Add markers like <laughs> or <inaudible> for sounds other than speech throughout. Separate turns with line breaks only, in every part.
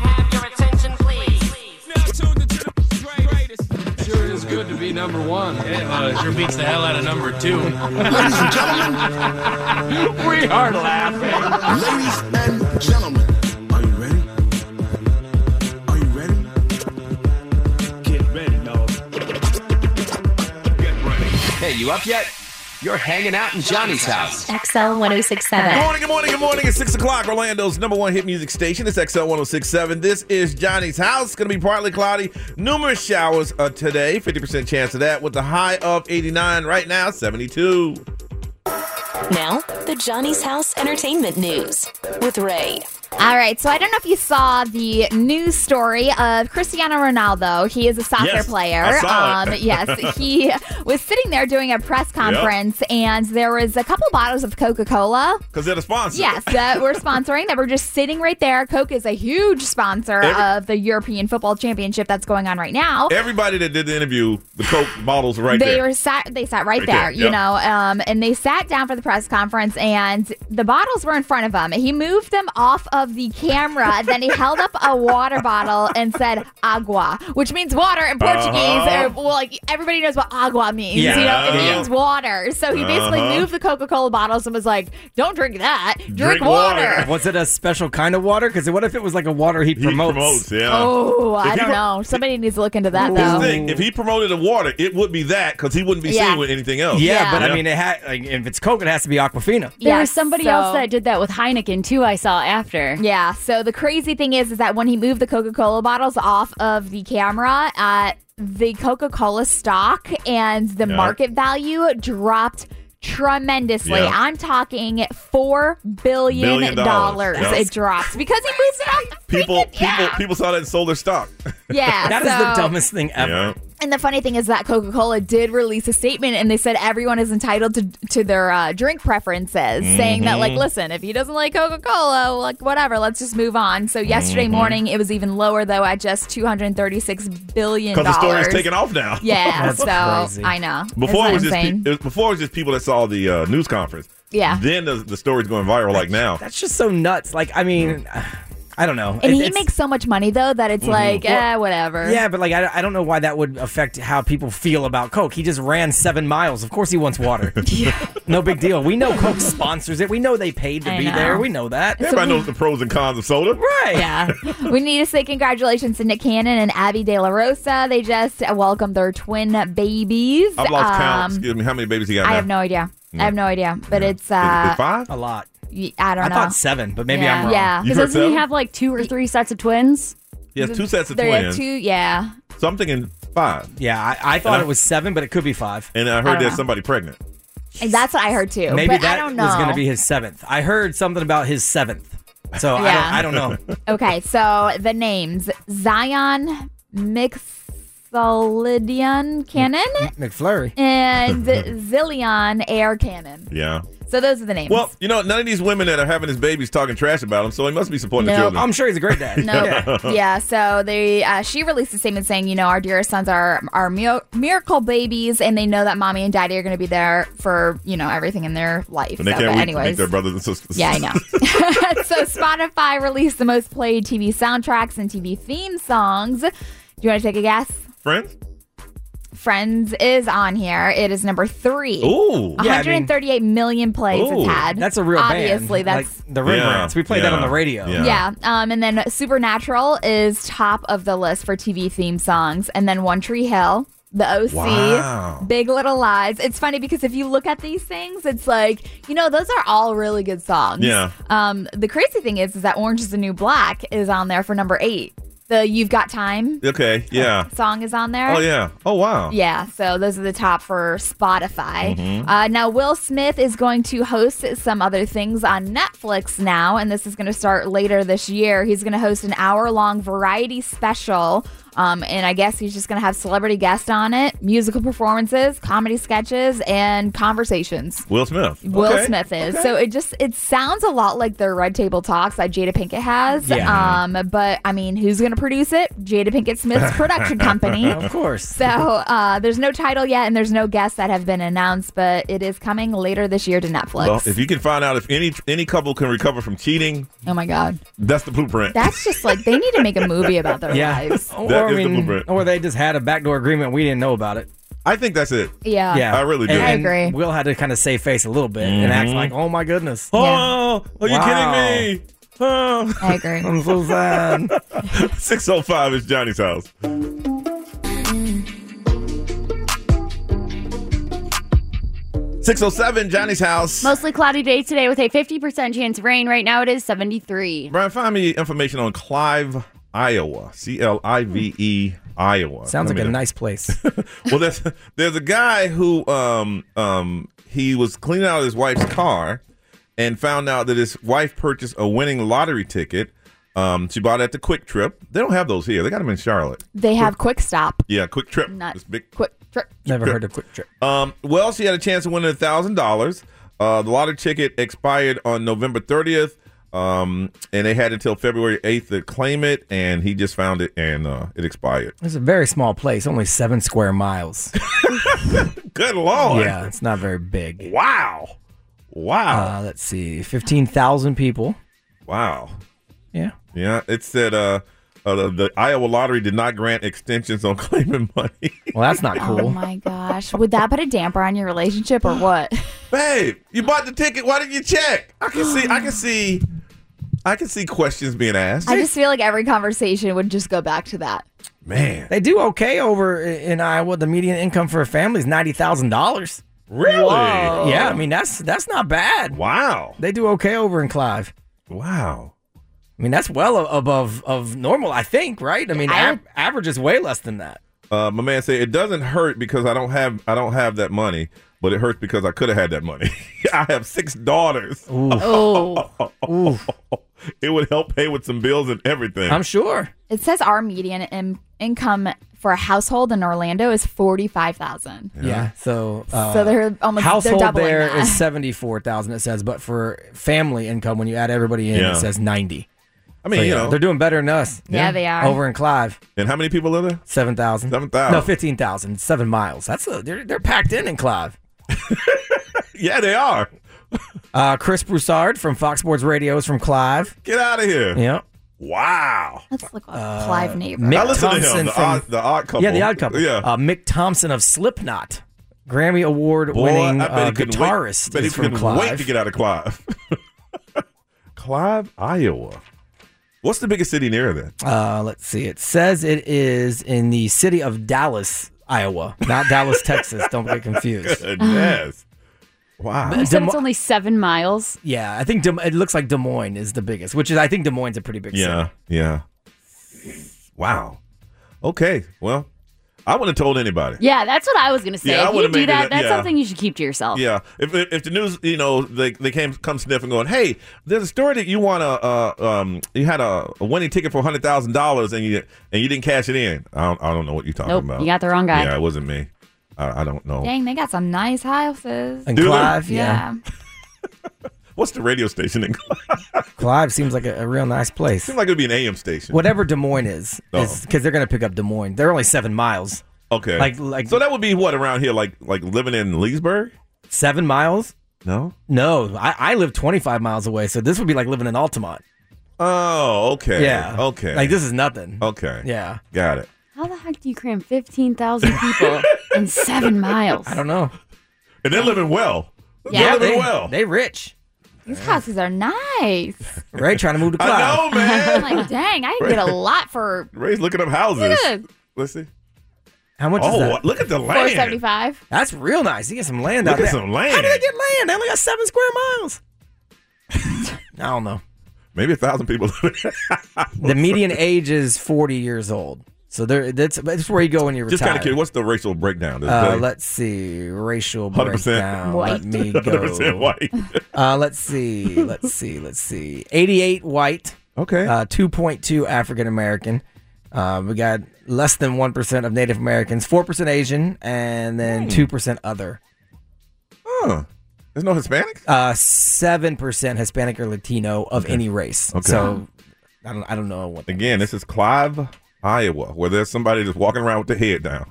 have your attention, please?
Now tuned into the greatest. Sure is good to be number one.
It uh, sure beats the hell out of number two.
Ladies and gentlemen,
We are laughing.
ladies and gentlemen, are you ready? Are you ready?
Get ready, dog. Get ready.
Hey, you up yet? You're hanging out in Johnny's house.
XL 1067.
Good morning, good morning, good morning. It's 6 o'clock, Orlando's number one hit music station. It's XL 1067. This is Johnny's House. going to be partly cloudy. Numerous showers uh, today. 50% chance of that with the high of 89. Right now, 72.
Now, the Johnny's House Entertainment News with Ray.
All right, so I don't know if you saw the news story of Cristiano Ronaldo. He is a soccer
Yes,
player.
I saw it.
Um, yes,
<laughs>
he was sitting there doing a press conference, and there was a couple bottles of Coca Cola.
Because they're the sponsor.
Yes, that
<laughs>
we're sponsoring. That were just sitting right there. Coke is a huge sponsor
Every-
of the European Football Championship that's going on right now.
Everybody that did the interview, the Coke bottles are right
they
there.
were sat. They sat right,
Right
there,
there,
you
yep.
know, um, and they sat down for the press conference, and the bottles were in front of him. He moved them off of the camera. then he held up a water bottle and said "agua," which means water in Portuguese.
Uh-huh.
Or, well, like everybody knows what "agua" means. You know,
Yeah.
it means water. So he basically
Uh-huh.
moved the Coca-Cola bottles and was like, "Don't drink that. Drink,
Drink
water."
water."
<laughs> Was it a special kind of water? Because what if it was like a water he
he
promotes?
promotes, yeah.
Oh, I
he
don't
pro-
know. Somebody needs to look into that
Here's the
though.
thing, if he promoted a water, it would be that because he wouldn't be
Yeah.
seen with anything else.
Yeah, but
Yeah.
I mean, it ha- like, if it's Coke, it has to be Aquafina.
Yeah,
There was somebody
so-
else that did that with Heineken too. I saw after.
Yeah. So the crazy thing is, is that when he moved the Coca Cola bottles off of the camera, uh, the Coca Cola stock and the
Yeah.
market value dropped tremendously.
Yeah.
I'm talking four billion
Billion dollars.
dollars.
Yeah.
It dropped because he moved it
<laughs>
off. the
People,
freaking-
people,
yeah.
people saw that in solar stock.
yeah.
<laughs> That is
so-
the dumbest thing ever.
Yeah.
and the funny thing is that Coca Cola did release a statement, and they said everyone is entitled to to their uh, drink preferences, saying that like, listen, if he doesn't like Coca Cola, like whatever, let's just move on. So yesterday morning, it was even lower though at just two hundred thirty six billion
Because
dollars.
the story's taken off now. <laughs>
Yeah,
<laughs> That's
so
crazy.
I know. Isn't
Before
that
it was just pe-
insane?
it was, before it was just people that saw the uh, news conference.
Yeah.
Then the, the story's going viral like now.
That's just so nuts. Like, I mean, I don't know.
and
It-
he
it's-
makes so much money though that
Mm-hmm.
it's like, eh, whatever.
Yeah, but like, I, I don't know why that would affect how people feel about Coke. He just ran seven miles. Of course, he
<laughs>
wants water. No big deal. We know Coke sponsors it. We know they paid to
I
be
know.
there. We know that.
Everybody knows the pros and cons of soda.
Right.
<laughs>
Yeah. <laughs> we need to say congratulations to Nick Cannon and Abby De La Rosa. They just welcomed their twin babies.
I've lost
Um,
count. Excuse me. How many babies he got
I
now?
have no idea. I have no idea. But it's
Is it- is
uh
it five?
A lot.
y- I don't
I
know.
thought seven, but maybe
Yeah.
I'm wrong.
yeah.
You
Because
heard
doesn't
seven?
he have like two or three sets of twins?
He has two sets of
They have
twins.
two yeah.
So I'm thinking five.
Yeah, I, I thought
And I-
it was seven, but it could be five.
And I
I
heard
don't
there's
know.
somebody pregnant.
And that's what I heard too.
Maybe
but
that
I don't know.
was going to be his seventh. I heard something about his seventh. So
Yeah.
I, don't, I don't know.
<laughs> Okay, so the names. Zion Mixolydian
<laughs>
Cannon
McFlurry.
and Zillion Air Cannon.
Yeah.
So those are the names.
Well, you know, none of these women that are having his babies talking trash about him, so he must be supporting the
Nope.
children.
I'm sure he's a great dad.
No.
<laughs> Yeah.
yeah. So they, uh, she released a statement saying, you know, our dearest sons are are mir- miracle babies, and they know that mommy and daddy are going to be there for you know everything in their life.
and they
So,
can't
but
wait to meet
anyways.
their brothers and sisters.
Yeah, I know. <laughs> so Spotify released the most played TV soundtracks and TV theme songs. Do you want to take a guess?
<laughs> Friends?
Friends is on here. It is number three.
Ooh.
Yeah, I mean-
138 million plays
Ooh,
it's had.
That's a real
Obviously,
band.
that's
like the Rim
Yeah,
Rats. We played that on
yeah,
the radio.
yeah.
Yeah. Um, and then Supernatural is top of the list for TV theme songs. And then One Tree Hill, The OC,
Wow.
Big Little Lies. It's funny because if you look at these things, it's like, you know, those are all really good songs.
Yeah.
Um, the crazy thing is, is that Orange is the New Black is on there for number eight. The You've Got Time
Okay, yeah.
song is on there.
Oh yeah. Oh wow.
Yeah, so those are the top for Spotify.
Mhm.
Uh, now, Will Smith is going to host some other things on Netflix now, and this is going to start later this year. He's going to host an hour long variety special, um, and I guess he's just going to have celebrity guests on it, musical performances, comedy sketches, and conversations.
Will Smith.
Will
Okay.
Smith is.
Okay.
So it just it sounds a lot like the Red Table Talks that Jada Pinkett has.
Yeah.
Um, but I mean, who's going to produce it? Jada Pinkett
<laughs>
Smith's production company.
Of course.
So uh, there's no title yet, and there's no guests that have been announced, but it is coming later this year to
Well,
Netflix.
if you can find out if any any couple can recover from cheating,
oh my god,
that's the blueprint. <laughs>
that's just like they need to make a movie about their
yeah.
lives.
Or,
That
I
is the
mean,
blueprint.
or they just had a backdoor agreement. We didn't know about it.
I think that's it.
Yeah.
Yeah.
I really do.
And-
I
and
agree.
Will had to kind of save face a little bit and act
Mhm.
like, oh my goodness.
Oh, are you
Wow.
kidding me? Oh.
I
<laughs>
agree.
I'm
<laughs>
so sad.
605 is Johnny's house. Six oh seven, Johnny's house.
Mostly cloudy day today with a 50% chance of rain. Right now it is 73.
Brian, find me information on Clive, Iowa. C L I V E, Iowa.
Sounds
I
like a
mean,
nice place.
<laughs> well, there's there's a guy who um um he was cleaning out his wife's car and found out that his wife purchased a winning lottery ticket. Um, she bought it at the Quick Trip. They don't have those here. They got them in Charlotte.
They have Quick Stop,
Yeah, Quick Trip.
not
This big
Quick Trip.
Never heard of Quick Trip.
Um, well, she had a chance of winning a thousand dollars. Uh, The lottery ticket expired on November thirtieth, um, and they had until February eighth to claim it. And he just found it, and uh, it expired.
It's a very small place, only seven square miles.
Good lord!
yeah, it's not very big.
Wow. Wow.
Uh, let's see, fifteen thousand people.
wow.
Yeah.
Yeah. It said uh, uh, the, the Iowa lottery did not grant extensions on <laughs> claiming money.
Well, that's not
Oh my gosh, would that put a damper on your relationship or what?
Babe, you bought the ticket. Why didn't you check? I can see. I can see. I can see questions being
<gasps>
asked.
I just feel like every conversation would just go back to that.
Man,
they do okay over i- in Iowa. The median income for a family is ninety thousand dollars.
Really?
Yeah, I mean that's that's not bad.
Wow.
They do okay over in Clive.
Wow.
I mean that's well a- above of normal, I think, right? I mean,
I
ab- average is way less than that.
Uh, my man said it doesn't hurt because I don't have I don't have that money, but it hurts because I could have had that money. <laughs> I have six daughters. <laughs>
Oh,
It would help pay with some bills and everything.
I'm sure.
it says our median in- income for a household in Orlando is forty five thousand.
Yeah. So uh,
So they're almost- they're
household
doubling
there
that.
is seventy four thousand. It says, but for family income, when you add everybody in,
Yeah.
it says ninety.
I mean,
So,
you
yeah,
know.
they're doing better than us.
Yeah, Yeah. they are.
Over in Clive,
And how many people live there?
seven thousand.
Seven thousand.
No, fifteen thousand. Seven miles. That's a, they're they're packed in in Clive.
<laughs> yeah, they are.
Uh, Chris Broussard from Fox Sports Radio is from Clive.
Get out of here.
Yeah.
Wow.
Let's look up Clive neighbor.
Uh, Mick
I listen
Thompson
to him. The,
from
odd, the odd couple.
Yeah, the odd couple.
Yeah.
Uh, Mick Thompson of Slipknot, Grammy Award
Boy,
winning
I bet
uh,
he couldn't wait-
guitarist,
bet he
is from
couldn't
Clive.
wait to get out of Clive. Clive, Iowa. What's the biggest city near that?
Uh, let's see. It says it is in the city of Dallas, Iowa,
<laughs>
not Dallas, Texas. Don't get confused.
Goodness. wow.
You said
Des
it's
Mo-
only seven miles.
yeah, I think Des- it looks like Des Moines is the biggest, which is I think Des Moines is a pretty big
Yeah,
city.
yeah. Wow. Okay. Well, I wouldn't have told anybody.
Yeah, that's what I was going to say.
Yeah, I
if you
would've
do
made
that,
it-
that's
yeah.
something you should keep to yourself.
Yeah. If if if the news, you know, they they came come sniffing, going, "Hey, there's a story that you want to, uh, um, you had a, a winning ticket for hundred thousand dollars and you and you didn't cash it in." I don't, I don't know what you're talking
Nope,
about.
you got the wrong guy.
Yeah, it wasn't me. I, I don't know.
Dang, they got some nice houses.
And
Do they?
Clive, yeah.
Yeah.
What's the radio station in?
Clive seems like a, a real nice place.
Seems like it'd be an AM station.
Whatever Des Moines is,
Oh.
because they're going to pick up Des Moines. They're only seven miles.
Okay.
Like- like-
so that would be what around here, like like living in Leesburg?
Seven miles?
No.
No, I, I live 25 miles away, so this would be like living in Altamont.
Oh, okay.
Yeah.
Okay.
Like this is nothing.
Okay.
Yeah.
Got it.
How the heck do you cram 15,000 people in
<laughs>
seven miles?
I don't know.
And they're living well.
Yeah,
they're living
they,
well.
They rich.
These houses are nice.
Ray trying to move to
<laughs>
Clive.
I
Oh,
know,
I'm
<laughs>
man.
<laughs> like, dang, I could get a lot for
Ray's looking up houses.
Yeah.
Let's see.
How much is
oh,
that?
look at the
four
land.
seventy five.
That's real nice. You get some land
Look
out
at
there.
some land.
How do they get land? They only got seven square miles. I don't know.
Maybe a thousand people.
The median age is 40 years old. So there, that's that's where you go when you retire.
Just kind of curious. What's the racial breakdown? Does it
Uh,
say?
let's see. Racial
100%
breakdown.
white. <laughs>
Let me go.
100% white.
<laughs> Uh, let's see. Let's see. Let's see. 88 white.
Okay.
Uh, 2.2 African American. Uh, we got less than 1% of Native Americans, 4% Asian, and then 2% other.
Huh. Hmm. There's no Hispanic?
Uh, 7% Hispanic or Latino of
Okay.
any race.
Okay.
So I don't, I don't know what
Again, this is Clive, Iowa, where there's somebody just walking around with their head down.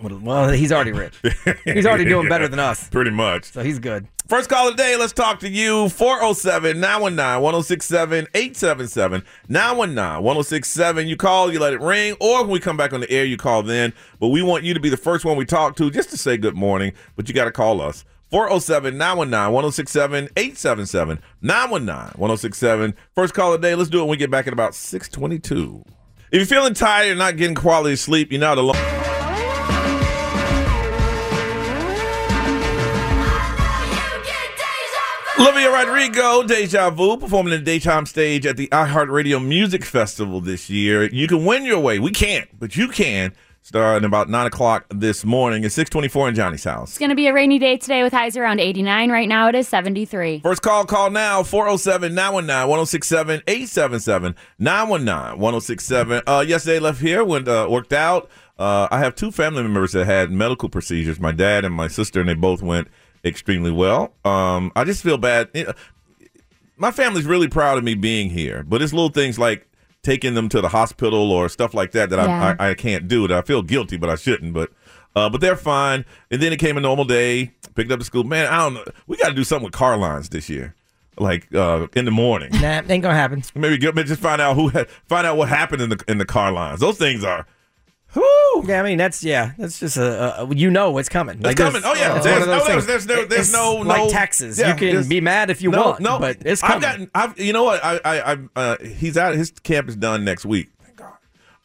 Well, oh, he's already rich. He's already doing better than us.
<laughs> Pretty much.
So he's good.
First call of the day, let's talk to you. 407 919 1067 877 919 1067. You call, you let it ring, or when we come back on the air, you call then. But we want you to be the first one we talk to just to say good morning, but you got to call us. 407 919 1067 877 919 1067. First call of the day, let's do it when we get back at about 622. If you're feeling tired and not getting quality sleep, you're not alone. Olivia Rodrigo, Deja Vu, performing in the daytime stage at the iHeartRadio Music Festival this year. You can win your way. We can't, but you can. Starting about 9 o'clock this morning. It's 624 in Johnny's house.
It's going to be a rainy day today with highs around 89. Right now it is 73.
First call, call now, 407 919 1067 877 919 1067. Uh, Yesterday, left here, went, uh, worked out. Uh, I have two family members that had medical procedures my dad and my sister, and they both went extremely well. Um, I just feel bad. It- my family's really proud of me being here, but it's little things like taking them to the hospital or stuff like that that
Yeah.
I, I, I can't do. That I feel guilty, but I shouldn't. But uh, but they're fine. And then it came a normal day. Picked up the school. Man, I don't know. We got to do something with car lines this year, like uh, in the morning.
Nah, ain't gonna happen.
Maybe get, maybe just find out who had, find out what happened in the in the car lines. Those things are <laughs> Woo!
Yeah, I mean that's yeah, that's just a, a you know it's coming.
It's coming. Oh, yeah.
it's
There's-
one of those
oh, there's-
things.
there's no- there's
It's
no-
like
no-
taxes.
yeah,
you can
there's-
be mad if you
no,
want.
No,
but it's
I've
coming.
gotten. I've, you know what? I, I, I uh, he's out. His camp is done next week. Thank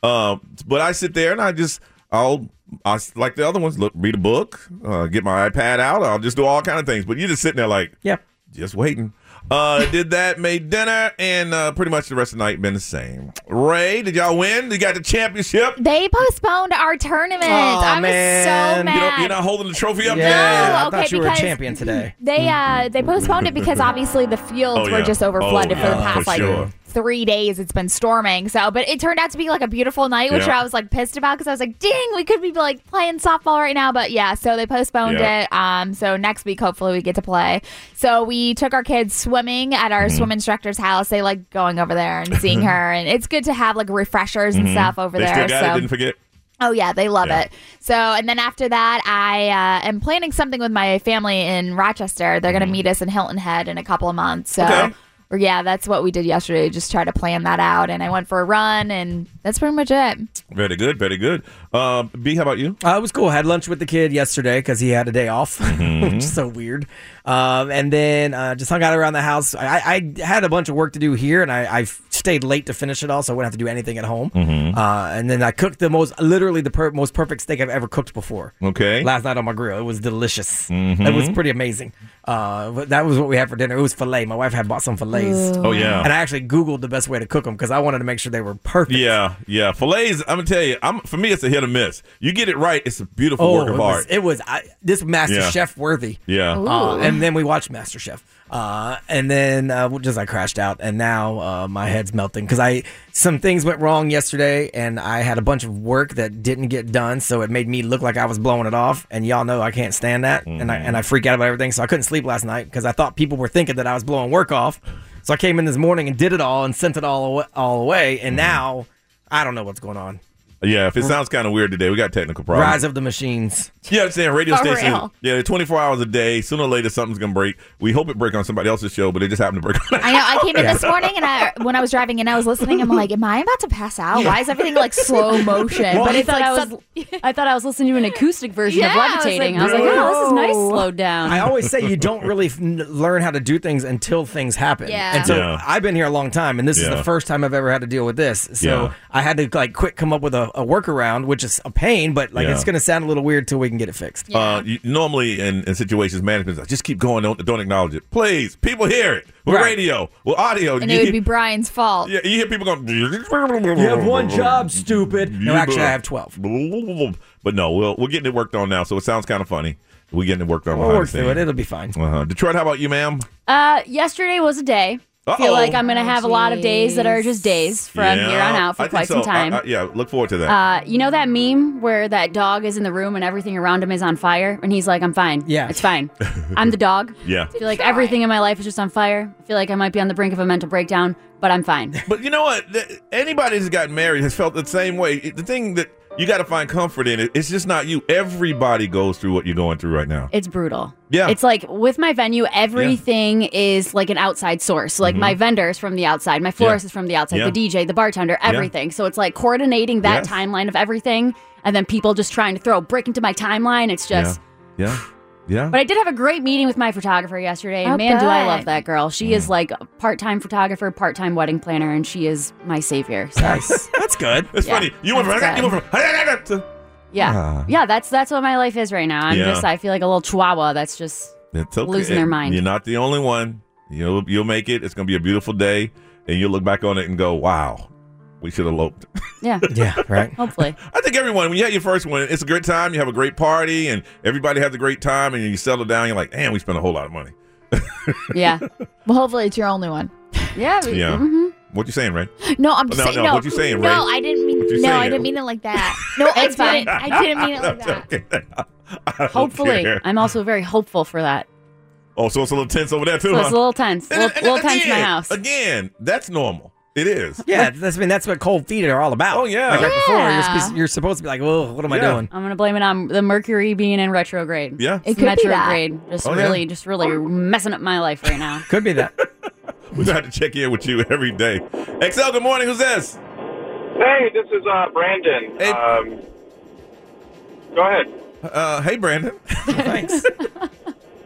God. Um, but I sit there and I just, I'll, I s- like the other ones. Look, read a book, uh, get my iPad out. I'll just do all kind of things. But you're just sitting there like,
yeah,
just waiting. Uh, did that, made dinner, and uh, pretty much the rest of the night been the same. Ray, did y'all win? You got the championship.
They postponed our tournament.
Aw,
I was so
man.
mad.
You don't- you're not holding the trophy up
Yeah,
yet?
I thought you were a
because
champion today.
They uh they postponed it because obviously the fields
Oh,
were
yeah.
just over
Oh,
flooded for the
yeah,
past
for
like
sure.
three days. It's been storming, so but it turned out to be like a beautiful night, which
Yeah.
I was like pissed about because I was like, dang, we could be like playing softball right now, but yeah, so they postponed
Yeah.
it. Um, so next week hopefully we get to play. So we took our kids swimming at
Mm-hmm.
our swim instructor's house. They like going over there and
<laughs>
seeing her, and it's good to have like refreshers and
Mhm.
stuff over
they
there.
Still got
so
it, didn't forget.
Oh yeah, they love
Yeah.
it. So, and then after that, I uh, am planning something with my family in Rochester. They're
Mm-hmm.
going to meet us in Hilton Head in a couple of months. So, or, yeah, that's what we did yesterday. Just try to plan that out, and I went for a run, and that's pretty much it.
Very good, very good. Uh, B, how about you?
Uh, it was cool. I had lunch with the kid yesterday because he had a day off, <laughs>
Mm-hmm.
which is so weird. Um, and then uh, just hung out around the house. I, I had a bunch of work to do here, and I, I stayed late to finish it all, so I wouldn't have to do anything at home.
Mhm.
Uh, and then I cooked the most, literally the per- most perfect steak I've ever cooked before.
Okay.
Last night on my grill, it was delicious.
Mhm.
It was pretty amazing. Uh, but that was what we had for dinner. It was filet. My wife had bought some filets.
Oh, yeah.
And I actually googled the best way to cook them because I wanted to make sure they were perfect.
Yeah, yeah. Fillets, I'm gonna tell you, I'm for me it's a hit or miss. You get it right, it's a beautiful
Oh,
work of
it was,
art.
it was I, this Master
Yeah.
Chef worthy.
Yeah. Ooh.
Uh, and then we watched Master Chef. Uh, and then uh, we- just I crashed out, and now uh, my head's melting because I some things went wrong yesterday, and I had a bunch of work that didn't get done, so it made me look like I was blowing it off. And y'all know I can't stand that, and I
Mm.
and I freak out about everything, so I couldn't sleep last night because I thought people were thinking that I was blowing work off. So I came in this morning and did it all and sent it all away, all away, and
Mm-hmm.
now I don't know what's going on.
yeah, if it sounds kind of weird today, we got technical problems.
Rise of the machines.
Yeah, I'm saying radio
For
station.
real.
Yeah, they're 24 hours a day. Sooner or later, something's gonna break. We hope it break on somebody else's show, but it just happened to break. on
I know. I
<laughs>
came
<laughs>
in this morning, and I when I was driving in, I was listening. I'm like, am I about to pass out? Why is everything like <laughs> slow
<laughs>
motion?
Well,
but
I
it's
thought
like
I was-
sudden-
I thought I was listening to an acoustic version
Yeah,
of
I was
levitating. I was
like,
like, oh, this is nice
"Whoa."
slowed down.
I always say you don't really f- n- learn how to do things until things happen.
Yeah.
And so
Yeah.
I've been here a long time, and this is
Yeah.
the first time I've ever had to deal with this. So
Yeah.
I had to like quick come up with a, a workaround, which is a pain, but like
Yeah.
it's going to sound a little weird till we can get it fixed.
Uh, you, normally in, in situations, management like, just keep going. Don't, don't acknowledge it, please. People hear it. With
Right.
radio, with audio.
And
you,
it would
<laughs>
hear-
be Brian's fault.
yeah, you hear people going. You
have one job, stupid.
<laughs>
No, actually, I have
twelve. <laughs> But no, we'll, we're getting it worked on now, so it sounds kind of funny. We're getting it worked on.
We'll
behind
work
the
through
scene.
it. It'll be fine.
Uh-huh. Detroit, how about you, ma'am?
Uh, yesterday was a day. I
Uh-oh.
feel like I'm going to have a lot of days that are just days from
Yeah,
here on out for
I think
quite some
so. I-
time.
I- yeah, look forward to that.
Uh, you know that meme where that dog is in the room and everything around him is on fire, and he's like, "I'm fine.
Yeah.
it's fine. I'm the dog.
yeah.
I feel like everything in my life is just on fire. I feel like I might be on the brink of a mental breakdown, but I'm fine.
But you know what? Th- Anybody who's gotten married has felt the same way. It- The thing that you got to find comfort in it, it's just not you. Everybody goes through what you're going through right now.
It's brutal.
Yeah.
It's like with my venue, everything is like an outside source. So, Like my vendor is from the outside, my florist
Mm-hmm. Yeah.
is from the outside,
Yeah.
the DJ, the bartender,
Yeah.
everything. So it's like coordinating that
Yes.
timeline of everything and then people just trying to throw a brick into my timeline. It's just.
Yeah. Yeah.
But I did have a great meeting with my photographer yesterday, and
Oh,
man, do I
good.
love that girl. She
Mm.
is like a part-time photographer, part-time wedding planner, and she is my savior. So,
Nice. That's good.
It's
Yeah,
funny. You went from
that's
you went from to-
yeah,
Ah.
yeah, that's that's what my life is right now. I'm
Yeah.
just I feel like a little chihuahua that's just
It's okay.
Losing their mind.
You're not the only one. You'll you'll make it. It's gonna be a beautiful day, and you'll look back on it and go, "Wow, we should have eloped."
yeah,
yeah, right.
Hopefully,
<laughs> I think everyone when you have your first one, it's a great time. You have a great party, and everybody has a great time, and you settle down. You're like, "Damn, we spent a whole lot of money."
yeah.
Well, hopefully it's your only one. <laughs> Mm-hmm.
Yeah.
Yeah.
mhm.
What you saying, right?
No, I'm just
No,
saying.
no,
No,
what you saying,
No,
Ray?
I didn't mean.
What you
No, I
saying?
didn't mean it like that. No,
<laughs>
I
It's fine.
<laughs>
didn't. I didn't mean it like that.
Hopefully, I'm also very hopeful for that.
Oh, so it's a little tense over there too.
So it's
huh?
a little tense,
And-
little,
and
little tense in my
again-
house.
Again, that's normal. It is.
Yeah, that's I mean that's what cold feet are all about. Oh
yeah.
like right before
Yeah.
you're supposed, you're supposed to be like, oh, what am I doing?
I'm gonna blame it on the Mercury being in retrograde.
Yeah.
it's
It could be that.
retrograde. Just
Oh, yeah.
really, just really messing up my life right now.
Could be that.
<laughs> We're gonna have to check in with you every day. XL, good morning. Who's this?
Hey, this is uh, Brandon. Um, go ahead.
Uh, hey,
<laughs>
Brandon.
<laughs>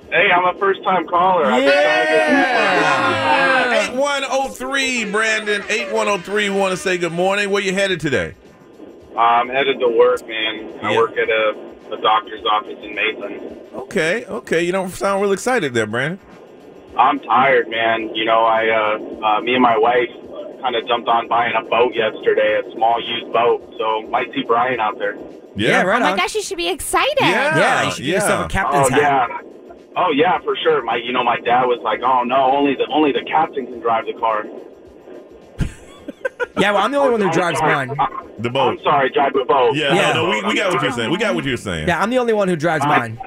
Hey, I'm a first time caller. I've been trying to get-
8103, Brandon. 8103, we want to say good morning. Where you headed today?
Uh, I'm headed to work, man. I work at a, a doctor's office in Maitland.
Okay, okay. You don't sound real excited there, Brandon.
I'm tired, man. You know, I uh, uh, me and my wife kind of jumped on buying a boat yesterday, a small used boat. So might see Brian out there.
Yeah,
oh my gosh, you should be excited.
oh, Yeah. Oh yeah, for sure. My, you know, my dad was like, "Oh no, only the only the captain can drive the car."
Yeah, well, I'm the only one who drives mine.
The boat.
I'm sorry, drive the boat.
Yeah,
Yeah.
No, no, we, we got what you're saying. We got what you're saying.
Yeah, I'm the only one who drives mine.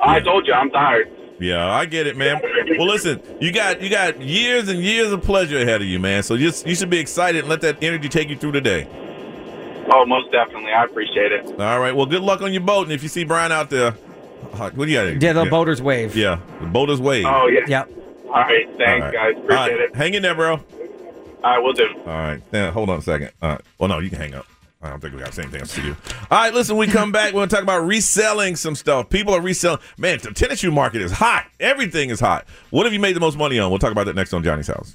I told you, I'm tired.
Yeah, I get it, man. Well, listen, you got you got years and years of pleasure ahead of you, man. So just you should be excited and let that energy take you through the day.
Oh, most definitely. I appreciate it.
All right. Well, good luck on your boat, and if you see Brian out there, uh, what do you got?
Yeah, the boaters wave.
Yeah, the boaters wave.
Oh yeah.
Yep.
All right. Thanks,
All right.
guys. Appreciate
All right.
it.
Hang in there, bro.
All right, we'll do.
All right. Now, hold on a second. All right. Well, no, you can hang up. I don't think we got the same thing to do. All right, listen, we come back. We're going to talk about reselling some stuff. People are reselling. Man, the tennis shoe market is hot. Everything is hot. What have you made the most money on? We'll talk about that next on Johnny's House.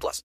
plus.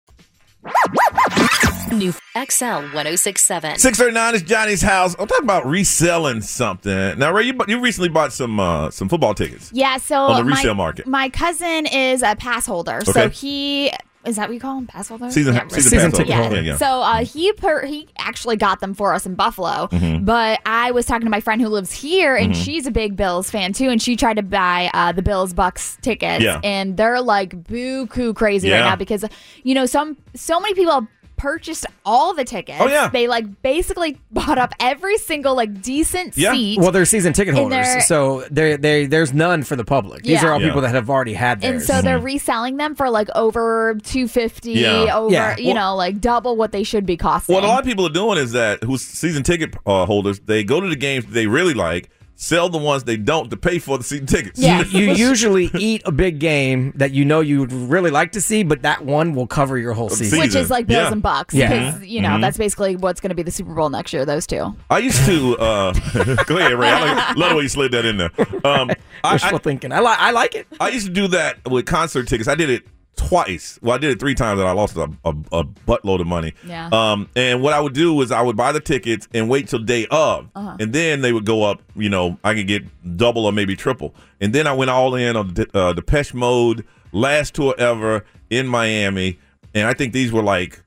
New XL 1067.
639 is Johnny's House. I'm talking about reselling something. Now, Ray, you, bu- you recently bought some uh, some football tickets.
Yeah, so
On the
my-
resale market.
My cousin is a pass holder,
Okay.
so he is that what you call him, pass holder?
Season- season Season pass ticket holder. holder. Yeah, yeah.
So uh, he per- he actually got them for us in Buffalo,
Mhm.
but I was talking to my friend who lives here, and
Mhm.
she's a big Bills fan too, and she tried to buy uh, the Bills Bucks tickets,
Yeah.
and they're like boo crazy
Yeah.
right now because you know some so many people. have purchased all the tickets.
Oh, yeah.
They like basically <laughs> bought up every single like decent seat.
Well, they're season ticket
in
holders,
their-
so they they there's none for the public. These
Yeah.
are all
Yeah.
people that have already had
and
theirs. Mm-hmm.
so
Mm-hmm.
they're reselling them for like over 250
Yeah.
over
Yeah.
you
Well-
know like double what they should be costing
What a lot of people are doing is that who's season ticket uh, holders, they go to the games they really like, sell the ones they don't to pay for the season tickets.
You, you usually eat a big game that you know you would really like to see, but that one will cover your whole season.
which is like bills and bucks
Yeah. Mm-hmm.
because you know
Mhm.
that's basically what's going to be the super bowl next year those two
I used to uh, <laughs> go ahead, Ray. I like, love the way you slid that in there.
<laughs>
Um, I, Wishful
thinking. I, li- I like it.
I used to do that with concert tickets. I did it twice. Well, I did it three times, and I lost a, a, a buttload of money.
Yeah.
Um, and what I would do is I would buy the tickets and wait till day of,
Uh-huh.
and then they would go up. You know, I could get double or maybe triple. And then I went all in on the uh, Depeche Mode last tour ever in Miami, and I think these were like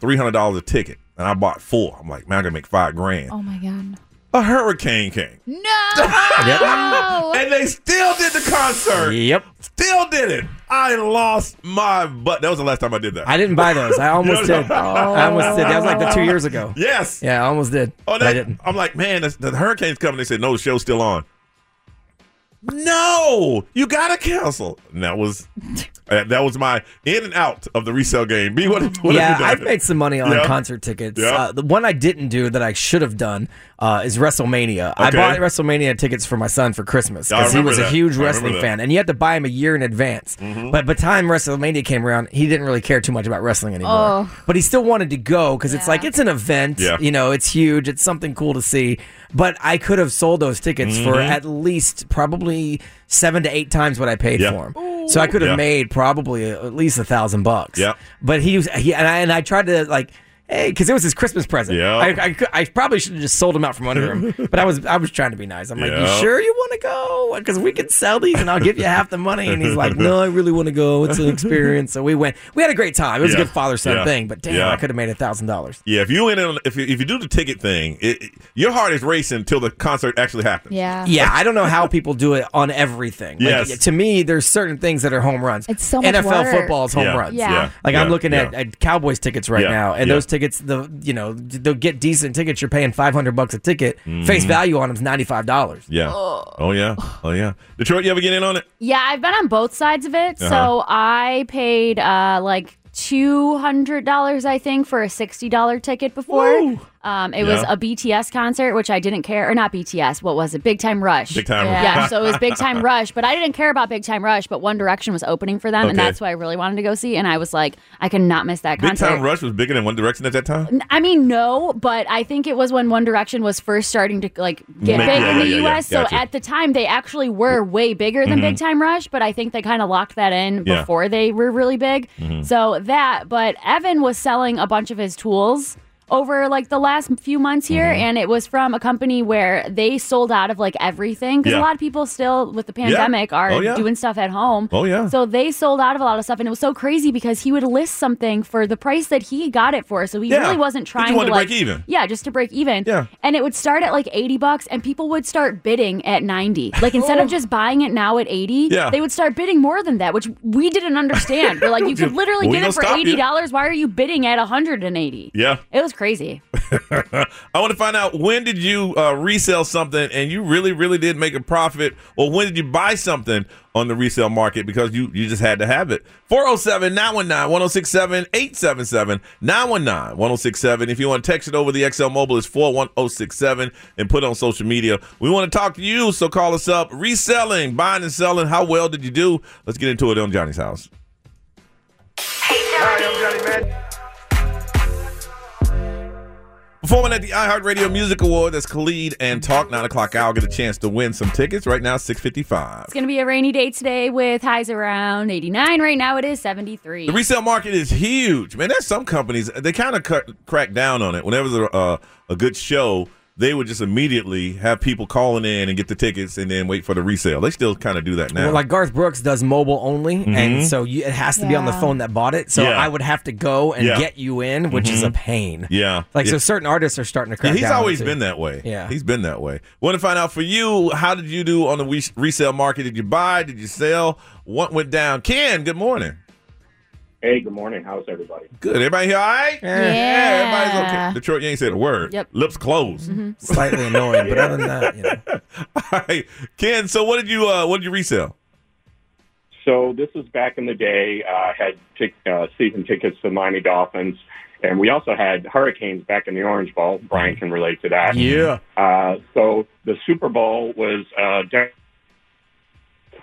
three hundred dollars a ticket, and I bought four. I'm like, man, I gotta make five grand.
oh my god
A hurricane came.
no
and they still did the concert.
Yep.
Still did it. I lost my butt. That was the last time I did that.
I didn't buy
<laughs>
those. I <laughs> almost
Yeah.
did. I almost did. That was like the two years ago.
Yes.
Yeah, I almost did.
Oh, that, I didn't. I'm like, man, the, the hurricane's coming. They said, no, the show's still on. No, you gotta cancel. And that was uh, that was my in and out of the resale game. B, what, <laughs> what
yeah,
have you done?
I've made some money on
Yeah.
concert tickets.
Yeah.
Uh, the one I didn't do that I should have done uh, is WrestleMania. I
Okay.
bought WrestleMania tickets for my son for Christmas
I
because he
remember
was a
that. I
huge
remember
wrestling
that. Mm-hmm.
fan, and you had to buy him a year in advance. But by the time WrestleMania came around, he didn't really care too much about wrestling anymore.
Oh.
But he still wanted to go because it's like it's an event.
Yeah.
You know, it's huge. It's something cool to see. But I could have sold those tickets for
Mhm.
at least probably seven to eight times what I paid
Yeah.
for them. So I could have
Yeah.
made probably at least a thousand bucks.
Yeah.
But he was he and I and I tried to like hey because it was his Christmas present.
Yeah.
I, I, cou- I probably should have just sold him out from under him.
<laughs>
but I was I was trying to be nice. I'm like,
Yeah.
you sure you want to go? Because we can sell these and I'll give you half the money. And he's like, no, I really want to go. It's an experience. So we went. We had a great time. It was
Yeah.
a good father son
Yeah.
thing. But damn,
Yeah.
I could have made a thousand dollars.
Yeah, if you in on, if you, if you do the ticket thing, it, it- your heart is racing until the concert actually happens.
yeah
Yeah, I don't know how people do it on everything. Like,
Yes.
to me, there's certain things that are home runs. It's
so much
NFL
work.
football is home
Yeah.
runs.
Yeah. Yeah.
Like I'm
Yeah.
looking at,
Yeah.
at Cowboys tickets right
Yeah.
now, and
Yeah.
those tickets, the you know, they'll get decent tickets. You're paying 500 bucks a ticket. Face
Mhm.
value on them is 95 dollars.
Yeah. Oh yeah. Oh yeah. Detroit, you ever get in on it?
Yeah, I've been on both sides of it.
Uh-huh.
So I paid uh, like two hundred dollars, I think, for a sixty dollar ticket before. Um, it was
Yeah.
a BTS concert, which I didn't care, or not BTS. What was it? Big Time Rush.
Big Time Rush.
Yeah.
<laughs>
so it was Big Time Rush, but I didn't care about Big Time Rush. But One Direction was opening for them, and
Okay.
that's what I really wanted to go see. And I was like, I cannot miss that
Big
concert.
Time Rush was bigger than One Direction at that time.
N- I mean, no, but I think it was when One Direction was first starting to like get
Make-
big
yeah,
in the
yeah, yeah, yeah.
U.S.
Gotcha.
So at the time, they actually were way bigger than
Mhm.
Big Time Rush, but I think they kind of locked that in
Yeah.
before they were really big.
Mhm.
So that, but Evan was selling a bunch of his tools over like the last few months here
Mm-hmm.
and it was from a company where they sold out of like everything because
Yeah.
a lot of people still with the pandemic are
Oh, yeah.
doing stuff at home
Oh, yeah.
so they sold out of a lot of stuff and it was so crazy because he would list something for the price that he got it for so he
Yeah.
really wasn't
He just
trying
wanted
to,
to
like,
break even.
yeah, just to break even.
Yeah.
And it would start at like 80 bucks and people would start bidding at 90. Like instead
<laughs>
of just buying it now at 80,
Yeah.
they would start bidding more than that, which we didn't understand. We're
<laughs>
like, you could literally
We
get
don't
it for
stop you.
$80. Why are you bidding at 180?
Yeah.
It was crazy.
I want to find out when did you uh, resell something and you really, really did make a profit, or when did you buy something on the resale market because you, you just had to have it? 407 919 1067 877 919 1067. If you want to text it over the XL Mobile, it's 41067 and put it on social media. We want to talk to you, so call us up. Reselling, buying and selling. How well did you do? Let's get into it on Johnny's house. Performing at the iHeartRadio Music Award, that's Khalid and Talk, 9 o'clock hour. Get a chance to win some tickets. Right now, 655.
It's going to be a rainy day today with highs around 89. Right now it is 73.
The resale market is huge, man. There's some companies they kind of cut crack down on it. Whenever there's a, uh, a good show, they would just immediately have people calling in and get the tickets, and then wait for the resale. They still kind of do that now.
Well, like Garth Brooks does mobile only,
Mhm.
and so you, it has to be on the
Yeah.
phone that bought it. So
Yeah.
I would have to go and
Yeah.
get you in, which is a
Mhm.
pain.
yeah,
Like so,
Yeah.
certain artists are starting to
Yeah,
crack
he's
down on it,
always
too.
been that way.
Yeah.
he's been that way. Want to find out for you? How did you do on the we- resale market? Did you buy? Did you sell? What went down? Ken, good morning.
Hey, good morning. How's everybody?
Good. Everybody here all right?
Yeah.
everybody's okay. Detroit, you ain't said a word.
Yep. Mm-hmm.
Lips closed.
<laughs> Slightly annoying, but other than that,
<laughs> All right. Ken, so what did you uh what did you resell?
So this was back in the day. Uh, I had tic- uh, season tickets to the Miami Dolphins, and we also had Hurricanes back in the Orange Bowl. Brian can relate to that.
Yeah.
Uh, so the Super Bowl was. Uh, de-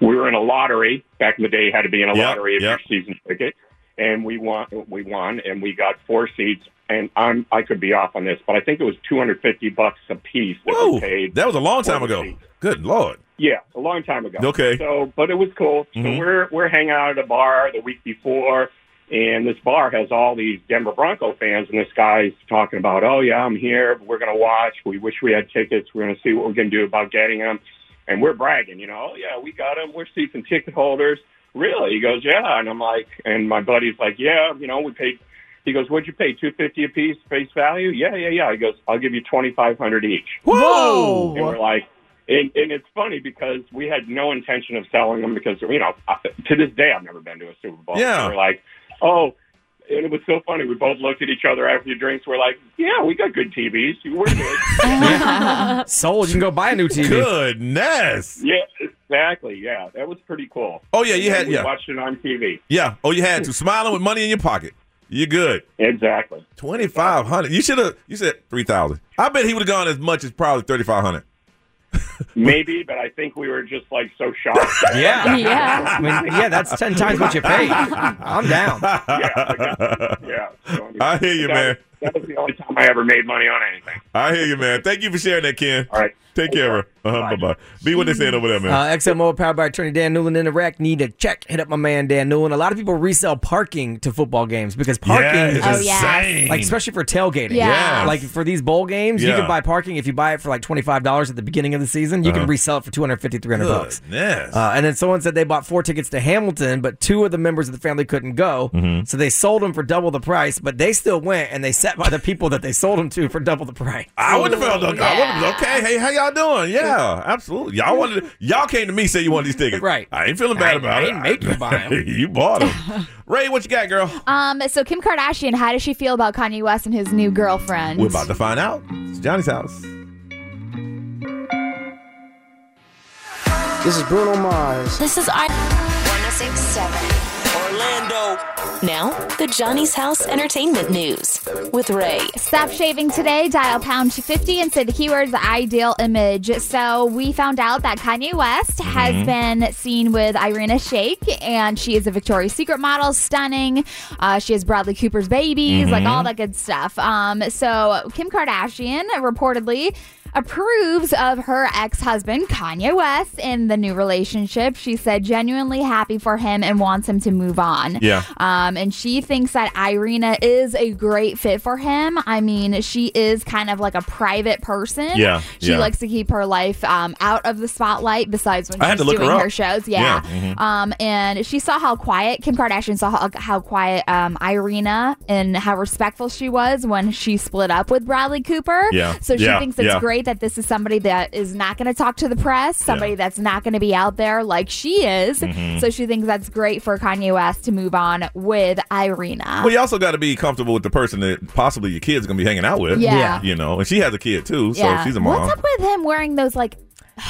we were in a lottery back in the day. Had to be in a
Yep,
lottery if
yep.
your season ticket, and we won. We won, and we got four seats. And I'm I could be off on this, but I think it was 250 bucks a piece that we paid.
That was a long
for
time
the
ago. Good lord.
yeah, a long time ago.
Okay.
So, but it was cool.
Mhm.
So we're we're hanging out at a bar the week before, and this bar has all these Denver Bronco fans, and this guy's talking about, "Oh yeah, I'm here. We're gonna watch. We wish we had tickets. We're gonna see what we can do about getting them." And we're bragging, you know, "Oh yeah, we got them. We're season ticket holders." Really? He goes, "Yeah," and I'm like, and my buddy's like, "Yeah, you know, we paid." He goes, "What'd you pay? Two fifty a piece, face value?" Yeah, yeah, yeah. He goes, "I'll give you twenty five hundred each."
Whoa!
And we're like, and, and it's funny because we had no intention of selling them because you know I- to this day I've never been to a Super Bowl.
Yeah.
And we're like, oh, and it was so funny. We both looked at each other after the drinks. We're like, yeah, we got good TVs. We're good.
Uh,
Sold. You can go buy a new TV.
Goodness.
yeah, exactly. Yeah, that was pretty cool.
Oh, yeah, you
And
had-
we
yeah.
watched it on TV.
Yeah. Oh, you had to. Smiling with money in your pocket. You're good.
Exactly.
Twenty five hundred. You should have you said three thousand. I bet he would have gone as much as probably thirty five hundred.
Maybe, but I think we were just like so shocked.
<laughs>
<laughs>
<laughs>
Yeah. Yeah. I mean, yeah, that's 10 times what you paid. I'm
<laughs>
down.
yeah,
yeah.
I hear you, man.
That was the only time I ever made money on anything.
I hear you, man. Thank you for sharing that, Ken. All
right.
Take care of her. Uh-huh, bye bye. Be what they saying over there, man.
Uh, XMO powered by attorney Dan Newland in Iraq. Need a check. Hit up my man Dan Newland. A lot of people resell parking to football games because parking
Yeah,
is
it's Oh, yeah. insane.
like especially for tailgating.
Yeah. Yes.
Like for these bowl games, you
Yeah.
can buy parking if you buy it for like twenty five dollars at the beginning of the season, you
Uh-huh.
can resell it for 250 300 bucks.
Goodness.
Uh, and then someone said they bought four tickets to Hamilton, but two of the members of the family couldn't go.
Mhm.
So they sold them for double the price, but they still went and they sat by the people that they sold them to for double the price.
I would have felt okay. I would've- okay. Hey, how y'all doing? Yeah, absolutely. Y'all wanted y'all came to me say you wanted these tickets. Right. I ain't feeling bad
I-
about
I
it.
didn't make you buy 'em.
<laughs> you bought them. Ray, what you got, girl?
Um, so Kim Kardashian, how does she feel about Kanye West and his new girlfriend?
Mm. We're about to find out. It's Johnny's house.
This is Bruno Mars.
This is our 1067 Orlando. Now, the Johnny's House Entertainment News with Ray.
Stop shaving today. Dial pound 250 and say the keywords ideal image. So we found out that Kanye West has
Mhm.
been seen with Irina Shayk, and she is a Victoria's Secret model, stunning. Uh, she has Bradley Cooper's babies, like
Mhm.
all that good stuff. Um, so Kim Kardashian reportedly approves of her ex-husband Kanye West in the new relationship. She said genuinely happy for him and wants him to move on.
Yeah.
Um, and she thinks that Irina is a great fit for him. I mean, she is kind of like a private person.
Yeah,
She
yeah.
likes to keep her life um, out of the spotlight besides when
I
she's
had to look her
doing her,
up.
shows. Yeah.
Yeah,
Mm-hmm.
mhm.
Mm-hmm.
Um, and she saw how quiet Kim Kardashian saw how, how quiet um, Irina and how respectful she was when she split up with Bradley Cooper.
Yeah,
So she
yeah,
thinks it's
yeah.
great that this is somebody that is not going to talk to the press, somebody that's not going to be out there like she is.
Mhm.
So she thinks that's great for Kanye West to move on with Irina.
Well, you also got to be comfortable with the person that possibly your kid's gonna be hanging out with.
Yeah. Yeah.
You know, and she has a kid too, so she's a mom.
What's up with him wearing those like?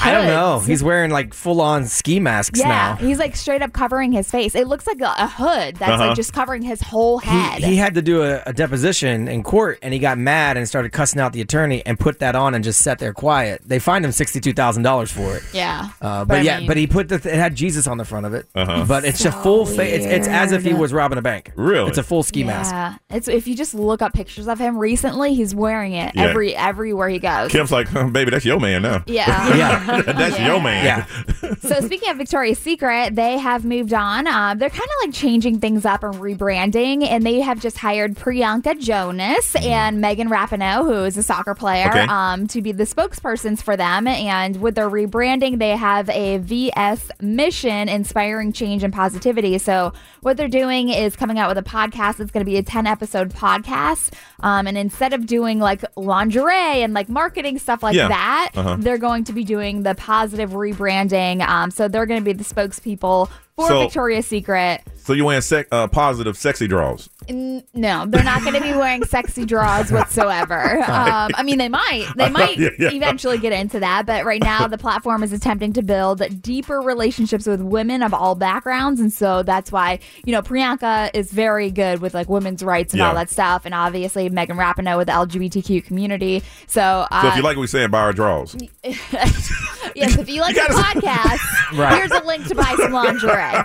I don't know.
hoods?
He's wearing like full on ski masks
yeah,
now.
he's like straight up covering his face. It looks like a, a hood that's
Uh-huh.
like just covering his whole head.
He had to do a, a deposition in court and he got mad and started cussing out the attorney and put that on and just sat there quiet. They fined him $62,000 for it.
yeah,
Uh, but, yeah, but he put the th- it had Jesus on the front of it.
Uh-huh.
But it's a full face. It's, it's as if he
weird.
was robbing a bank.
Really?
It's a full ski mask.
yeah. It's if you just look up pictures of him recently, he's wearing it
Yeah.
every everywhere he goes.
Kim's like, huh, baby, that's your man now.
Yeah.
<laughs>
Yeah.
that's your man.
Yeah.
<laughs> so speaking of Victoria's Secret, they have moved on. Um, they're kind of like changing things up and rebranding, and they have just hired Priyanka Jonas and Megan Rapinoe, who is a soccer player,
Mm-hmm. Okay.
um, to be the spokespersons for them. And with their rebranding, they have a VS mission, inspiring change and positivity. So what they're doing is coming out with a podcast. It's going to be a ten episode podcast, um, and instead of doing like lingerie and like marketing stuff like
Yeah.
that,
Uh-huh.
they're going to be doing the positive rebranding. Um, so they're going to be the spokespeople for
So-
Victoria's Secret.
So you wearing sec- uh, positive sexy draws?
N- No, they're not going to be wearing sexy draws
<laughs>
whatsoever. Um, I mean, they might. They might
Yeah, yeah.
eventually get into that, but right now the platform is attempting to build deeper relationships with women of all backgrounds, and so that's why you know Priyanka is very good with like women's rights and all
Yeah.
that stuff, and obviously Megan Rapinoe with the LGBTQ community. So, uh,
So if you like what we're saying, buy our draws.
yes, if <laughs> you like the podcast,
<laughs> Right.
here's a link to buy some
<laughs>
lingerie.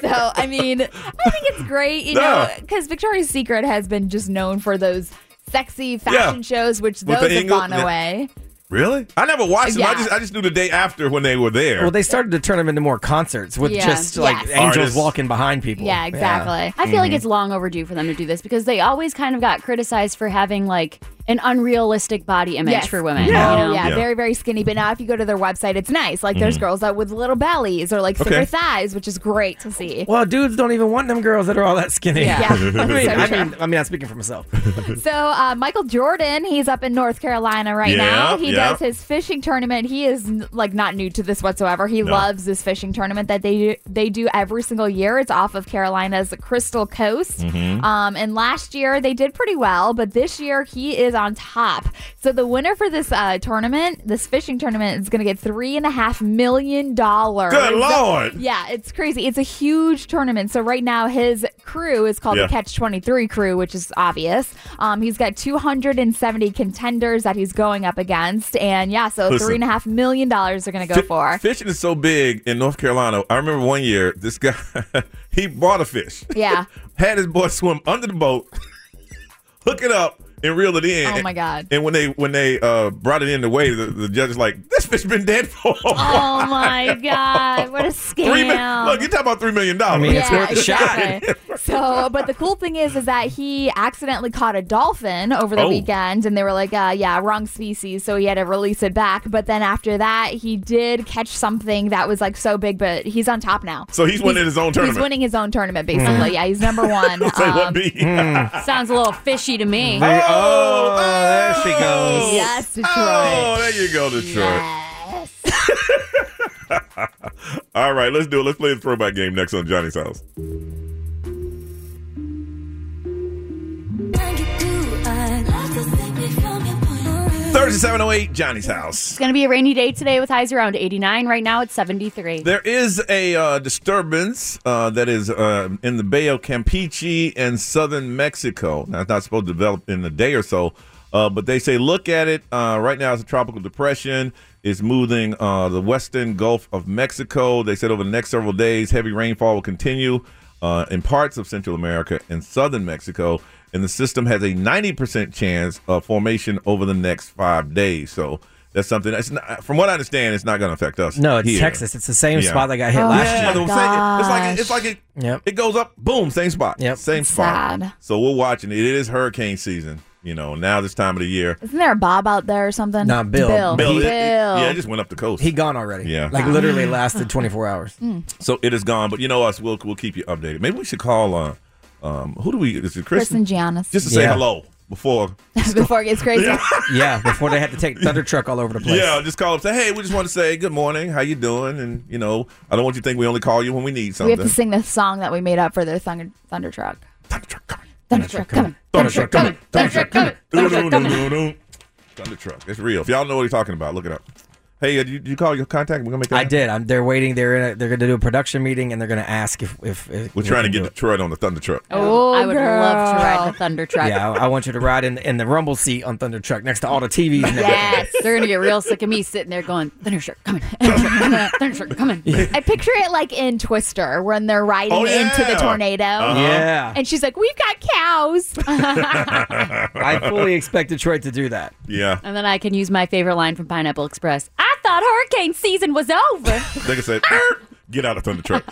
so, I mean, I think it's great, you
No.
know, because Victoria's Secret has been just known for those sexy fashion
Yeah.
shows, which
With the
those have
angle-
gone
yeah.
away.
Really? I never watched them. I
Yeah.
just I just knew the day after when they were there.
Well, they started to turn them into more concerts with
Yeah.
just like
Yes.
angels
Artists. Mm-hmm.
walking behind people.
Yeah, exactly. I feel like
Mhm.
it's long overdue for them to do this because they always kind of got criticized for having like an
<laughs>
unrealistic body image
Yes.
for women.
Yeah.
you know?
yeah, very, very skinny. But now if you go to their website, it's nice. Like there's
Mm-hmm.
Mhm.
girls out with little bellies or like thicker
Okay.
thighs, which is great to see.
Well, dudes don't even want them girls that are all that skinny.
Yeah. Yeah.
<laughs> I, mean,
So
I,
true.
mean, I mean, I'm speaking
<laughs>
for myself. <laughs>
<laughs> So uh, Michael Jordan, he's up in North Carolina right
Yeah,
now. He
yeah.
does his fishing tournament. He is n- like not new to this whatsoever. He
No.
loves this fishing tournament that they do, they do every single year. It's off of Carolina's Crystal Coast.
Mhm.
Um, and last year they did pretty well, but this year he is on top. So the winner for this uh, tournament, this fishing tournament, is going to get three and a half million dollars.
Good Lord.
Yeah, it's crazy. It's a huge tournament. So right now his crew is called
Yeah.
the Catch 23 crew, which is obvious. Um, he's got 270 contenders that he's going up against, and yeah, so
Listen.
three and a half million dollars they're going to go for.
Fishing is so big in North Carolina. I remember one year this guy <laughs> he bought a fish, <laughs>
Yeah.
had his boy swim under the boat, <laughs> hook it up, and reel it in.
Oh my God.
And when they when they uh, brought it in the way, the, the judge is like, "This fish been dead for." a
Oh
while." <laughs>
my God! What a
Three mi-
scam!
Look, you're talking about three million dollars.
exactly. so, but the cool thing is, is that he accidentally caught a dolphin over the
Oh.
weekend, and they were like, uh, "Yeah, wrong species," so he had to release it back. But then after that, he did catch something that was like so big, but he's on top now.
<laughs> So he's winning his own tournament.
He's
<laughs>
winning his own tournament, basically.
Mm.
Yeah, he's number one.
Say what
Um,
be?
Mm-hmm. <laughs> Sounds a little fishy to me.
They- oh, there she
goes.
Yes, Detroit.
Oh, there you go, Detroit. <laughs> All right, let's do it. Let's play the throwback game next on Johnny's house. Thursday, seven oh eight, Johnny's house.
It's going to be a rainy day today with highs around 89. Right now it's 73.
There is a uh, disturbance uh, that is uh, in the Bay of Campeche and southern Mexico. Now, it's not supposed to develop in a day or so, uh, but they say look at it. Uh, right now, it's a tropical depression. It's moving uh, the western Gulf of Mexico. They said over the next several days, heavy rainfall will continue uh, in parts of Central America and southern Mexico. And the system has a 90% chance of formation over the next five days. So that's something that's not, from what I understand, it's not going to affect us.
No, it's
here.
Texas. It's the same
Yeah.
spot that got hit last
Yeah,
year.
that's what I'm saying. It's like it, it's like it, it goes up, boom, same spot, same spot.
Sad.
So we're watching it. It is hurricane season. You know, now this time of the year.
Isn't there a Bob out there or something?
Nah, Bill.
Bill.
it- it-
Bill.
yeah, it just went up the coast. He
gone already.
Yeah,
Like literally lasted 24 hours.
Hmm.
So it is gone. But you know us, we'll we'll keep you updated. Maybe we should call. Uh, um, who do we? Is it
Chris
Kristen?
and Giannis.
Just to say
Yeah.
hello before.
<laughs> Before it gets crazy.
yeah, before they had
<laughs>
to take thunder truck all over the place.
Yeah, just call up. Say hey, we just want to say good morning. How you doing? And you know, I don't want you to think we only call you when we need
We
something.
have to sing the song that we made up for their thunder, thunder truck.
Thunder truck coming. Thunder truck coming. Thunder truck coming. Thunder truck. It's real. If y'all know what he's talking about, look it up. Hey, uh, did you, did you call your contact? We're gonna make. That
I did. I'm, they're waiting. They're in a, they're going to do a production meeting, and they're going to ask if if, if
We're
we
trying to
can
get
do it.
Detroit on the thunder truck.
Oh, I would love to
girl.
ride the thunder truck.
Yeah, I, I want you to ride in, in the rumble seat on thunder truck next to all the TVs. And everything.
<laughs>
Yes, they're gonna get real sick of me sitting there going <laughs> thunder truck coming, thunder truck coming.
I picture it like in Twister when they're riding
Oh, yeah.
into the tornado.
Uh-huh. Yeah.
And she's like, We've got cows.
I fully expect Detroit to do that.
Yeah,
<laughs> And then I can use my favorite line from Pineapple Express. I thought hurricane season was over.
they can say, "Er, "Get out of thunder truck."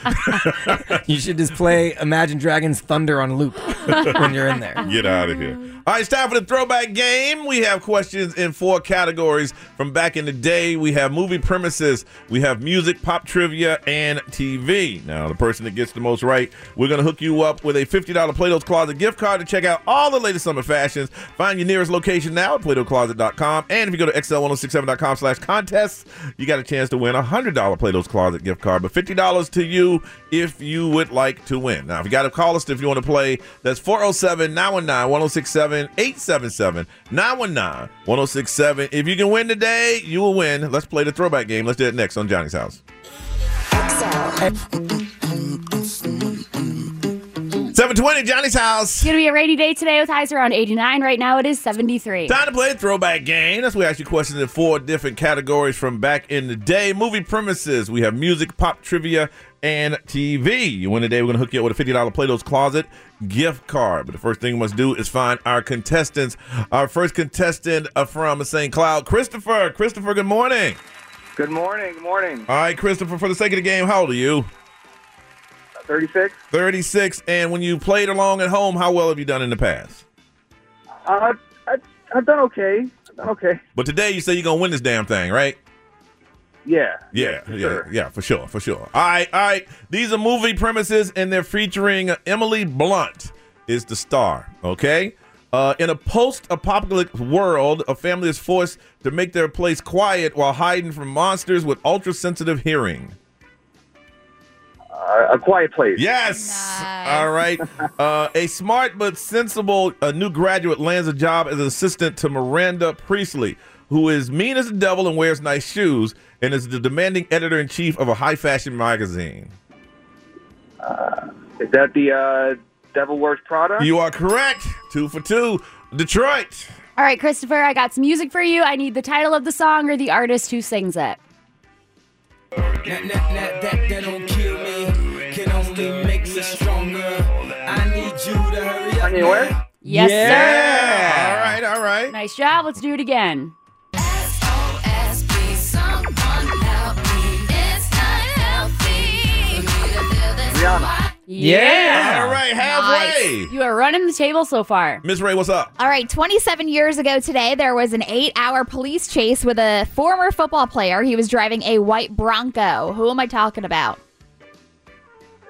<laughs> you should just play Imagine Dragons Thunder on loop when you're in there.
Get out of here. All right, it's time for the throwback game. We have questions in four categories from back in the day. We have movie premises, we have music, pop trivia, and TV. Now, the person that gets the most right, we're going to hook you up with a $50 Plato's Closet gift card to check out all the latest summer fashions. Find your nearest location now at PlatoCloset.com. And oh if you go to XL1067.com slash contests, you got a chance to win a $100 Plato's Closet gift card. But $50 $50 to you if you would like to win. Now, if you got to call us if you want to play, that's 407 919 1067 877 919 1067. If you can win today, you will win. Let's play the throwback game. Let's do it next on Johnny's House. 720 Johnny's House.
It's going to be a rainy day today with highs around 89. Right now it is 73.
Time to play the throwback game. That's where we ask you questions in four different categories from back in the day. Movie premises. We have music, pop trivia, and TV. You win today, we're gonna hook you up with a $50 Plato's Closet gift card. But the first thing we must do is find our contestants. Our first contestant uh, from St. Cloud, Christopher. Christopher, good morning.
Good morning. Good morning.
All right, Christopher, for the sake of the game, how old are you?
36.
36. And when you played along at home, how well have you done in the past?
Uh, I, I've done okay. I've done okay.
But today you say you're gonna win this damn thing, right?
Yeah.
Yeah, yeah, yeah, for sure, for sure. All right, all right. These are movie premises, and they're featuring Emily Blunt is the star. Okay. Uh, in a post-apocalyptic world, a family is forced to make their place quiet while hiding from monsters with ultra-sensitive hearing.
Uh, a quiet place.
Yes. All right. Uh, a smart but sensible uh new graduate lands a job as assistant to Miranda Priestley, who is mean as the devil and wears nice shoes, and is the demanding editor in chief of a high fashion magazine.
Is that the uh, Devil Wears Prada?
You are correct. Two for two. Detroit.
All right, Christopher, I got some music for you. I need the title of the song or the artist who sings it.
that, that don't kill me can only make me stronger. I need you to hurry up.
Kanye West?
Yes,
sir. All right, all right.
Nice job. Let's do it again.
Rihanna.
Yeah.
All right, halfway.
You are running the table so far.
Miss Ray, what's up?
All right, 27 years ago today, there was an eight hour police chase with a former football player. He was driving a white Bronco. Who am I talking about?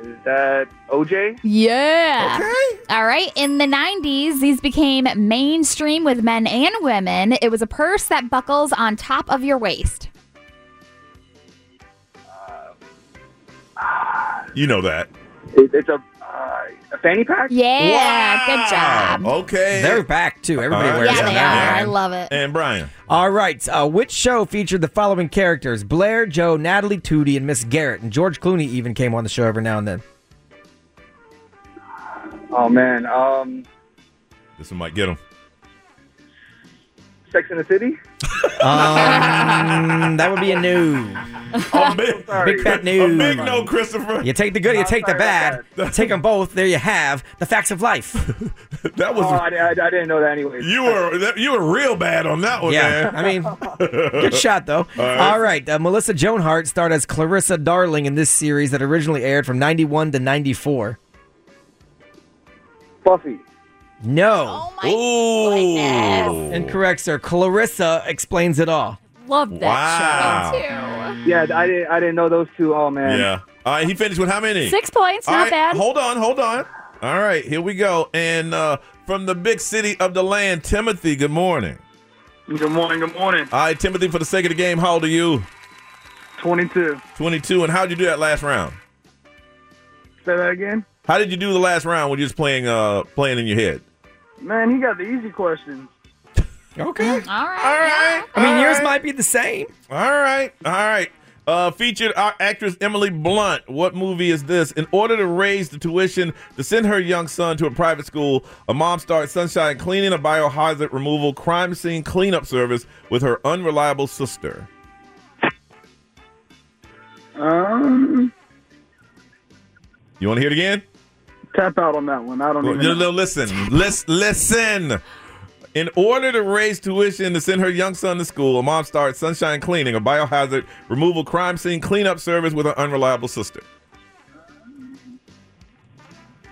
Is that OJ?
Yeah.
Okay.
All right. In the 90s, these became mainstream with men and women. It was a purse that buckles on top of your waist.
You know that.
It, it's a, uh, a fanny pack?
Yeah. Good job.
Okay. Uh,
They're back too. Everybody
All right.
wears
Yeah, they
them now.
are. I love it.
And Brian.
All right. Uh, which show featured the following characters? Blair, Joe, Natalie Tootie, and Miss Garrett. And George Clooney even came on the show every now and then.
Oh, man. Um,
This one might get
<laughs>
him.
Sex in the City?
Um, that would be a no.
Oh,
big,
Big fat
a
news.
big no, Christopher.
You take the good, you
I'm
take the
sorry
bad.
about
Take them both. There you have the facts of life.
<laughs> That
Oh,
was
I, I, I didn't know that anyways.
you were that, you were real bad on that one,
yeah,
man.
I mean,
<laughs>
good shot though. All
right.
right, uh, Melissa Joan Hart starred as Clarissa Darling in this series that originally aired from '91 to '94.
Buffy.
No,
Oh,
Ooh.
incorrect, sir. Clarissa explains it all.
Love that
Wow.
Yeah, I didn't, I didn't know those two. Oh, man.
Yeah. All right, he finished with how many?
show. Six points.
All
Not
right,
bad.
Hold on, hold on. All right, here we go. And uh, from the big city of the land, Timothy, good morning.
Good morning. Good morning.
All right, Timothy, for the sake of the game, how old are you?
22.
22. And how'd you do that last round?
Say that again.
How did you do the last round when you was playing uh, playing in your head?
Man, he got the easy questions.
Okay.
Mm,
All right.
All right.
I mean,
all
yours
right.
might be the same.
All right, all right. Uh, featured our actress Emily Blunt. What movie is this? In order to raise the tuition to send her young son to a private school, a mom starts sunshine cleaning a biohazard removal crime scene cleanup service with her unreliable sister.
Um,
You want to hear it again?
tap out on that one. I don't
No,
even know.
no, listen, listen, listen. In order to raise tuition to send her young son to school, a mom starts sunshine cleaning a biohazard removal crime scene cleanup service with her unreliable sister.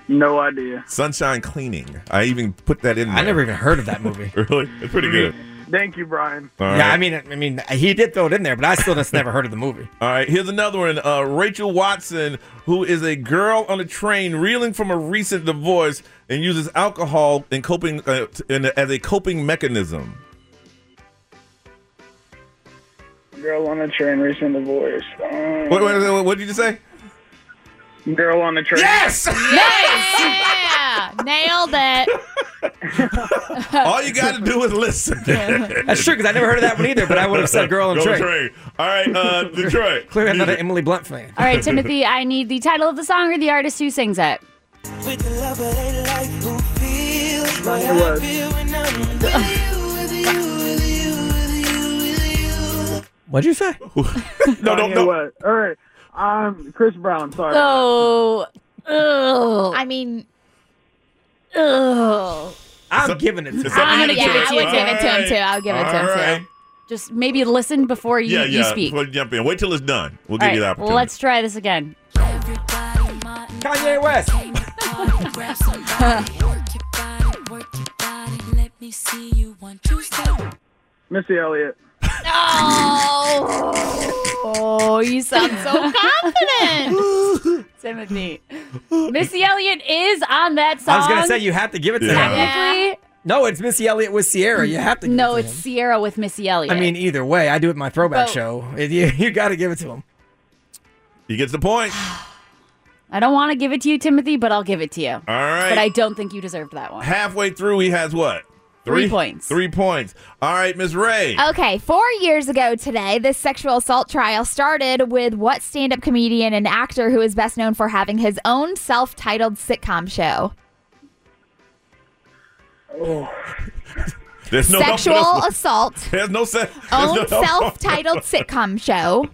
No idea.
Sunshine cleaning. I even put that in there.
I never even heard
<laughs>
of that movie.
Really? It's pretty good.
Thank you, Brian.
All right.
Yeah, I mean, I mean, he did throw it in there, but I still just never heard of the movie.
All right. Here's another one. Uh, Rachel Watson, who is a girl on a train reeling from a recent divorce and uses alcohol in coping uh, t- in, as a coping mechanism.
Girl on a train, recent divorce. Um,
What, what, what, what did you just say?
Girl on the train.
<laughs>
Yes!
Yes! yeah! Nailed it.
All you got to do is listen.
<laughs>
<laughs>
That's true because I never heard of that one either. But I would have said "Girl on
Girl on
Train."
the Train. All right,
<laughs>
uh, Detroit.
Clearly, I'm not an Emily Blunt fan.
All right, Timothy, I need the title of the song or the artist who sings it.
<laughs> What'd you say?
<laughs> no,
no, no. What? All right.
Um,
I'm Chris Brown. Sorry.
Oh, ugh.
I mean,
ugh.
I'm giving it to
I'm gonna give it to you. I would give it to him too. I'll give it to him
All right.
too.
Just maybe listen before you,
yeah, yeah.
you speak.
Before you jump in, wait till it's done. We'll
All
give you the
right,
opportunity.
Let's try this again.
Kanye West.
<laughs>
Missy Elliott.
<laughs>
Oh, oh, you sound so confident,
Timothy. Missy Elliott is on that song.
I was gonna say you have to give it to
Yeah.
him.
Technically,
No, it's Missy Elliott with Sierra. You have to. Give
no,
it to
it's
him.
Sierra with Missy Elliott.
I mean, either way, I do it in my throwback
Both.
show. It- You, <laughs> you got to give it to him.
He gets the point.
I don't want to give it to you, Timothy, but I'll give it to you.
All right.
But I don't think you deserved that one.
Halfway through, he has what?
Three points.
Three points. All right, Miss Ray.
Okay, four years ago today, this sexual assault trial started with what stand up comedian and actor who is best known for having his own self titled sitcom show?
<laughs> There's no help for
sexual
this one.
assault,
There's no se-
own
there's no help.
self titled sitcom show.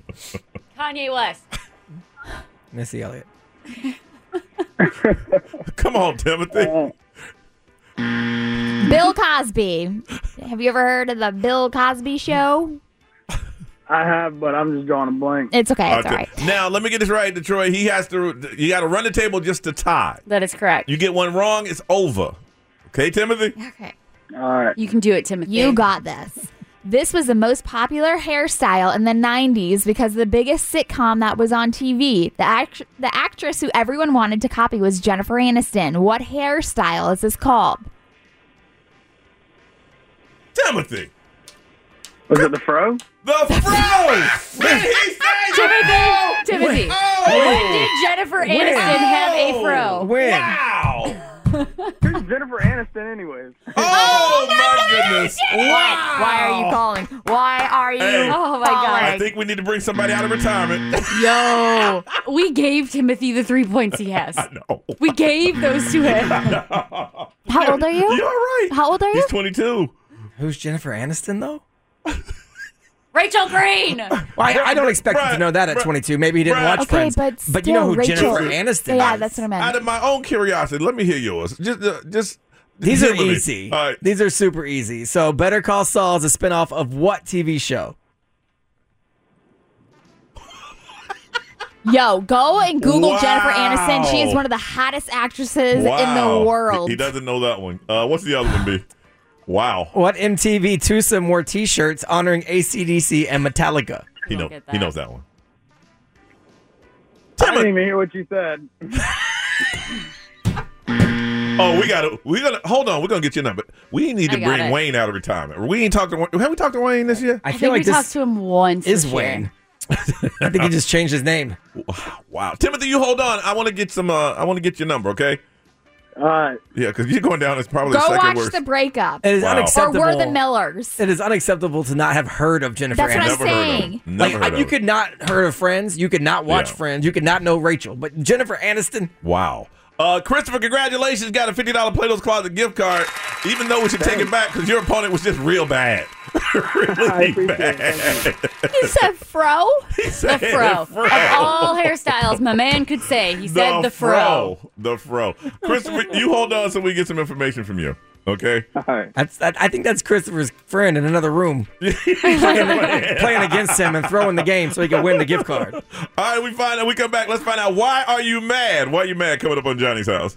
Kanye West.
Missy Elliott.
<laughs> Come on, Timothy.
Bill Cosby. Have you ever heard of the Bill Cosby show?
I have, but I'm just drawing a blank.
It's okay. It's all right.
Now let me get this right, Detroit. He has to. You got to run the table just to tie.
That is correct.
You get one wrong, it's over. Okay, Timothy.
Okay.
All right.
You can do it, Timothy.
You got this. This was the most popular hairstyle in the 90s because the biggest sitcom that was on TV, the, act- the actress who everyone wanted to copy was Jennifer Aniston. What hairstyle is this called?
Timothy.
Was it the fro?
The
<laughs>
fro. Did he say
Timothy.
fro?
Timothy. When did Jennifer Aniston have a fro?
When?
Wow.
Who's Jennifer Aniston, anyways?
<laughs> Oh, my goodness. Wow.
<laughs> Why are you calling? Why are you?
Hey.
oh my
I
god!
think we need to bring somebody out of retirement.
Yo, we gave Timothy the three points he has.
<laughs> I know.
We gave those to
<laughs>
him.
How old are you?
You're right.
How old are you?
He's 22.
Who's Jennifer Aniston though?
Rachel Green.
Well, I, I don't expect him to know that <laughs> at
Right.
22. Maybe he didn't
Right.
watch
Okay,
Friends.
but
you know
still,
who
Rachel-
Jennifer Aniston
Yeah,
is.
that's what I
Out
meant.
of my own curiosity, let me hear yours. Just, uh, just.
These are
humor me.
easy.
All right.
These are super easy. So, Better Call Saul is a spinoff of what TV show?
Yo, go and Google Jennifer
Wow.
Aniston. She is one of the hottest actresses in
Wow.
the world.
He, he doesn't know that one. Uh, what's the other one be? Wow.
What MTV twosome wore T-shirts honoring ACDC and Metallica?
He
don't
knows.
get
He
that.
knows that one.
I didn't even hear what you said.
Oh, we got to We're gonna hold on. We're gonna get your number. We need to
I got
bring
it.
Wayne out of retirement. We ain't talked to. Wayne- Have we talked to Wayne this year?
I
I think
feel like
we talked
this
to him once.
is
this year.
Wayne. I think he just changed his name.
Wow, Timothy, you hold on. I want to get some. Uh, I want to get your number. Okay.
All right.
Yeah, because you're going down as probably
go
the second
watch
worst.
the breakup.
It is
Wow.
Or
unacceptable.
we're the Millers.
It is unacceptable to not have heard of Jennifer
That's what
Aniston.
I'm
Never heard of
saying.
him. Never
like
heard
I-
of
you
him.
could not heard of Friends, you could not watch
Yeah.
Friends, you could not know Rachel, but Jennifer Aniston.
Wow. Uh, Christopher, congratulations. Got a $50 Plato's Closet gift card, even though we should take it back because your opponent was just real bad. <laughs>
I
really
appreciate it.
bad.
Thank you.
You said
<laughs>
fro?
The fro.
fro.
Of all hairstyles, my man could say. He said the, fro.
The fro. Christopher, you hold on so we get some information from you. Okay?
All right.
That's that,
<laughs>
I think that's Christopher's friend in another room playing, <laughs> playing against him and throwing the game so he can win the gift
<laughs>
card.
All right, we find out. We come back. Let's find out why are you mad? Why are you mad coming up on Johnny's house?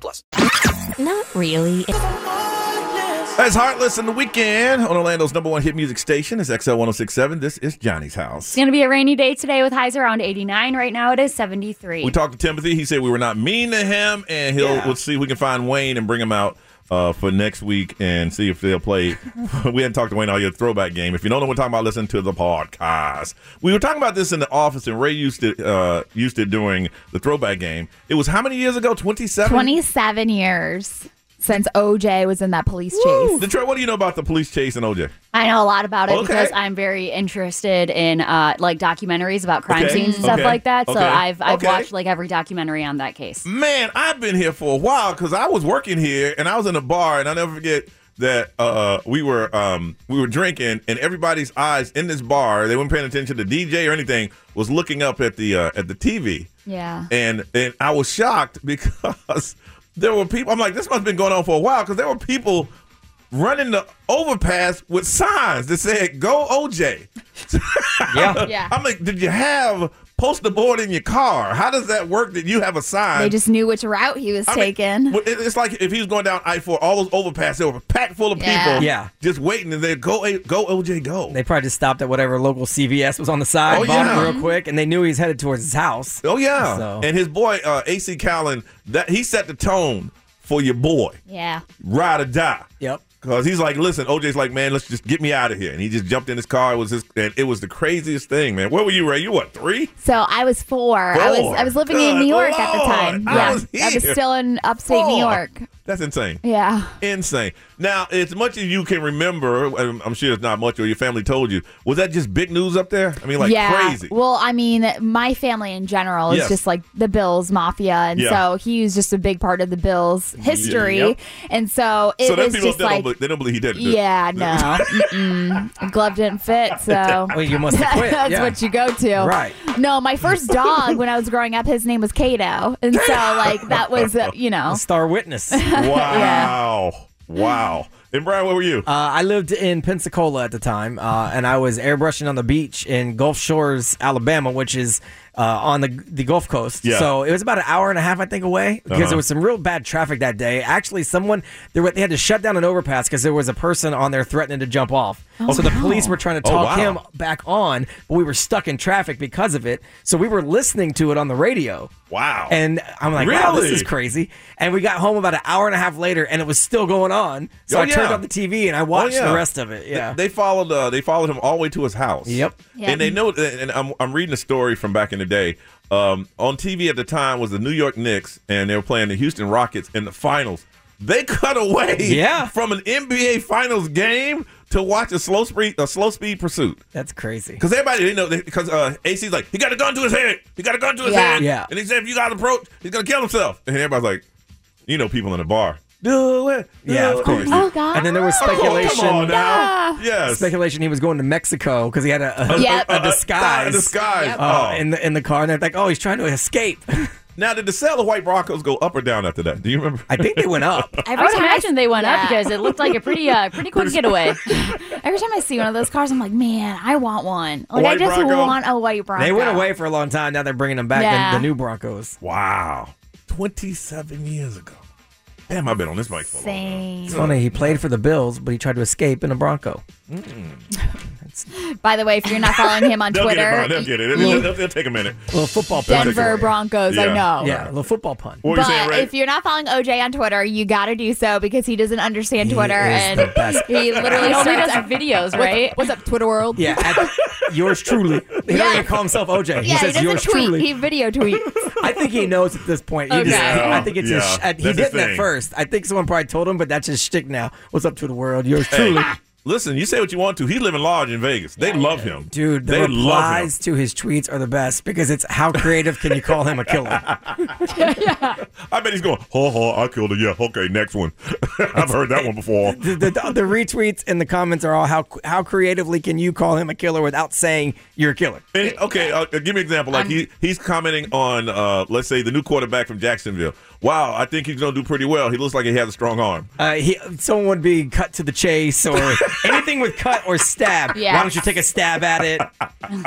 plus.
Not really.
That's Heartless in the Weekend on Orlando's number one hit music station. It's XL 1067. This is Johnny's house.
It's going to be a rainy day today with highs around 89. Right now it is 73.
We talked to Timothy. He said we were not mean to him, and he'll we'll see if we can find Wayne and bring him out uh, for next week and see if they'll play. <laughs> we hadn't talked to Wayne all your throwback game. If you don't know what we're talking about, listen to the podcast. We were talking about this in the office, and Ray used it uh, used it during the throwback game. It was how many years ago? Twenty seven.
27 years since OJ was in that police chase.
Detroit. What do you know about the police chase and OJ?
I know a lot about it
Okay.
because I'm very interested in uh, like documentaries about crime
Okay.
scenes and stuff
Okay.
like that. So
Okay.
I've I've
Okay.
watched like every documentary on that case.
Man, I've been here for a while because I was working here and I was in a bar and I never forget that uh, we were um, we were drinking and everybody's eyes in this bar they weren't paying attention to DJ or anything was looking up at the uh, at the TV
Yeah.
and and I was shocked <laughs> because there were people I'm like this must have been going on for a while because there were people running the overpass with signs that said go <laughs> OJ
Yeah. Yeah.
I'm like did you have poster board in your car how does that work that you have a sign
They just knew which route he was
I mean,
taking.
well, it- It's like if he was going down I four, all those overpasses, they were packed full of
Yeah.
people,
Yeah.
just waiting. And they go, A- go OJ, go.
They probably just stopped at whatever local CVS was on the side,
Oh,
bought
yeah.
it real quick, and they knew he was headed towards his house.
Oh yeah.
So,
And his boy uh, AC Callen, that he set the tone for your boy,
Yeah.
ride or die.
Yep.
Cause he's like, listen, OJ's like, man, let's just get me out of here, and he just jumped in his car. It was his, and it was the craziest thing, man. Where were you, Ray? You what, three?
So I was four. I was
Four.
I was living
Good
in New York at the
Lord.
time.
I
yeah,
was
I was
here.
still in upstate New
Four.
York.
That's insane.
Yeah.
Insane. Now, as much as you can remember, I'm I'm sure it's not much, or your family told you. Was that just big news up there? I mean, like
yeah.
crazy.
Well, I mean, my family in general is
Yes.
just like the Bills mafia, and
Yeah.
so he was just a big part of the Bills history,
Yep.
and so it
so them
was
people
just
they,
like,
don't believe, they don't believe he did it.
yeah,
<laughs>
no, Mm-mm. glove didn't fit, so
Well,
<laughs>
you must have quit,
That's
yeah.
what you go to,
Right.
No, my first dog when I was growing up, his name was Kato, and so like that was uh, you know
<laughs>
star witness.
Wow. Wow. And Brian, where were you?
Uh, I lived in Pensacola at the time, uh, and I was airbrushing on the beach in Gulf Shores, Alabama, which is uh, on the the Gulf Coast.
Yeah.
So it was about an hour and a half, I think, away because
Uh-huh.
there was some real bad traffic that day. Actually, someone they, were, they had to shut down an overpass because there was a person on there threatening to jump off.
Oh,
so the
no.
police were trying to
Oh,
talk
wow.
him back on, but we were stuck in traffic because of it. So we were listening to it on the radio.
Wow.
And I'm like, wow, this
Really?
is crazy. And we got home about an hour and a half later, and it was still going on. So
Oh,
I turned
yeah.
off the TV and I watched
Oh, yeah.
the rest of it. Yeah.
They, they followed uh, they followed him all the way to his house. Yep.
Yeah.
And they know and I'm I'm reading a story from back in the day. Um, on TV at the time was the New York Knicks and they were playing the Houston Rockets in the finals. They <laughs> cut away
Yeah.
from an NBA finals game to watch a slow speed a slow speed pursuit.
That's crazy.
Because everybody, they know, because uh, AC's like, he got a gun to his head. He got a gun to his
Yeah.
head.
Yeah.
And he said, if you got an approach, he's going to kill himself. And everybody's like, you know, people in the bar. Do it.
Yeah, of course.
Oh,
God.
And then there was
Come on, come on
speculation.
now. Yes.
Speculation he was going to Mexico because he had a, a,
Yep.
a disguise.
A disguise. Yep.
uh,
Oh.
in, the, in the car. And they're like, oh, he's trying to escape. <laughs>
Now, did the sale of white Broncos go up or down after that? Do you remember?
I think they
<laughs>
went up.
I would imagine they went up because it looked like a pretty uh, pretty quick getaway.
<laughs> Every time I see one of those cars, I'm like, man, I want one. Like, I
White
just
Bronco.
want a white Bronco.
They went away for a long time. Now they're bringing them back, the-
Yeah.
the, new Broncos.
Wow. 27 years ago. Damn, I've been on this mic for a long
Same.
It's <laughs> funny. He played for the Bills, but he tried to escape in a Bronco.
By the way, if you're not following him on
They'll get it, Brian.
Twitter,
They'll get it. It'll, it'll- it'll take a minute.
Little football
Denver Broncos, I know.
Yeah, a little football pun.
What were you saying,
But
Ray?
if you're not following OJ on Twitter, you got to do so because he doesn't understand Twitter
is
and
the best.
he literally
He only
starts
does videos,
What's-
right?
What's, up, Twitter world?
Yeah, at yours truly. He
Yeah.
doesn't even call himself OJ. He
yeah,
says
he
yours
doesn't tweet.
truly.
He video tweets.
I think he knows at this point. He just,
Okay.
I think it's his.
Yeah,
Sh- at- he
that's his
didn't at
thing.
first. I think someone probably told him, but that's his shtick now. What's up to the world? Yours
Hey,
truly.
Listen, you say what you want to. He's living large in Vegas. They love him,
Dude, the
They love him.
replies to his tweets are the best because it's how creative can you call him a killer?
I bet he's going. Ho ho! I killed her. Yeah. Okay. Next one. <laughs> I've heard that one before.
the, the, the retweets and the comments are all how how creatively can you call him a killer without saying you're a killer?
And- okay, uh, give me an example. Like he, he's commenting on, uh, let's say, the new quarterback from Jacksonville. Wow, I think he's going to do pretty well. He looks like he has a strong arm.
Uh, he, someone would be cut to the chase or
<laughs>
anything with cut or stab.
Yeah.
Why don't you take a stab at it?
<laughs>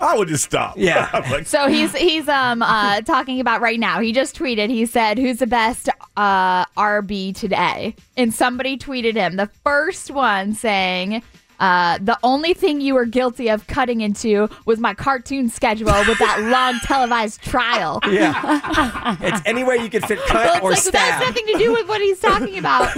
I would just stop.
Yeah.
<laughs> I'm like,
So he's
<laughs>
he's um uh, talking about right now. He just tweeted. He said, "Who's the best uh, RB today?" And somebody tweeted him the first one saying. Uh, the only thing you were guilty of cutting into was my cartoon schedule with
<laughs>
that long televised trial. <laughs>
Yeah. It's any way you could fit cut
Well, it's
or
like, that
stab.
has nothing to do with what he's talking
<laughs>
about.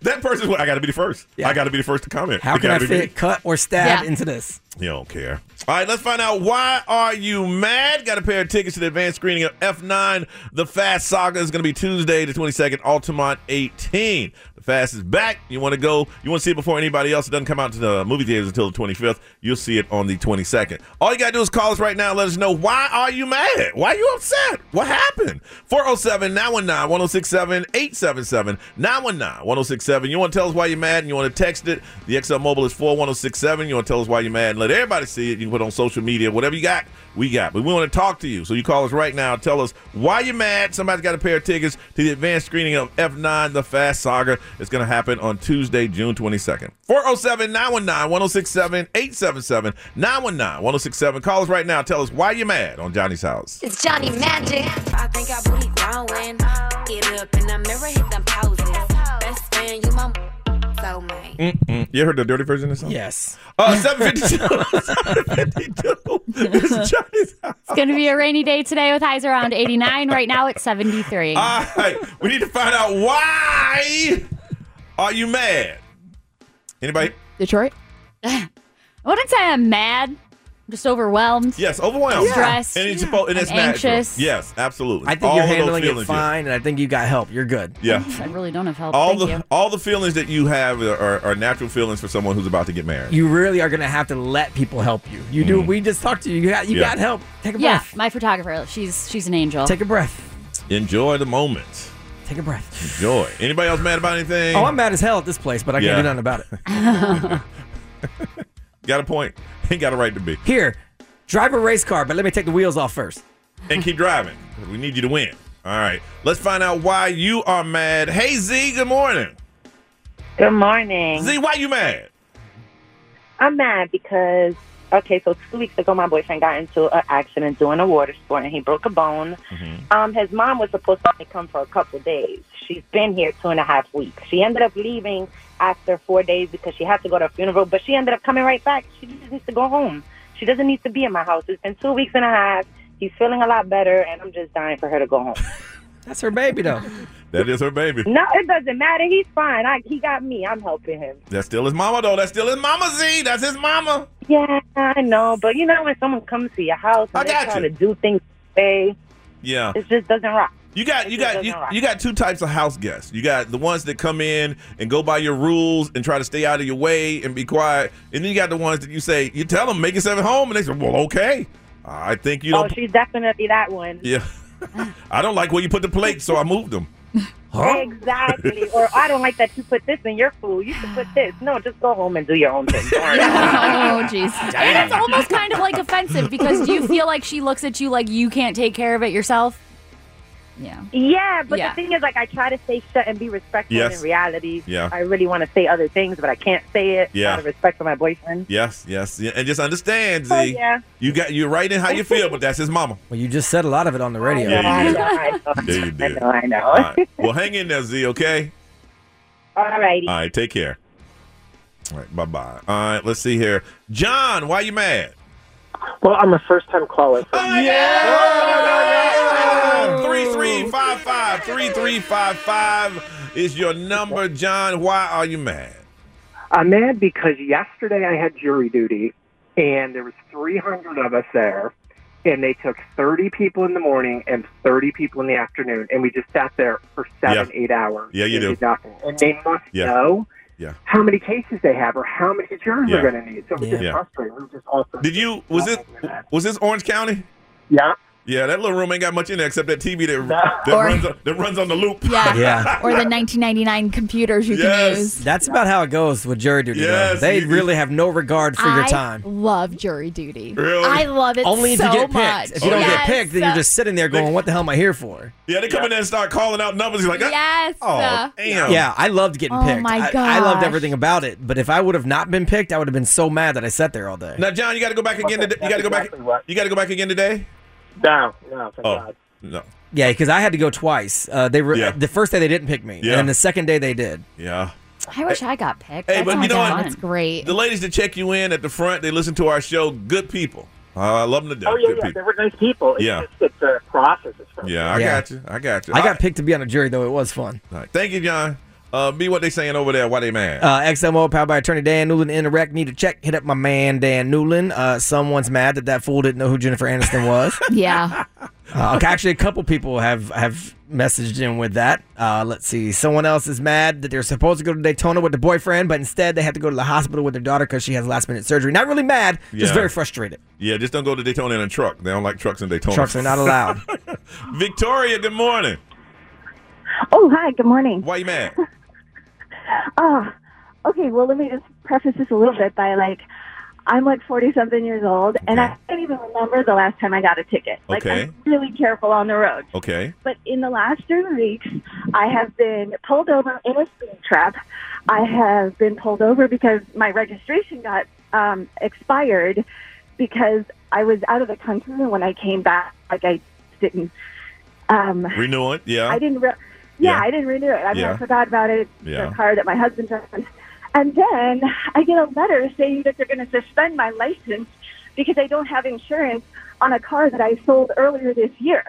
that person's what I got to be the first. I got to be the first to comment.
How
It
can I
gotta be me.
fit cut or stab
Yeah.
into this?
You don't care. All right, let's find out why are you mad? Got a pair of tickets to the advanced screening of F9. The Fast Saga is going to be Tuesday, the 22nd, Altamont 18. The Fast is back. You want to go? You want to see it before anybody else? It doesn't come out to the movie theaters until the 25th. You'll see it on the 22nd. All you got to do is call us right now. and Let us know why are you mad? Why are you upset? What happened? 407 919 1067 877 919 1067. You want to tell us why you're mad and you want to text it? The XL Mobile is 41067. You want to tell us why you're mad and let everybody see it. You can put it on social media, whatever you got, we got. But we want to talk to you. So you call us right now. Tell us why you're mad. Somebody's got a pair of tickets to the advanced screening of F9, The Fast Saga. It's going to happen on Tuesday, June oh 22nd. 407 919 1067 877 919 1067. Call us right now. Tell us why you're mad on Johnny's house.
It's Johnny Magic. I think I booty growing. Get up in the mirror, hit them poses. Best friend, you my so man.
Mm-mm. You heard the dirty version of the song?
Yes.
Uh, 752. 752. It's Johnny's house.
It's going to be a rainy day today with highs around 89. Right now it's 73.
All right. We need to find out why are you mad? Anybody?
Detroit?
I <laughs> wouldn't say I'm mad. I'm just overwhelmed.
Yes, overwhelmed.
Stressed.
And it's, supposed and it's
I'm
natural.
anxious.
Yes, absolutely.
I think
All
you're
of those
handling it
feelings, yeah.
fine, and I think you got help. You're good.
Yeah.
I really don't have help. Oh,
All
Thank
the
you.
all the feelings that you have are, are, are natural feelings for someone who's about to get married.
You really are going to have to let people help you. You do.
Mhm.
We just talked to you. You got, you
Yeah.
got help. Take a
yeah,
breath.
my photographer. She's she's an angel.
Take a breath.
Enjoy the moment.
Take a breath.
Enjoy. Anybody else mad about anything?
Oh, I'm mad as hell at this place, but I
Yeah.
can't do nothing about it.
got a point. <laughs> Ain't got a right to be.
Here, drive a race car, but let me take the wheels off first.
and keep driving. 'cause We need you to win. All right. Let's find out why you are mad. Hey Z, good morning.
Good morning.
Z, why you mad?
I'm mad because okay, so two weeks ago, my boyfriend got into an accident doing a water sport, and he broke a bone.
Mm-hmm.
Um, his mom was supposed to only come for a couple days. She's been here two and a half weeks. She ended up leaving after four days because she had to go to a funeral, but she ended up coming right back. She just needs to go home. She doesn't need to be in my house. It's been two weeks and a half. He's feeling a lot better, and I'm just dying for her to go home. <laughs>
That's her baby, though.
That is her baby.
no, it doesn't matter. He's fine. I, he got me. I'm helping him.
That's still his mama though. That's still his mama Z. That's his mama.
Yeah, I know, but you know when someone comes to your house and they're trying to do things way,
Yeah.
it just doesn't rock.
You got you got
doesn't
you,
rock.
you got two types of house guests. You got the ones that come in and go by your rules and try to stay out of your way and be quiet, and then you got the ones that you say you tell them make yourself at home, and they say, "Well, okay, I think you
oh,
don't."
she's definitely that one.
yeah, <laughs> I don't like where you put the plates, so I moved them. <laughs>
Exactly. or I don't like that you put this in your food. You should put this. No, just go home and do your own thing. Don't worry about
Oh jeez. And it's almost kind of like offensive because do you feel like she looks at you like you can't take care of it yourself? Yeah.
it. Yeah, but
Yeah.
the thing is, <laughs> like, I try to stay shut and be respectful
Yes.
in reality.
Yeah.
I really want to say other things, but I can't say it
Yeah.
out of respect for my boyfriend.
Yes, yes, yeah. and just understand, Z.
Oh, yeah.
You got you're right in how you feel, but that's his mama.
Well, you just said a lot of it on the radio.
Yeah, you
I know,
did. Yeah, you
<laughs> I
did.
know, I know.
<laughs> All right. Well, hang in there, Z. Okay.
All righty.
All right. Take care. All right. Bye bye. All right. Let's see here. John, why you mad? Oh,
Well, I'm a first time caller.
Three three five five three three five five is your number, John. Why are you mad?
I'm mad because yesterday I had jury duty, and there was 300 of us there, and they took 30 people in the morning and 30 people in the afternoon, and we just sat there for seven,
Yeah.
eight hours.
Yeah, you
and
do.
did nothing. And they must
Yeah.
know
Yeah.
how many cases they have or how many jurors
Yeah.
are going to need. So it was just
Yeah.
frustrating. We were just all
Did you was it was this Orange County?
Yeah.
Yeah, that little room ain't got much in there except that TV that that,
Or-
runs, on, that runs on the loop. <laughs>
Yeah. Or the 1999 computers <laughs> you can use.
That's about how it goes with jury duty. though.
Yes,
they
you-
really have no regard for your
I
time.
love jury duty.
Really?
I love it
Only
so
if you get
much.
picked. If you don't
Yes.
get picked, then you're just sitting there going, "What the hell am I here for?"
Yeah, they come in there and start calling out numbers. You're like, ah,
Yes. Uh,
oh, damn.
Yeah, I loved getting
Oh
picked.
my
I, I loved
gosh.
everything about it. But if I would have not been picked, I would have been so mad that I sat there all day.
Now, John, you got to go back again. Today. You got to go back. You got to go back again today.
No, no, thank
Oh.
God.
No.
Yeah, because I had to go twice. Uh, they were the first day they didn't pick me,
Yeah.
and the second day they did.
Yeah.
I wish I got picked.
Hey,
That
but you
sounds
know what?
fun.
That's
great.
The ladies that check you in at the front, they listen to our show. Good people. Uh, I love them to death.
Oh yeah,
Good
yeah,
people.
they were nice people. It's
Yeah.
just it's a process. It's
Yeah, I
Yeah.
got you. I got you.
I
All
got picked to be on a jury, though. It was fun.
right. Thank you, John. Uh, be what they saying over there. Why they mad?
Uh, XMO powered by attorney Dan Newland in Iraq. Need a check. Hit up my man Dan Newland. Uh, someone's mad that that fool didn't know who Jennifer
<laughs>
Aniston was.
Yeah.
Uh, okay, actually, a couple people have have messaged in with that. Uh, let's see. Someone else is mad that they're supposed to go to Daytona with the boyfriend, but instead they had to go to the hospital with their daughter because she has last minute surgery. Not really mad, just
Yeah.
very frustrated.
yeah, just don't go to Daytona in a truck. They don't like trucks in Daytona.
Trucks are not allowed.
<laughs> Victoria, good morning.
Oh, hi. Good morning.
Why you mad?
Oh, okay. Well, let me just preface this a little bit by like, I'm like 40 something years old, and I can't even remember the last time I got a ticket. Like,
Okay.
I'm really careful on the road.
Okay.
But in the last three weeks, I have been pulled over in a speed trap. I have been pulled over because my registration got um, expired because I was out of the country, and when I came back, like I didn't. Um,
Renew it. Yeah.
I didn't. Re- yeah,
Yeah.
I didn't renew it. I mean,
Yeah.
I forgot about it.
Yeah.
The car that my husband drives. And then I get a letter saying that they're going to suspend my license because I don't have insurance on a car that I sold earlier this year.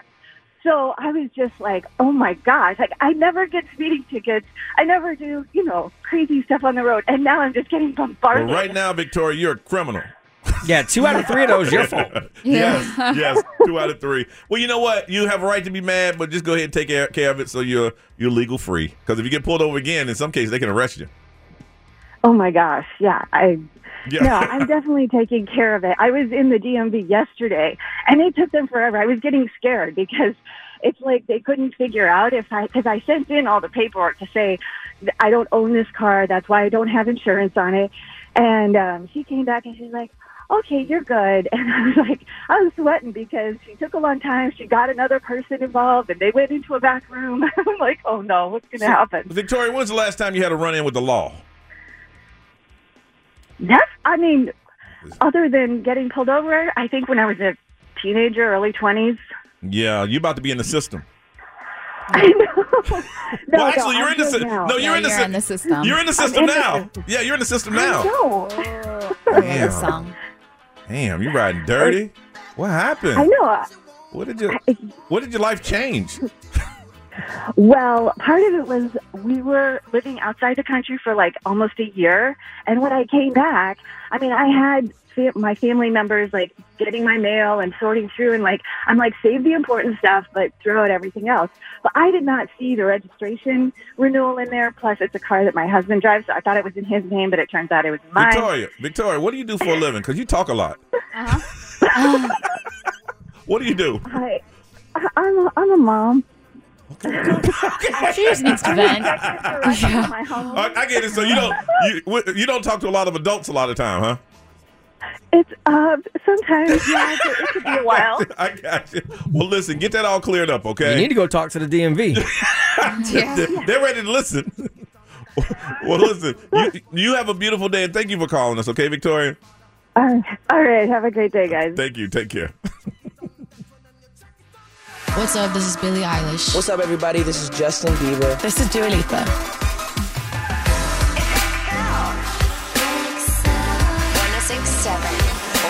So I was just like, oh my gosh, like I never get speeding tickets. I never do, you know, crazy stuff on the road. And now I'm just getting
Well,
bombarded.
right now, Victoria, you're a criminal.
Yeah, two out of three of those your fault.
<laughs> yes,
Yeah.
yes, two out of three. Well, you know what? You have a right to be mad, but just go ahead and take care- care of it so you're you're legal free. Because if you get pulled over again, in some cases they can arrest you.
Oh my gosh, yeah, I
Yeah.
no, I'm definitely taking care of it. I was in the DMV yesterday, and it took them forever. I was getting scared because it's like they couldn't figure out if I because I sent in all the paperwork to say that I don't own this car, that's why I don't have insurance on it. And um, she came back and she's like, "Okay, you're good." <laughs> And I was like, I was sweating because she took a long time. She got another person involved, and they went into a back room. <laughs> I'm like, "Oh no, what's going to happen?"
Victoria, when's the last time you had a run in with the law?
That's, I mean, other than getting pulled over, I think when I was a teenager, early 20s.
Yeah, you're about to be in the system.
I know. No,
well, actually,
no,
you're
I'm
in the
good
system.
now.
No, you're, in, the sy- You're in the system
I'm in the
now.
system.
Yeah, you're in the system
I
now. <laughs>
know.
Damn. Damn, you're riding dirty. What happened?
I know.
What did you? What did your life change?
Well, part of it was we were living outside the country for like almost a year, and when I came back, I mean, I had fa- my family members like getting my mail and sorting through, and like I'm like save the important stuff, but throw out everything else. But I did not see the registration renewal in there. Plus, it's a car that my husband drives, so I thought it was in his name, but it turns out it was <laughs> mine.
Victoria, Victoria, what do you do for a living? Because you talk a lot. What do you do?
<laughs> I, I- I'm a, I'm a mom. <laughs>
she just needs to vent.
<laughs>
My home.
I, I get it. So you don't you wh- you don't talk to a lot of adults a lot of time, huh?
It's uh sometimes yeah, it, it could be a while.
<laughs> I got you. Well, listen, get that all cleared up, okay?
You need to go talk to the
<laughs>
DMV.
They're, they're ready to listen. well, listen, you, you have a beautiful day, and thank you for calling us, okay, Victoria?
All right. All right. Have a great day, guys.
Thank you. Take care.
What's up? This is Billie Eilish. What's up, everybody? This is Justin Bieber.
This is Dua Lipa.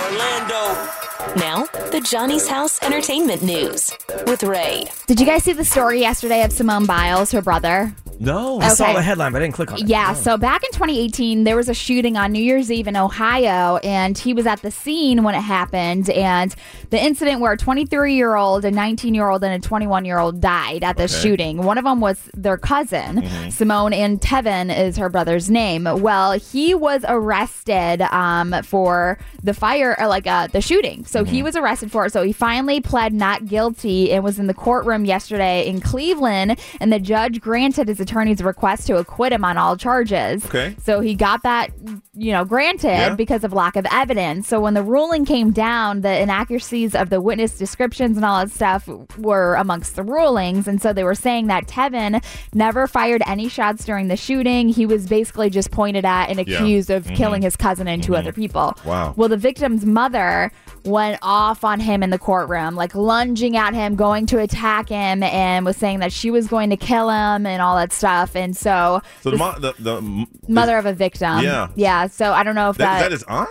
Orlando.
Now, the Johnny's House Entertainment News with Ray.
Did you guys see the story yesterday of Simone Biles, her brother?
No.
I saw
Okay.
the headline, but I didn't click on it. Oh.
Yeah, so back in 2018, there was a shooting on New Year's Eve in Ohio, and he was at the scene when it happened. And the incident where a 23 year old, a 19 year old, and a 21 year old died at the
Okay.
shooting. One of them was their cousin,
Mm-hmm.
Simone, and Tevin is her brother's name. Well, he was arrested um, for the fire, or like uh, the shooting. So he was arrested for it. So he finally pled not guilty and was in the courtroom yesterday in Cleveland, and the judge granted his attorney's request to acquit him on all charges.
Okay.
<laughs> So he got that, you know, granted
Yeah.
because of lack of evidence. So when the ruling came down, the inaccuracies of the witness descriptions and all that stuff were amongst the rulings. And so they were saying that Tevin never fired any shots during the shooting. He was basically just pointed at and
Yeah.
accused of
Mhm.
killing his cousin and two
Mhm.
other people.
Oh.
Wow.
Well, the victim's mother went off on him in the courtroom, like lunging at him, going to attack him, and was saying that she was going to kill him and all that stuff. And so,
So the,
this
mo- the, the
mother of a victim.
Yeah.
Yeah. So I don't know if
that,
that.
that is aunt.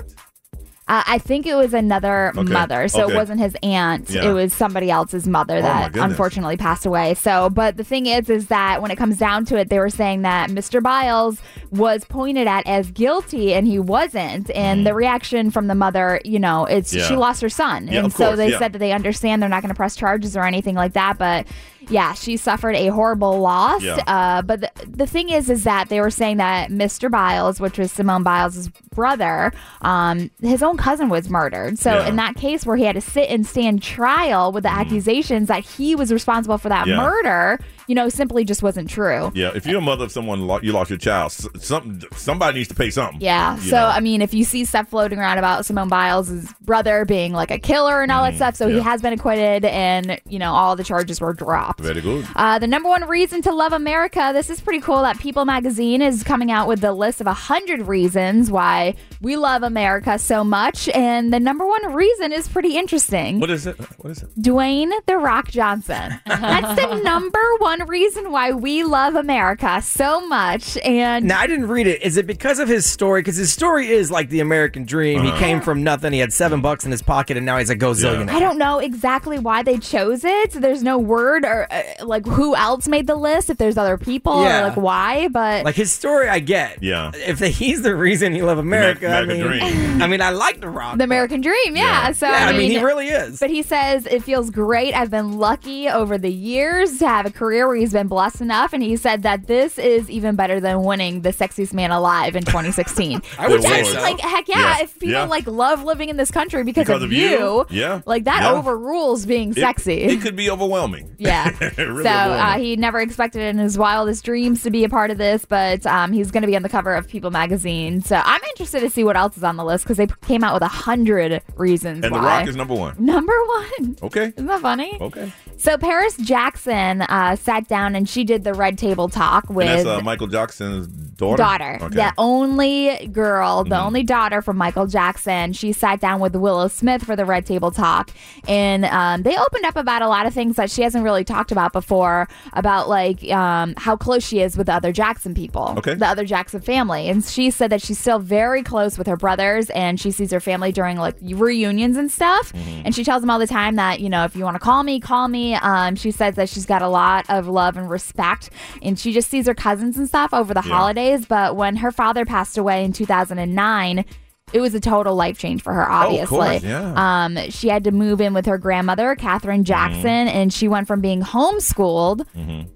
uh, I think it was another
Okay,
mother. So
okay.
it wasn't his aunt.
Yeah.
It was somebody else's mother
Oh, my
that
goodness.
unfortunately passed away. So, but the thing is, is that when it comes down to it, they were saying that Mr. Biles was pointed at as guilty and he wasn't. And the reaction from the mother, you know, it's
Mm-hmm. Yeah.
she lost her son.
Yeah,
and
of
so
course,
they
yeah.
said that they understand they're not going to press charges or anything like that. But yeah, she suffered a horrible loss.
Yeah.
Uh, but the, the thing is, is that they were saying that Mr. Biles, which was Simone Biles' brother, um, his own cousin was murdered. So
Yeah.
in that case where he had to sit and stand trial with the accusations that he was responsible for that
Yeah.
murder, you know, simply just wasn't true.
Yeah, if you're a mother of someone, lo- you lost your child. s- Something, somebody needs to pay something.
Yeah.
you
So,
know?
I mean, if you see stuff floating around about Simone Biles' brother being like a killer and all that stuff, so he
yeah.
has been acquitted and, you know, all the charges were dropped.
very good.
Uh, the number one reason to love America. This is pretty cool that People Magazine is coming out with the list of 100 reasons why we love America so much. And the number one reason is pretty interesting.
What is it? What is it?
Dwayne The Rock Johnson. That's the number one reason why we love America so much. And
Now I didn't read it. Is it because of his story? Because his story is like the American dream.
Uh-huh.
He came from nothing. He had seven bucks in his pocket, and now he's a gozillionaire.
I don't know exactly why they chose it. So there's no word or uh, like who else made the list, if there's other people
Yeah.
or like why, but
Like his story, I get.
Yeah.
If he's the reason you love America, I mean,
American
I mean, I like The Rock.
The American Dream, yeah.
Yeah.
So
Yeah,
I,
I
mean,
mean, he really is.
But he says it feels great. I've been lucky over the years to have a career where he's been blessed enough, and he said that this is even better than winning the sexiest man alive in
<laughs>
2016.
I would
Which
say
I was
so.
like, heck yeah!
Yeah.
If people
Yeah.
like love living in this country because,
Because
of,
of
you,
you? Yeah.
like that
Yeah.
overrules being
It-
sexy.
It, could be overwhelming.
Yeah.
<laughs> It really
so uh,
overwhelming.
he never expected in his wildest dreams to be a part of this, but um, he's going to be on the cover of People magazine. So I'm interested to see what else is on the list because they came out with a hundred reasons
and
why.
The Rock is number one.
<laughs> Number one.
Okay.
Isn't that funny?
Okay.
So Paris Jackson uh, sat down and she did the red table talk with
and that's uh, Michael Jackson's daughter. Okay. Mm-hmm.
the only girl, the only daughter from Michael Jackson. She sat down with Willow Smith for the Red Table Talk, and um, they opened up about a lot of things that she hasn't really talked about before, about like um, how close she is with the other Jackson people,
Okay.
the other Jackson family. And she said that she's still very close with her brothers, and she sees her family during like reunions and stuff.
Mm-hmm.
And she tells them all the time that you know if you want to call me, call me. Um, she says that she's got a lot of love and respect, and she just sees her cousins and stuff over the
Yeah.
holidays holidays, but when her father passed away in 2009, it was a total life change for her,
Oh, of
obviously.
course, yeah. Mm-hmm.
um, she had to move in with her grandmother, Catherine Jackson, and she went from being homeschooled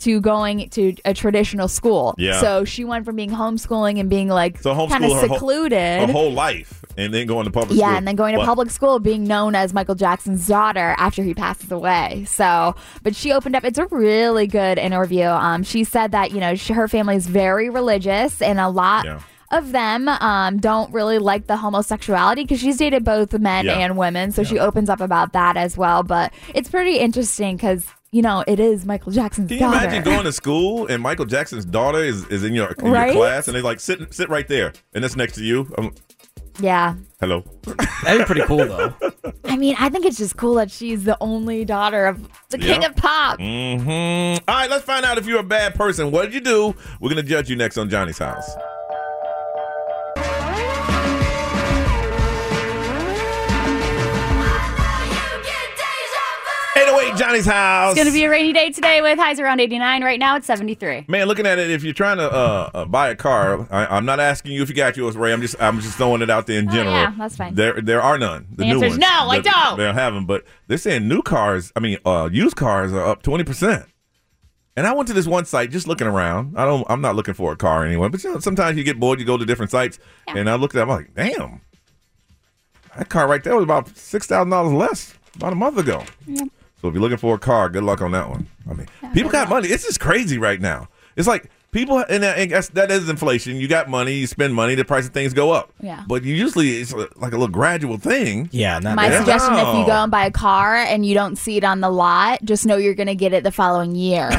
to going to a traditional school.
Yeah.
So she went from being homeschooling and being like
So homeschool
kind of
her
secluded.
Whole, her whole life, and then going to public
yeah,
school.
and then going to
But-
public school, being known as Michael Jackson's daughter after he passes away. So, but she opened up. It's a really good interview. Um, she said that you know she, her family is very religious, and a lot
Yeah.
of them um, don't really like the homosexuality because she's dated both men
Yeah.
and women. So she opens up about that as well. But it's pretty interesting because you know it is Michael Jackson's
Can you
daughter.
imagine going to school and Michael Jackson's daughter is, is in your in
Right?
your class and they're like sit sit right there and that's next to you. Um,
yeah.
hello.
That'd be pretty cool though.
I mean, I think it's just cool that she's the only daughter of the king
Yeah.
of pop.
Mm-hmm. All right, let's find out if you're a bad person. What did you do? We're gonna judge you next on Johnny's house. Eight oh eight Johnny's house.
It's going to be a rainy day today with highs around 89. Right now it's 73.
Man, looking at it, if you're trying to uh, uh, buy a car, I, I'm not asking you if you got yours, Ray. I'm just I'm just throwing it out there in general.
Oh, yeah, that's fine.
There there are none. The,
The
new
answer is
ones.
no, I
They-
don't.
They don't have them, but they're saying new cars. I mean, uh, used cars are up twenty percent. And I went to this one site just looking around. I don't. I'm not looking for a car anyway. But you know, sometimes you get bored. You go to different sites, and I looked at. it, I'm like, damn, that car right there was about six thousand dollars less about a month ago. So if you're looking for a car, good luck on that one. I mean, people got money. It's just crazy right now. It's like people, and that, and that's, that is inflation. You got money, you spend money, the price of things go up.
Yeah.
But you usually it's like a little gradual thing.
Yeah. Not
My suggestion if you go and buy a car and you don't see it on the lot, just know you're going to get it the following
<laughs>
year.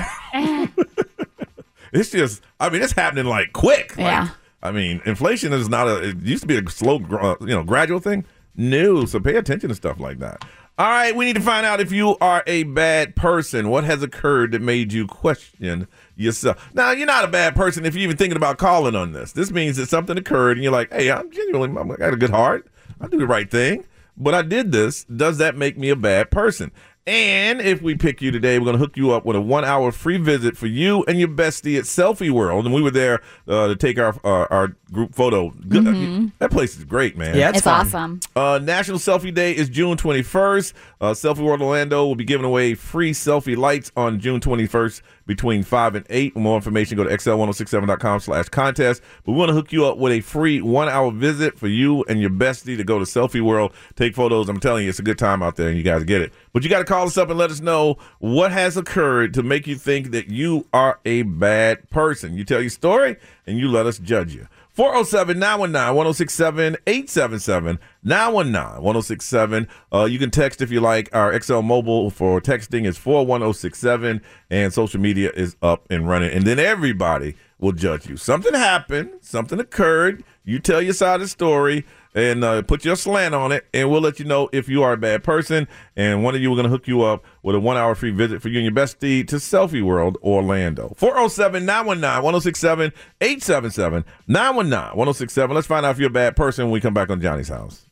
It's just, I mean, it's happening like quick. Like,
Yeah.
I mean, inflation is not a. It used to be a slow, gr- uh, you know, gradual thing. No, so pay attention to stuff like that. All right, we need to find out if you are a bad person. What has occurred that made you question yourself? Now, you're not a bad person if you're even thinking about calling on this. This means that something occurred and you're like, hey, I'm genuinely, I'm- I got a good heart. I do the right thing, but I did this. Does that make me a bad person? And if we pick you today, we're going to hook you up with a one hour free visit for you and your bestie at Selfie World. And we were there uh, to take our uh, our group photo. Good. That place is great, man.
Yeah,
it's awesome.
Uh, National Selfie Day is June 21st. Uh, Selfie World Orlando will be giving away free selfie lights on June 21st between 5 and 8. For more information, go to xl1067.com slash contest. But we want to hook you up with a free one-hour visit for you and your bestie to go to Selfie World, take photos. I'm telling you, it's a good time out there, and you guys get it. But you got to call us up and let us know what has occurred to make you think that you are a bad person. You tell your story, and you let us judge you. 407 919 1067 877 919 1067. Uh, You can text if you like. Our XL mobile for texting is 41067, and social media is up and running. And then everybody will judge you. Something happened, something occurred. You tell your side of the story and uh, put your slant on it, and we'll let you know if you are a bad person. And one of you, we're going to hook you up with a one hour free visit for you and your bestie to Selfie World Orlando. 407 919 1067 877 919 1067. Let's find out if you're a bad person when we come back on Johnny's house.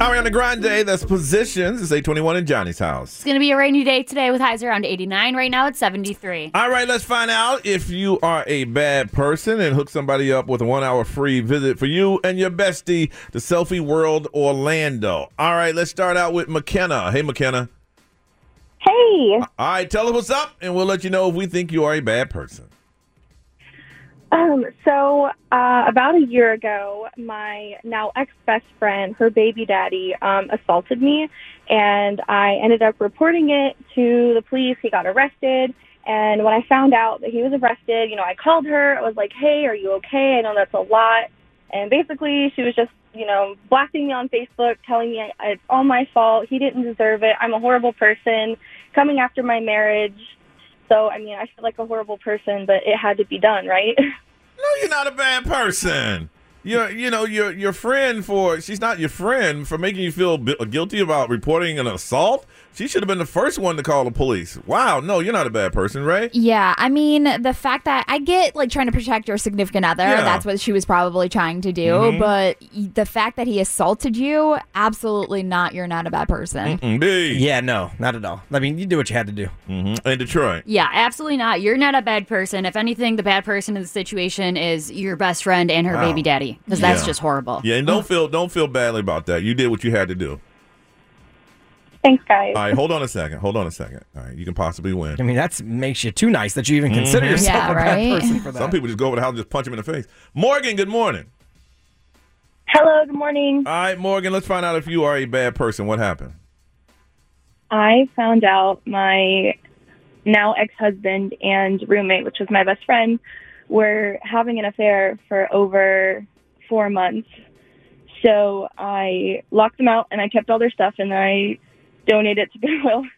Ariana Grande, that's positions. It's 821 in Johnny's house.
It's going to be a rainy day today with highs around 89. Right now it's 73.
All right, let's find out if you are a bad person and hook somebody up with a one hour free visit for you and your bestie to Selfie World Orlando. All right, let's start out with McKenna. Hey, McKenna.
Hey.
All right, tell us what's up, and we'll let you know if we think you are a bad person.
Um, so uh, about a year ago, my now ex best friend, her baby daddy, um, assaulted me, and I ended up reporting it to the police. He got arrested, and when I found out that he was arrested, you know, I called her. I was like, "Hey, are you okay? I know that's a lot." And basically, she was just, you know, blasting me on Facebook, telling me I- it's all my fault. He didn't deserve it. I'm a horrible person, coming after my marriage. So, I mean, I feel like a horrible person, but it had to be done, right? <laughs>
No, you're not a bad person. Your, you know, your your friend for she's not your friend for making you feel bu- guilty about reporting an assault. She should have been the first one to call the police. Wow, no, you're not a bad person, right?
Yeah, I mean, the fact that I get like trying to protect your significant other,
Yeah.
that's what she was probably trying to do,
Mhm.
but y- the fact that he assaulted you, absolutely not. You're not a bad
Mm.
person.
Yeah, no, not at all. I mean, you do what you had to do.
Mm-hmm. In Detroit.
Yeah, absolutely not. You're not a bad person. If anything, the bad person in the situation is your best friend and her
Wow.
baby daddy because that's
Yeah.
just horrible.
Yeah, and don't feel don't feel badly about that. You did what you had to do.
Thanks, guys.
All right, hold on a second. Hold on a second. All right, you can possibly win.
I mean, that makes you too nice that you even consider
Mhm.
yourself a bad person for that.
Some people just go over the house and just punch him in the face. Morgan, good morning.
Hello, good morning.
All right, Morgan, let's find out if you are a bad person. What happened?
I found out my now ex husband and roommate, which was my best friend, were having an affair for over four months. So I locked them out and I kept all their stuff and I donated it to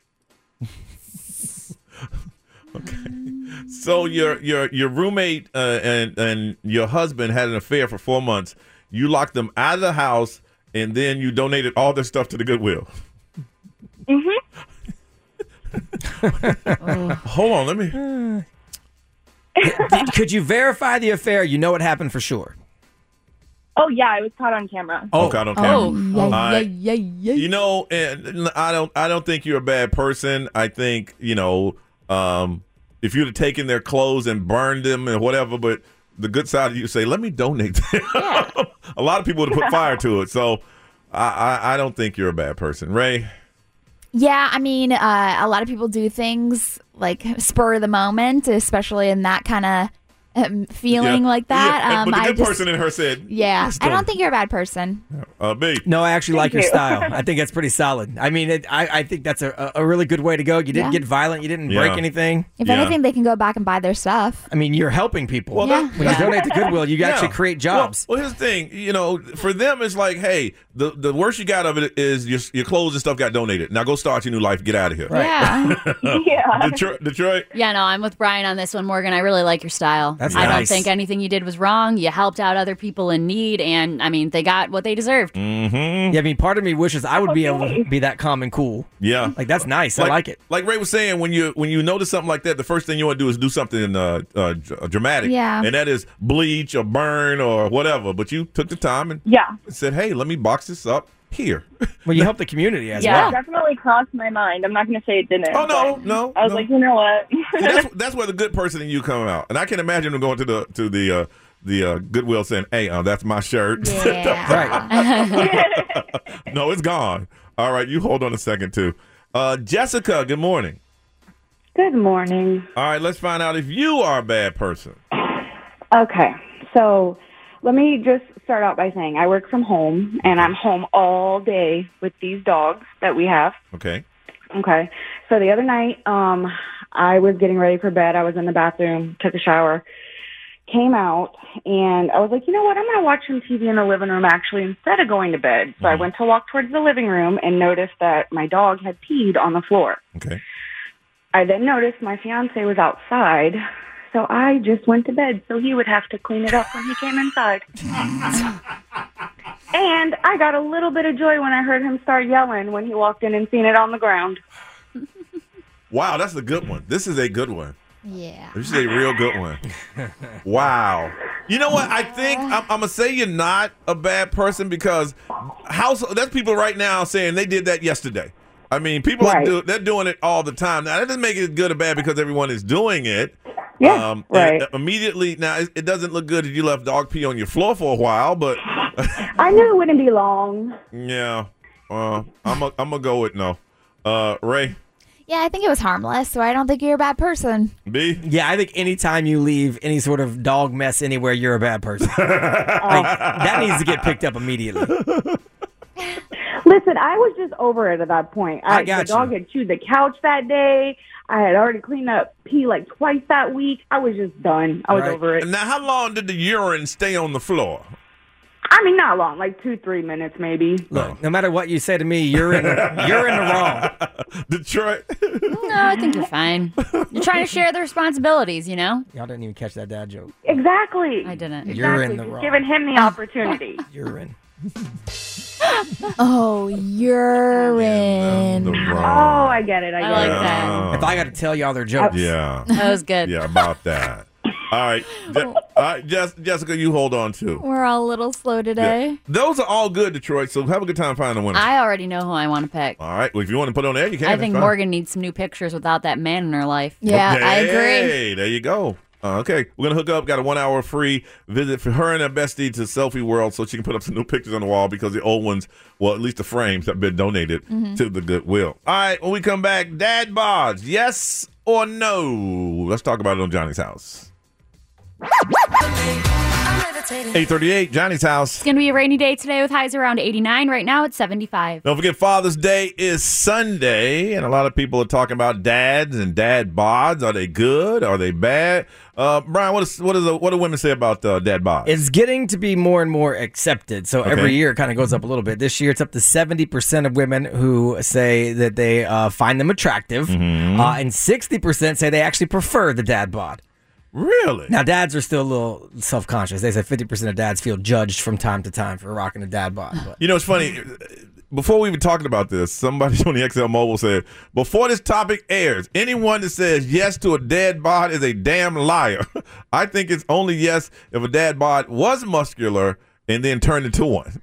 <laughs> Goodwill.
So your your your roommate uh, and and your husband had an affair for four months. You locked them out of the house, and then you donated all their stuff to the Goodwill.
Mm-hmm.
<laughs> Hold on, let me.
Uh, Did- could you verify the affair? You know what happened for sure.
Oh yeah, I was caught on camera.
Oh, caught on camera. All right.
yeah, yeah.
You know, and I don't I don't think you're a bad person. I think, you know, um, if you'd have taken their clothes and burned them and whatever, but the good side of you say, let me donate them. <laughs> a lot of people would have put fire to it. So I, I, I don't think you're a bad person. Ray,
Yeah, I mean, uh, a lot of people do things like spur of the moment, especially in that kind of um, feeling
Yeah.
like that.
Yeah,
um,
but the
I
good
just-
person in her said,
Yeah,
"Let's
I
donate."
don't think you're a bad person.
Uh, B.
No, I actually like
Thank
your
you.
style.
<laughs>
I think that's pretty solid. I mean, it, I, I think that's a, a a really good way to go. You didn't
Yeah.
get violent. You didn't
Yeah.
break anything.
If anything, they can go back and buy their stuff.
I mean, you're helping people.
Well,
Yeah.
that-
when you donate to Goodwill, you
Yeah.
actually create jobs.
Well, well, here's the thing. You know, for them, it's like, hey, the, the worst you got of it is your, your clothes and stuff got donated. Now go start your new life. Get out of here.
<laughs>
<laughs>
Yeah.
yeah. Detroit. Detroit.
Yeah, no, I'm with Brian on this one, Morgan. I really like your style.
That's
I don't
nice.
think anything you did was wrong. You helped out other people in need, and I mean, they got what they
<laughs>
deserved.
Mm-hmm.
Yeah, I mean, part of me wishes I would be able to be that calm and cool.
Yeah.
Like, that's nice. I like it.
Like Ray was saying, when you when you notice something like that, the first thing you want to do is do something uh, uh, dr- dramatic.
Yeah.
And that is bleach or burn or whatever. But you took the time and
yeah
said, hey, let me box this up here.
<laughs> Well,
<laughs>
you help the community as
yeah,
well.
definitely crossed my mind. I'm not going to say it didn't.
Oh, no,
but
no,
I was
no.
like, you know what?
See, that's that's where the good person in you come out, and I can imagine them going to the to the uh, the uh, Goodwill saying, "Hey, uh, that's my shirt."
<laughs>
<laughs> no, it's gone. All right, you hold on a second too. Uh, Jessica, good morning.
Good morning.
All right, let's find out if you are a bad person.
Okay, so let me just start out by saying I work from home and I'm home all day with these dogs that we have.
Okay.
Okay, so the other night, um, I was getting ready for bed. I was in the bathroom, took a shower, came out, and I was like, you know what? I'm going to watch some TV in the living room actually instead of going to bed. So I went to walk towards the living room and noticed that my dog had peed on the floor.
Okay.
I then noticed my fiance was outside, so I just went to bed so he would have to clean it up when he came inside. and I got a little bit of joy when I heard him start yelling when he walked in and seen it on the ground.
Wow, that's a good one. This is a good one.
Yeah.
This is a real good one. Wow. You know what? I think I'm, I'm gonna say you're not a bad person because house that's people right now saying they did that yesterday. I mean, people are
Right.
do, they're doing it all the time. Now that doesn't make it good or bad because everyone is doing it. Yeah,
right.
Immediately now, it, it doesn't look good if you left dog pee on your floor for a while, but
I knew it wouldn't be long.
yeah, uh, I'm a, I'm gonna go with no. Uh, Ray
Yeah, I think it was harmless, so I don't think you're a bad
<laughs>
person.
B.
Yeah, I think anytime you leave any sort of dog mess anywhere, you're a
<laughs>
bad person. Like, that needs to get picked up immediately.
Listen, I was just over it at that point.
I
I,
got
the dog
you.
had chewed the couch that day. I had already cleaned up pee like twice that week. I was just done. I was
Right.
over it.
Now, how long did the urine stay on the floor?
I mean, not long, like two, three minutes maybe.
Look, no matter what you say to me, you're in the, you're in the wrong.
<laughs> Detroit.
No, I think you're fine. You're trying to share the responsibilities, you know?
Y'all didn't even catch that dad joke.
Exactly.
I didn't. Oh.
You're in the wrong.
Giving him
<laughs>
the opportunity.
You're in.
Oh, urine.
Oh, I get it. I get
I
it.
If I got to tell y'all their jokes.
Yeah.
That was good. Oh.
Yeah, about that. All right. Je- all right, Jess- Jessica, you hold on too.
We're all a little slow today.
Those are all good, Detroit. So have a good time finding one.
I already know who I want to pick.
all right. Well, if you want to put on there, you can.
I
It's
think
fine.
Morgan needs some new pictures without that man in her life.
Hey, there you go. Uh, okay, we're gonna hook up. Got a one-hour free visit for her and her bestie to Selfie World, so she can put up some new pictures on the wall because the old ones, well, at least the frames, have been donated
Mhm.
to the Goodwill. All right, when we come back, Dad bods, yes or no? Let's talk about it on Johnny's house. Eight thirty-eight, Johnny's house.
It's going to be a rainy day today with highs around 89. Right now it's 75.
Don't forget, Father's Day is Sunday, and a lot of people are talking about dads and dad bods. Are they good? Are they bad? Uh, Brian, what is what is what do women say about uh, dad bods?
It's getting to be more and more accepted. So every
Okay.
year it kind of goes up a little bit. This year it's up to 70% of women who say that they uh, find them attractive,
Mm-hmm. Hmm?
uh, and 60% say they actually prefer the dad bod.
Really?
Now, dads are still a little self conscious. They say 50% of dads feel judged from time to time for rocking a dad bod. But
You know, it's funny. Before we even talked about this, somebody <laughs> on the XL Mobile said, "Before this topic airs, anyone that says yes to a dad bod <laughs> is a damn liar." I think it's only yes if a dad bod was muscular and then turned into one.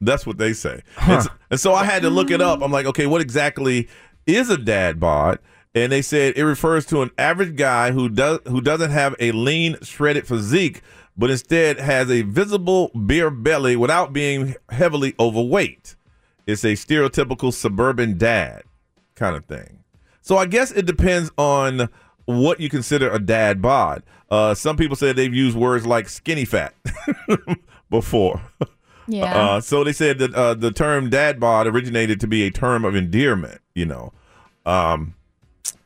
That's what they say. And, so, and so I had to look it up. I'm like, okay, what exactly is a dad bod? And they said it refers to an average guy who does who doesn't have a lean, shredded physique, but instead has a visible beer belly without being heavily overweight. It's a stereotypical suburban dad kind of thing. So I guess it depends on what you consider a dad bod. Uh, some people said they've used words like skinny fat <laughs> before. <laughs>
Yeah.
Uh, so they said that uh, the term dad bod originated to be a term of endearment, you know. Um,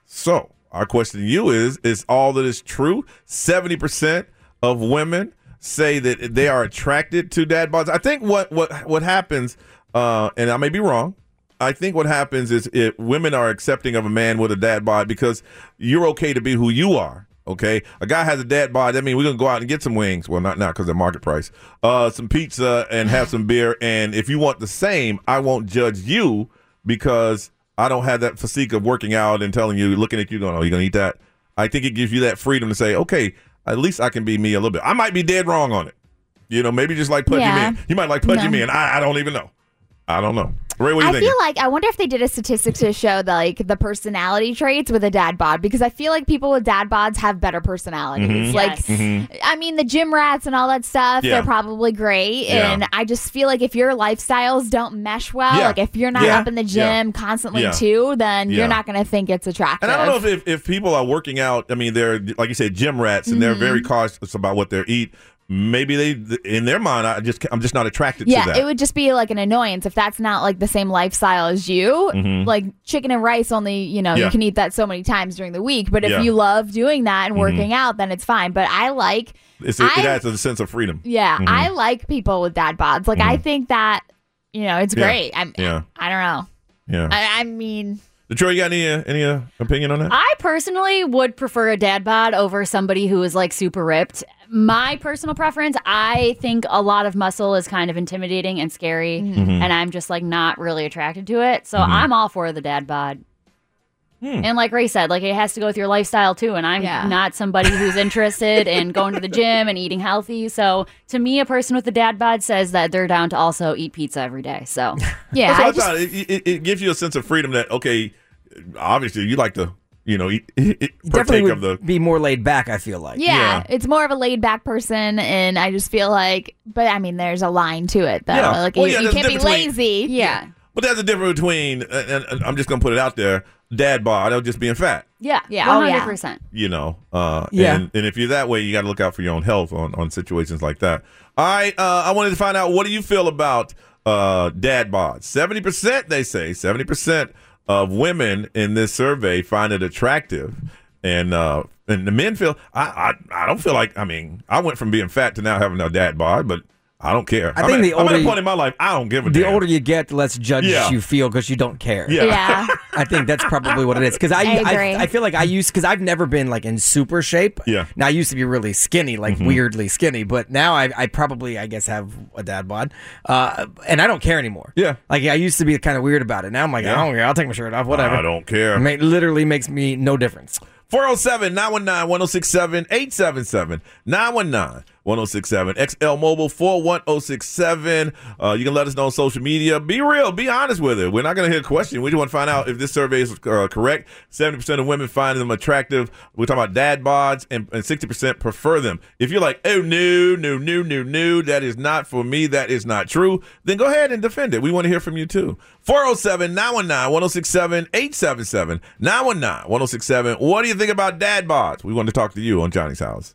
so our question to you is is all that is true? 70% of women say that they are attracted to dad bods. I think what what what happens uh, and I may be wrong. I think what happens is it, women are accepting of a man with a dad bod because you're okay to be who you are. Okay, a guy has a dad bod. That means we're gonna go out and get some wings. Well, not now because they're market price. Uh, some pizza and have some beer. And if you want the same, I won't judge you because I don't have that physique of working out and telling you, looking at you, going, "Oh, you gonna eat that?" I think it gives you that freedom to say, "Okay, at least I can be me a little bit." I might be dead wrong on it. You know, maybe just like pudgy
Yeah.
man. You might like pudgy
No.
man. I, I don't even know. I don't know. Ray, what do you
I
think?
feel like I wonder if they did a statistic to show like the personality traits with a dad bod because I feel like people with dad bods have better personalities.
Mm-hmm.
Mhm.
Like,
Yes.
Mm-hmm.
Mhm.
I mean, the gym rats and all that stuff,
Yeah.
they're probably great.
Yeah.
And I just feel like if your lifestyles don't mesh well,
Yeah.
like if you're not
Yeah.
up in the
Yeah.
gym constantly
Yeah.
too, then
Yeah.
you're not going to think it's attractive.
And I don't know if, if, if people are working out. I mean, they're like you said, gym rats, and they're
Mhm.
very cautious about what they eat. Maybe they, in their mind, I just I'm just not attracted
yeah,
to that.
it would just be like an annoyance if that's not like the same lifestyle as you.
Mhm.
Like chicken and rice, only you know
Yeah.
you can eat that so many times during the week. But if
Yeah.
you love doing that and
Mhm.
working out, then it's fine. But I like,
It's a,
I-
it adds a sense of freedom.
yeah,
Mhm.
I like people with dad bods. Like I think that you know it's
Mm-hmm. Yeah.
great. I'm,
yeah,
I don't know.
yeah.
I, I mean,
Detroit, you got any uh, any uh, opinion on that?
I personally would prefer a dad bod over somebody who is like super ripped. My personal preference, I think a lot of muscle is kind of intimidating and scary,
Mhm.
and I'm just like not really attracted to it. So
Mhm.
I'm all for the dad bod. And like Ray said, like it has to go with your lifestyle too. And I'm not somebody who's interested in going to the gym and eating healthy. So to me, a person with a dad bod says that they're down to also eat pizza every day.
<laughs>
So
That's what I, thought. It, it, it gives you a sense of freedom that okay, obviously you like to you know eat, partake
Definitely
of the
be more laid back. I feel like.
yeah, it's more of a laid back person, and I just feel like, but I mean, there's a line to it though.
Yeah.
Like
Well,
you,
yeah,
you
there's a
can't be
difference
lazy. Yeah.
But there's a difference between, and, and- and I'm just gonna put it out there, dad bod or just being fat.
Yeah.
Yeah. Oh, yeah.
100%.
you know uh
Yeah.
and, and if you're that way you got to look out for your own health on on situations like that all right uh i wanted to find out what do you feel about uh dad bods 70% they say 70% of women in this survey find it attractive and uh and the men feel i i, I don't feel like i mean i went from being fat to now having a dad bod but i don't care
I
I'm
think
at-
the
I'm
older
at a
you-
point in my life i don't give a
the
damn
older you get, the less judged
Yeah.
you feel because you don't care.
Yeah.
Yeah.
<laughs> I think that's probably what it is. Because I,
I agree.
I, I feel like I used because I've never been like in super shape.
Yeah. Mm-hmm.
Now I used to be really skinny, like weirdly skinny, but now I, I probably I guess have a dad bod, uh, and I don't care anymore.
Yeah.
Like I used to be kind of weird about it. Now I'm like
Yeah.
I don't care. I'll take my shirt off. Whatever.
I don't care.
Ma- literally makes me no difference.
407 919 1067 877 919 1067 XL Mobile 41067. Uh, you can let us know on social media. Be real, be honest with it. We're not going to hear a question. We just want to find out if this survey is uh, correct. 70% of women find them attractive. We're talking about dad bods, and, and 60% prefer them. If you're like, oh, no, no, no, no, no, that is not for me, that is not true, then go ahead and defend it. We want to hear from you too. 407 919 1067 877 919 1067. What do you think about dad bods? We want to talk to you on Johnny's house.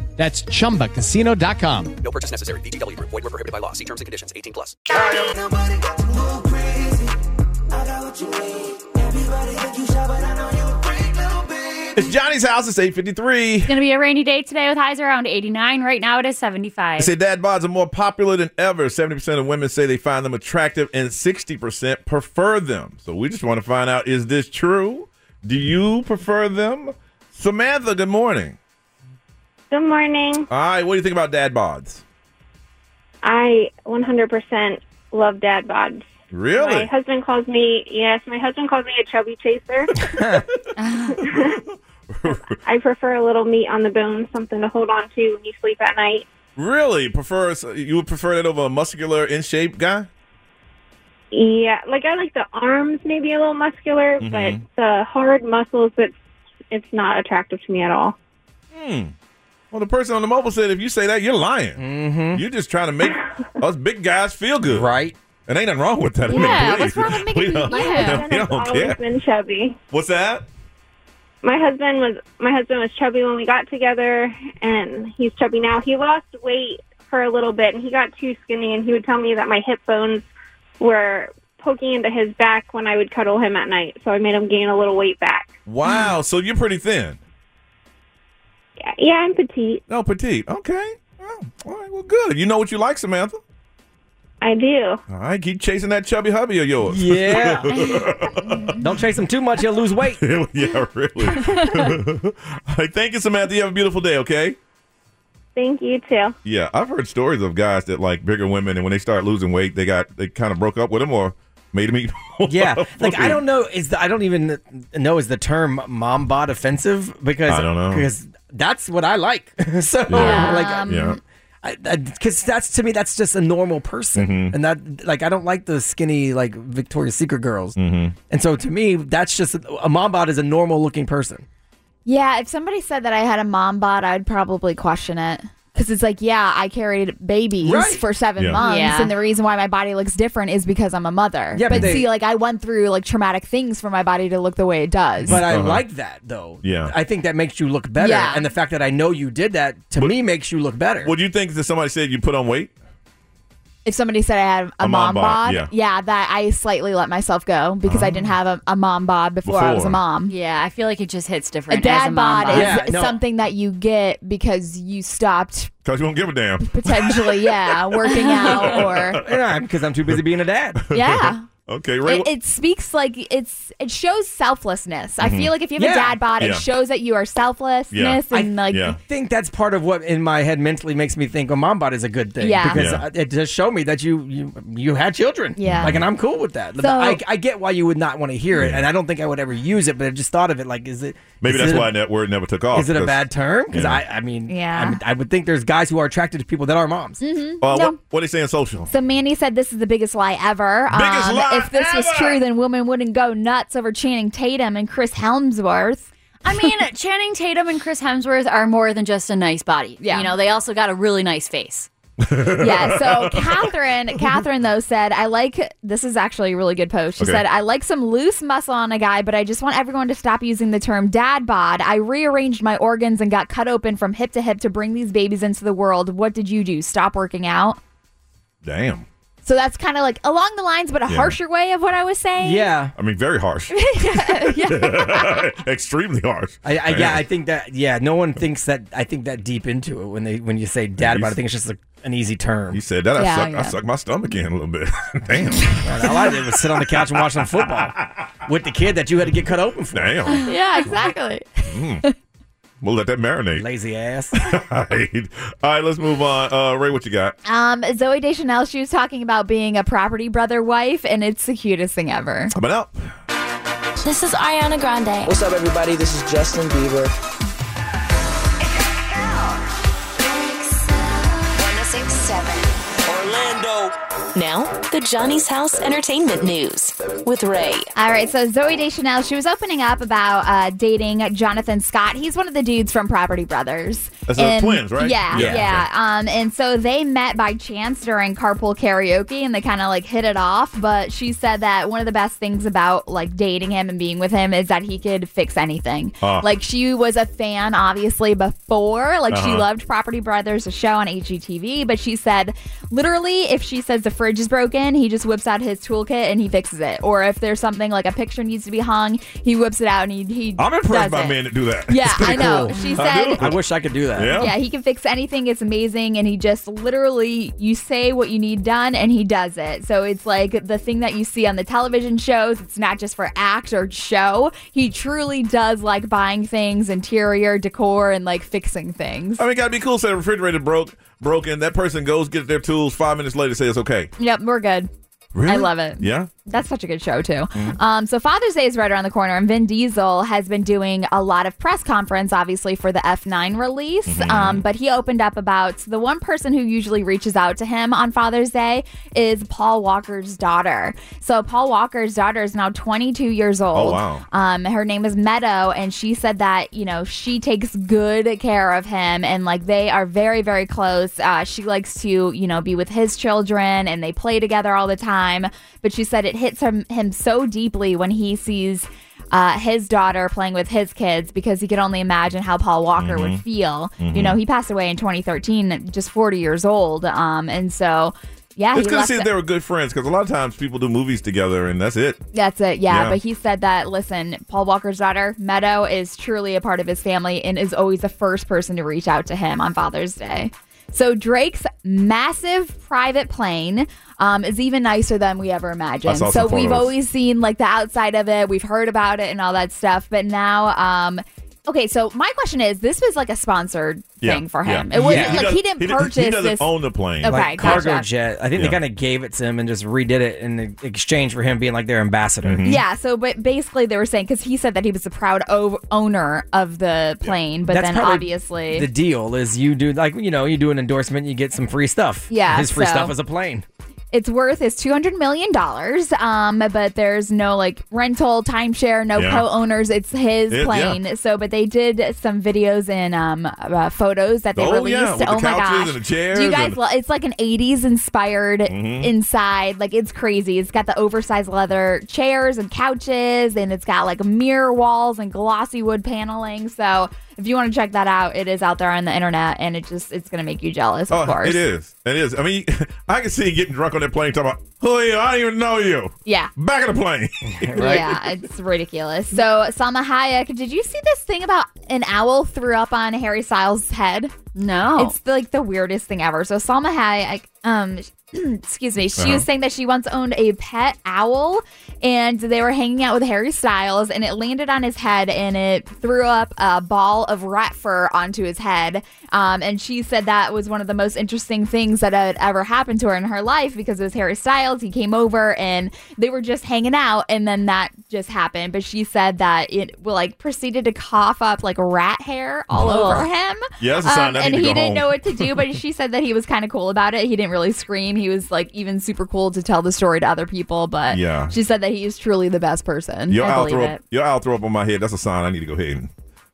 That's chumbacasino.com.
No purchase necessary. VGW Group. Void were prohibited by law. See terms and conditions. 18 plus.
I got what you need. Everybody think you shy, but I know you a freak, little bitch.
It's Johnny's house. It's 853.
It's going to be a rainy day today with highs around 89. Right now it is 75.
They say dad bods are more popular than ever. 70% of women say they find them attractive and 60% prefer them. So we just want to find out is this true? Do you prefer them? Samantha, good morning.
Good morning.
All right, what do you think about dad bods?
I 100% love dad bods. My
Really?
husband calls me, yes, my husband calls me a chubby chaser. I prefer a little meat on the bone, something to hold on to when you sleep at night.
Really? Prefer you would prefer that over a muscular in shape guy?
Yeah, like I like the arms maybe a little muscular,
Mhm.
but the hard muscles, it's, it's not attractive to me at all.
Hmm. Well, the person on the mobile said if you say that, you're lying. You're just trying to make us big guys feel good. Right. And ain't nothing wrong with that. I mean,
Yeah,
please.
what's wrong with making-
<laughs> we don't,
My
we don't-
husband
we
has
don't
always
care.
been chubby.
What's that?
My husband was my husband was chubby when we got together, and he's chubby now. He lost weight for a little bit, and he got too skinny, and he would tell me that my hip bones were poking into his back when I would cuddle him at night. So I made him gain a little weight back.
Wow. so you're pretty thin.
Yeah, yeah I'm petite.
No, petite. Okay. Well, all right. Well, good. You know what you like, Samantha.
I do.
All right. Keep chasing that chubby hubby of yours. <laughs>
Yeah. Don't chase him too much; he'll lose weight.
yeah, really. <laughs> All right, thank you, Samantha. You have a beautiful day. Okay.
Thank you too.
Yeah, I've heard stories of guys that like bigger women, and when they start losing weight, they got they kind of broke up with them or made them eat. more <laughs>
Yeah, like I
food.
don't know. Is the, I don't even know is the term mom bod offensive because
I don't know.
because that's what I like. <laughs> so
Yeah.
like
Um, Yeah.
because that's to me that's just a normal person,
Mm-hmm.
and that like I don't like the skinny like Victoria's Secret girls,
Mm-hmm.
and so to me that's just a mom bod is a normal looking person.
Yeah, if somebody said that I had a mom bod, I'd probably question it. Because it's like, yeah, I carried babies
Right.
for seven
Yeah.
months,
Yeah.
and the reason why my body looks different is because I'm a mother.
Yeah, but
but
they-
see, like I went through like traumatic things for my body to look the way it does.
But I Uh-huh. like that though.
Uh-huh. Yeah.
I think that makes you look better,
Yeah.
and the fact that I know you did that to me makes you look better.
Would you think that somebody said you put on weight?
if somebody said I had a,
A
mom,
mom bod,
bod,
yeah.
that I slightly let myself go because I didn't have a, a mom bod before, I was a
Before.
mom.
Yeah, I feel like it just hits
A
different. as
dad
a mom
bod is
Yeah, no.
something that you get because you stopped
Cause you won't give a damn.
potentially, <laughs> yeah,
<laughs>
working <laughs> out or
yeah, because I'm too busy being a dad.
<laughs> Yeah.
okay, Ray.
It, it speaks like it's it shows selflessness. I
Mm-hmm.
Mhm.
feel like if you have
Yeah.
a dad bod,
Yeah.
it shows that you are selflessness and like
I think that's part of what in my head mentally makes me think a mom bod is a good thing.
Yeah.
Because
Yeah.
uh, it just showed me that you, you you had children.
Yeah.
Like, and I'm cool with that.
So-
I, I get why you would not want to hear it, and I don't think I would ever use it, but I just thought of it like, is it.
Maybe
is
that's
it a-
why that word never took off.
Is it a
'cause-
bad term? Because
Yeah.
I, I mean,
Yeah.
I, mean, I would think there's guys who are attracted to people that are moms.
Mhm.
Uh,
No.
What What they say in social?
So Mandy said this is the biggest lie ever. Um,
Biggest lie
if this was true, then women wouldn't go nuts over Channing Tatum and Chris Helmsworth.
I mean, <laughs> Channing Tatum and Chris Hemsworth are more than just a nice body. Yeah. You know, they also got a really nice <laughs> face.
yeah. So Catherine, Catherine though said, "I like this is actually a really good post." She
Okay.
said, "I like some loose muscle on a guy, but I just want everyone to stop using the term dad bod. I rearranged my organs and got cut open from hip to hip to bring these babies into the world. What did you do? Stop working out?"
Damn.
So that's kind of like along the lines, but a
Yeah.
harsher way of what I was saying.
I mean, very harsh.
<laughs>
Extremely harsh.
I, I, yeah,
Damn.
I think that yeah, no one thinks that. I think that deep into it when they when you say dad bod, I think it's just like an easy term.
You said that I
Yeah,
suck. I
yeah.
suck my stomach in a little bit. <laughs>
<laughs>
Damn.
all I did was sit on the couch and watch some football with the kid that you had to get cut open
<laughs>
for.
<laughs>
Damn.
Yeah, exactly.
Mm. We'll let that marinate.
Lazy ass.
All <laughs> right. All right, let's move on. Uh, Ray, what you got?
<laughs> Um, Zoe Deschanel, she was talking about being a property brother wife, and it's the cutest thing ever.
Coming up.
This is Ariana Grande.
What's up, everybody? This is Justin Bieber.
1067. Orlando. Now, the Johnny's House Entertainment News with Ray.
All right, so Zoe Deschanel, she was opening up about uh, dating Jonathan Scott. He's one of the dudes from Property Brothers.
That's the twins, right?
Yeah,
Yeah.
yeah. Um, and so they met by chance during carpool karaoke, and they kind of like hit it off. But she said that one of the best things about like dating him and being with him is that he could fix anything.
Ah.
Like she was a fan, obviously before. Like she
Uh-huh.
loved Property Brothers, a show on HGTV. But she said, literally, if she says the fridge is broken, he just whips out his toolkit and he fixes it. Or if there's something like a picture needs to be hung, he whips it out and he he.
<laughs> I'm
does
impressed by
it.
men that do that.
Yeah, I know. She said
I wish I could do that.
yeah. he can fix anything. It's amazing. And he just literally, you say what you need done and he does it. So it's like the thing that you see on the television shows, it's not just for act or show. He truly does like buying things, interior, decor, and like fixing things.
I mean, gotta be cool. Say the refrigerator broke, broken. That person goes get their tools. Five minutes later, say it's okay.
Yep, we're good.
Really?
I love it.
Yeah.
That's such a good show too. Um, so Father's Day is right around the corner, and Vin Diesel has been doing a lot of press conference, obviously for the F9 release. Um, but he opened up about the one person who usually reaches out to him on Father's Day is Paul Walker's daughter. So Paul Walker's daughter is now 22 years old.
wow.
Um, her name is Meadow, and she said that you know she takes good care of him, and like they are very very close. Uh, she likes to you know be with his children, and they play together all the time. But she said it hits him him so deeply when he sees. Uh, his daughter playing with his kids because he could only imagine how Paul Walker
Mhm.
would feel. You
Mhm.
know, he passed away in 2013, just 40 years old. Um, and so, yeah,
it's
he
good to
left
see
it-
that they were good friends because a lot of times people do movies together and that's it.
That's it, yeah.
Yeah.
But he said that, listen, Paul Walker's daughter, Meadow, is truly a part of his family and is always the first person to reach out to him on Father's Day. So Drake's massive private plane um, is even nicer than we ever imagined.
I saw
So
some
we've
photos.
always seen like the outside of it, we've heard about it and all that stuff. But now, um, okay, so my question is this was like a sponsored
Yeah,
thing for him.
yeah.
It wasn't like
Yeah. He
he
doesn't-
didn't
he doesn't-
purchase
he doesn't
this.
own the plane.
Okay,
like cargo
gotcha.
jet. I think they kind of gave it to him and just redid it in exchange for him being like their ambassador.
Mm-hmm.
Yeah, so but basically they were saying because he said that he was the proud o- owner of the plane, but
That's
then
probably
obviously
The deal is you do like you know you do an endorsement, you get some free stuff.
Yeah,
his free
so-
stuff is a plane.
its worth is two hundred million dollars. Um, but there's no like rental, timeshare, no
Yeah.
co-owners. It's his
It- yeah.
plane. So, but they did some videos and um uh, photos that they
Oh,
released.
yeah, with the
oh my
couches
gosh!
and the chairs
Do you guys?
and-
lo- it's like an '80s inspired
Mhm.
inside. Like it's crazy. It's got the oversized leather chairs and couches, and it's got like mirror walls and glossy wood paneling. So. If you want to check that out, it is out there on the internet, and it just it's gonna make you jealous. Of
Oh,
course,
it is. It is. I mean, <laughs> I can see you getting drunk on that plane talking about, who are you? I don't even know you.
Yeah.
Back of the plane. <laughs>
<laughs>
right?
Yeah, it's ridiculous. So Salma Hayek, did you see this thing about an owl threw up on Harry Styles' head?
No,
it's like the weirdest thing ever. So Salma Hayek, um, <clears throat> excuse me, she
Uh-huh.
was saying that she once owned a pet owl, and they were hanging out with Harry Styles, and it landed on his head, and it threw up a ball of rat fur onto his head. Um, and she said that was one of the most interesting things that had ever happened to her in her life because it was Harry Styles. He came over, and they were just hanging out, and then that just happened. But she said that it like proceeded to cough up like rat hair all
Ugh.
over him.
Yeah, that's a sign I
Um,
Um,
and
need to
he
go
didn't
home.
know what to do, but she said that he was kind of cool about it. He didn't really scream. He was like even super cool to tell the story to other people. But
Yeah.
she said that he is truly the best person.
Your
I
owl,
believe
throw
it.
up, your owl throw up on my head. That's a sign I need to go ahead and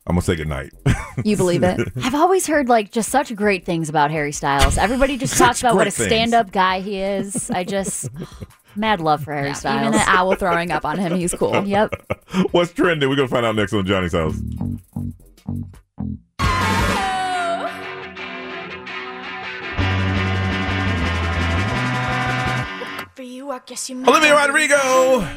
I'm going to say goodnight. <laughs>
You believe it?
I've always heard like just such great things about Harry Styles. Everybody
<laughs>
just talks about what a
great things.
stand-up guy he is. I
<laughs>
just mad love for Harry Styles.
Even an owl throwing up on him,
<laughs>
he's cool. Yep.
What's trending? We're going to find out next on Johnny's House. Olivia Rodrigo,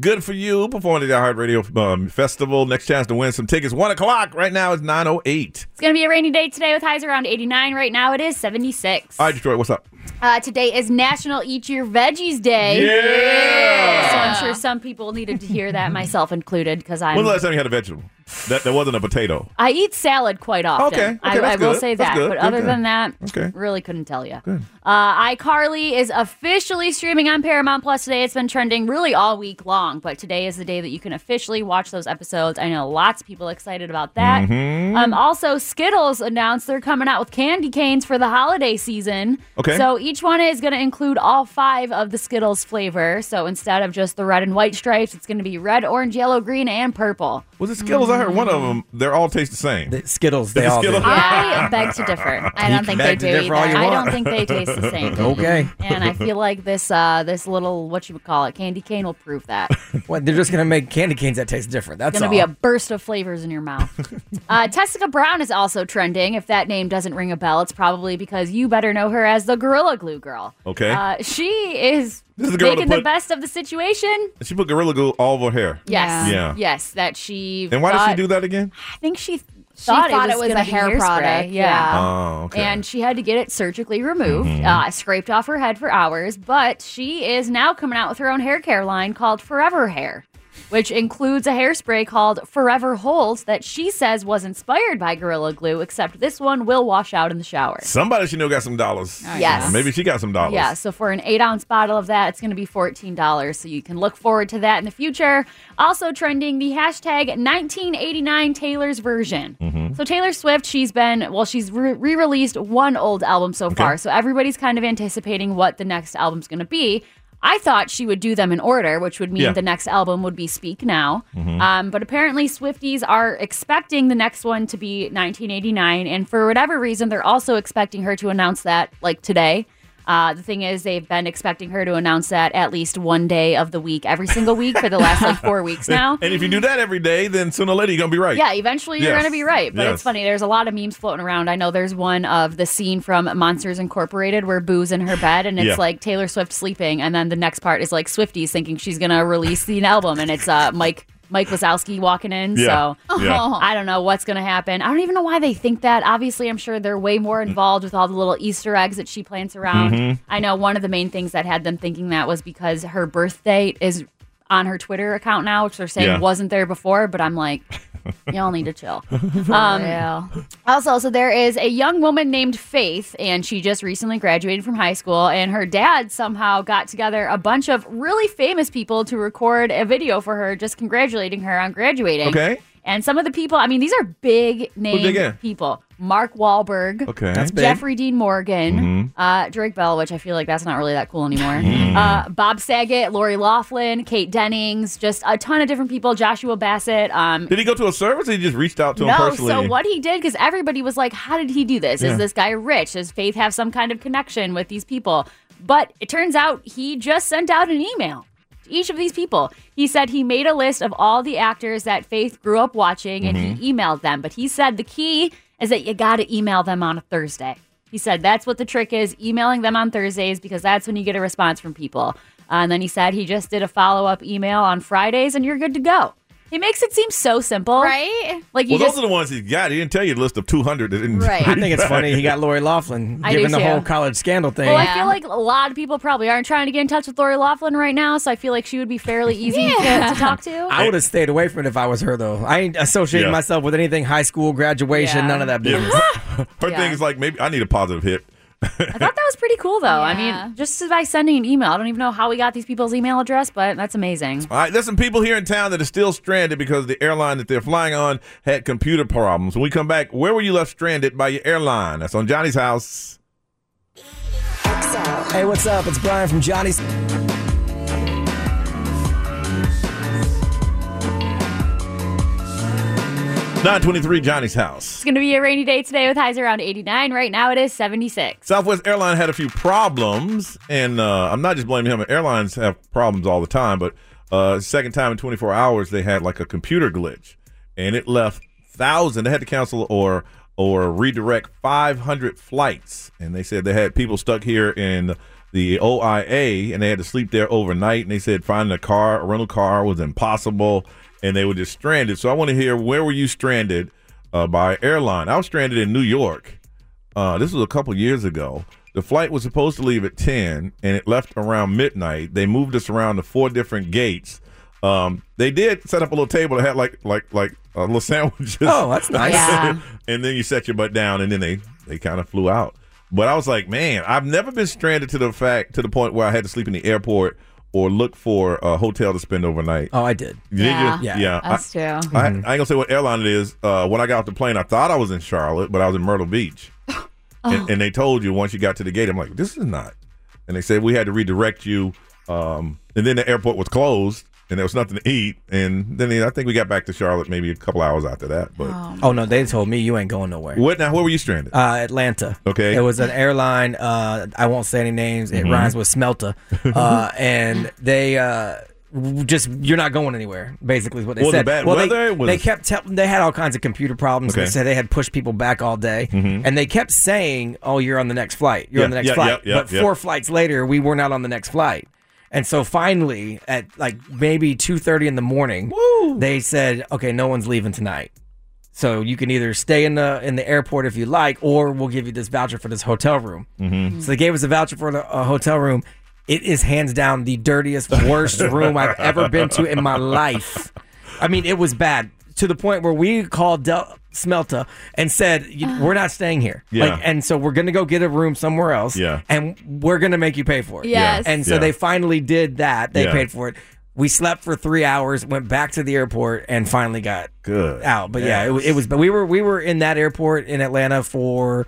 good for you, performing at the iHeartRadio um, Festival. Next chance to win some tickets, 1 o'clock. Right now it's 9.08.
It's gonna be a rainy day today with highs around 89. Right now it is 76.
All right, Detroit, what's up?
Uh, today is National Eat Your Veggies Day.
Yeah!
So I'm sure some people needed to hear that, <laughs> myself included, because I'm.
When's the last time you had a vegetable? That, that wasn't a potato.
I eat salad quite often.
Okay, okay,
I,
that's
I will
good.
say
That's
that.
good,
But
good,
other
good.
than that,
Okay.
really couldn't tell you. Uh, iCarly is officially streaming on Paramount Plus today. It's been trending really all week long, but today is the day that you can officially watch those episodes. I know lots of people excited about that.
Mm-hmm.
Mhm.
Um, also, Skittles announced they're coming out with candy canes for the holiday season.
Okay.
So each one is going to include all five of the Skittles flavor. So instead of just the red and white stripes, it's going to be red, orange, yellow, green, and purple.
Was it Skittles I heard one of them, they all taste the same.
Skittles, they all do.
<laughs>
I beg to differ. I
You
don't think
beg
they
to
do either.
differ all you
I don't
want.
think they taste the same.
<laughs> Okay.
And I feel like this uh, this little what you would call it candy cane will prove
<laughs>
that.
What they're just gonna make candy canes that taste different. That's
It's gonna
all.
be a burst of flavors in your
<laughs>
mouth. uh, Tessica Brown is also trending. If that name doesn't ring a bell, it's probably because you better know her as the Gorilla Glue Girl.
Okay.
Uh, she is
This is the girl that
making the
put-
best of the situation.
She put Gorilla Glue all over her hair.
Yes.
Yeah.
Yes. That she.
And why did she
thought-
do that again?
I think she th-
She
thought,
thought
it was,
a
gonna be
hair
hairspray,
product,
Yeah.
yeah. Oh, okay. Mm-hmm.
And she had to get it surgically removed, uh, scraped off her head for hours. But she is now coming out with her own hair care line called Forever Hair, which includes a hairspray called Forever Holds that she says was inspired by Gorilla Glue, except this one will wash out in the shower.
Somebody she knew got some dollars.
Oh, yeah. Yes.
Maybe she got some dollars.
Yeah, so for an eight ounce bottle of that, it's going to be $14. So you can look forward to that in the future. Also trending the hashtag 1989 Taylor's version. So Taylor Swift, she's been, well, she's re released one old album so far. So everybody's kind of anticipating what the next album's going to be. I thought she would do them in order, which would mean
Yeah.
the next album would be Speak Now.
Mhm.
Um, but apparently, Swifties are expecting the next one to be 1989. And for whatever reason, they're also expecting her to announce that like today. Uh, the thing is, they've been expecting her to announce that at least one day of the week, every single week for the last like four weeks now.
<laughs> And if you do that every day, then sooner or later you're gonna be right.
Yeah, eventually you're
Yes.
going to be right. But
Yes.
it's funny. There's a lot of memes floating around. I know there's one of the scene from Monsters Incorporated where Boo's in her bed and it's
Yeah.
like Taylor Swift sleeping. And then the next part is like Swifties thinking she's going to release the album. And it's uh, Mike. Mike Wazowski walking in,
Yeah.
so
Yeah.
I don't know what's going to happen. I don't even know why they think that. Obviously, I'm sure they're way more involved with all the little Easter eggs that she plants around.
Mhm.
I know one of the main things that had them thinking that was because her birth date is on her Twitter account now, which they're saying
Yeah.
wasn't there before. But I'm
<laughs>
like, y'all need to chill. Um, also, so there is a young woman named Faith, and she just recently graduated from high school, and her dad somehow got together a bunch of really famous people to record a video for her, just congratulating her on graduating.
Okay.
And some of the people, I mean, these are big
dig in?
name people. Mark Wahlberg.
Okay. That's big.
Jeffrey Dean Morgan.
Mhm.
Uh, Drake Bell, which I feel like that's not really that cool anymore.
Mm.
Uh, Bob Saget, Lori Laughlin, Kate Dennings, just a ton of different people. Joshua Bassett. Um,
Did he go to a service or he just reached out to him
no,
personally?
so what he did, because everybody was like, how did he do this?
Yeah.
Is this guy rich? Does Faith have some kind of connection with these people? But it turns out he just sent out an email to each of these people. He said he made a list of all the actors that Faith grew up watching and he
Mm-hmm.
emailed them. But he said the key is that you got to email them on a Thursday. He said that's what the trick is emailing them on Thursdays because that's when you get a response from people. Uh, and then he said he just did a follow up email on Fridays and you're good to go. He makes it seem so simple. Right? Like you
well,
just
those are the ones he got. He didn't tell you the list of 200. that didn't <laughs>
Right.
I think it's funny he got Lori Laughlin
<laughs> I
given
do
the
too.
whole college scandal thing.
Well, Oh, I feel like a lot of people probably aren't trying to get in touch with Lori Laughlin right now, so I feel like she would be
<laughs>
fairly easy
Yeah.
to, to talk to.
I would have stayed away from it if I was her though. I ain't associating
Yeah.
myself with anything high school, graduation,
Yeah.
none of that
Yeah.
business.
Her
Yeah.
thing is like maybe I need a positive hit.
I thought that was pretty cool, though. I mean, just by sending an email. I don't even know how we got these people's email address, but that's amazing.
All right, there's some people here in town that are still stranded because the airline that they're flying on had computer problems. When we come back, where were you left stranded by your airline? That's on Johnny's house.
Hey, what's up? It's Brian from Johnny's.
Nine twenty-three, Johnny's house.
It's going to be a rainy day today with highs around 89. Right now it is 76.
Southwest Airline had a few problems, and uh, I'm not just blaming him. Airlines have problems all the time, but uh, second time in 24 hours they had like a computer glitch, and it left thousand. They had to cancel or or redirect 500 flights, and they said they had people stuck here in the OIA, and they had to sleep there overnight. And they said finding a car, a rental car, was impossible, and they were just stranded. So I want to hear where were you stranded uh, by airline? I was stranded in New York. Uh, this was a couple years ago. The flight was supposed to leave at 10 and it left around midnight. They moved us around to four different gates. Um, they did set up a little table that had like like like uh, little <laughs> sandwiches.
Oh,
<laughs>
that's nice. Yeah.
and then you set your butt down and then they they kind of flew out. But I was like, man, I've never been stranded to the fact to the point where I had to sleep in the airport or look for a hotel to spend overnight.
Oh, I did.
Did you?
Yeah.
Yeah.
Yeah.
I-
Us too.
I, I
Mm-hmm.
ain't gonna say what airline it is. Uh, when I got off the plane, I thought I was in Charlotte, but I was in Myrtle Beach.
Oh.
and, and they told you once you got to the gate, I'm like, this is not. And they said we had to redirect you. Um, and then the airport was closed, and there was nothing to eat. And then I think we got back to Charlotte maybe a couple hours after that. But
Oh no, they told me you ain't going nowhere.
what now? Where were you stranded?
Uh, Atlanta.
Okay.
It was an airline. Uh, I won't say any names. It
Mhm.
rhymes with
<laughs>
Smelta, uh, and they uh, w- just you're not going anywhere. Basically, is what they
Was it
said.
bad
well, they,
weather? Was-
they kept tell- they had all kinds of computer problems. They
Okay.
said they had pushed people back all day,
Mhm.
and they kept saying, "Oh, you're on the next flight. You're on the
Yeah,
next
yeah,
flight."
yeah, yeah,
but
yeah.
four flights later, we were not on the next flight. And so finally, at like maybe two thirty in the morning, they said, "Okay, no one's leaving tonight." So you can either stay in the in the airport if you like, or we'll give you this voucher for this hotel room.
Mm-hmm.
So they gave us a voucher for the, a hotel room. It is hands down the dirtiest,
<laughs>
worst room I've ever been to in my life. I mean, it was bad to the point where we called Del- Smelta and said, "You- "We're not staying here."
Yeah.
Like, and so we're going to go get a room somewhere else.
Yeah.
And we're going to make you pay for it.
Yes. Yeah.
And so
Yeah.
they finally did that. They
Yeah.
paid for it. We slept for three hours, went back to the airport, and finally got
Good.
out. But yeah, it,
Yes.
wa- it was. But we were we were in that airport in Atlanta for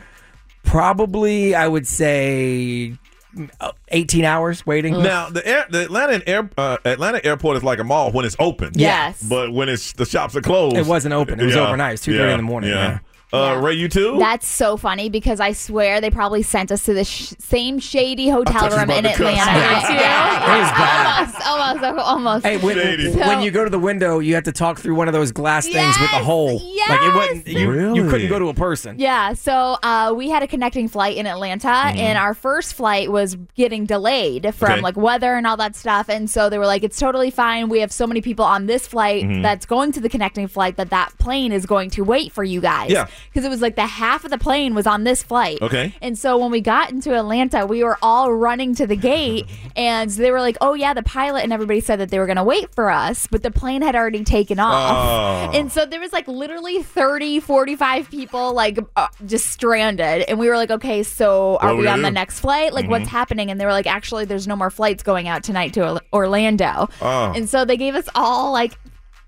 probably I would say mm, uh, eighteen hours waiting.
Now the air, the Atlanta air, uh, Atlanta airport is like a mall when it's open.
Yes.
But when it's the shops are closed,
It wasn't open. It was overnight. It was 2:30 in the morning,
Yeah. Uh, Ray, you too.
That's so funny because I swear they probably sent us to the sh- same shady hotel room in Atlanta.
It was bad.
Almost, <laughs> almost, almost.
Hey, when, when you go to the window, you have to talk through one of those glass things with a hole. Like it wasn't you, you couldn't go to a person.
Yeah, so uh, we had a connecting flight in Atlanta, and our first flight was getting delayed from
Mm-hmm. Okay.
like weather and all that stuff. And so they were like, "It's totally fine. We have so many people on this flight
Mhm.
that's going to the connecting flight that that plane is going to wait for you guys."
Yeah.
because it was like the half of the plane was on this flight.
Okay.
and so when we got into Atlanta, we were all running to the
<laughs>
gate, and they were like, "Oh yeah, the pilot and everybody said that they were going to wait for us, but the plane had already taken off."
Oh.
And so there was like literally 30, 45 people like uh, just stranded. And we were like, okay, so
What
are
we
we
gonna
on the
do?
next flight? Like, what's
Mhm.
happening? And they were like, actually, there's no more flights going out tonight to Or- Orlando.
Oh.
And so they gave us all like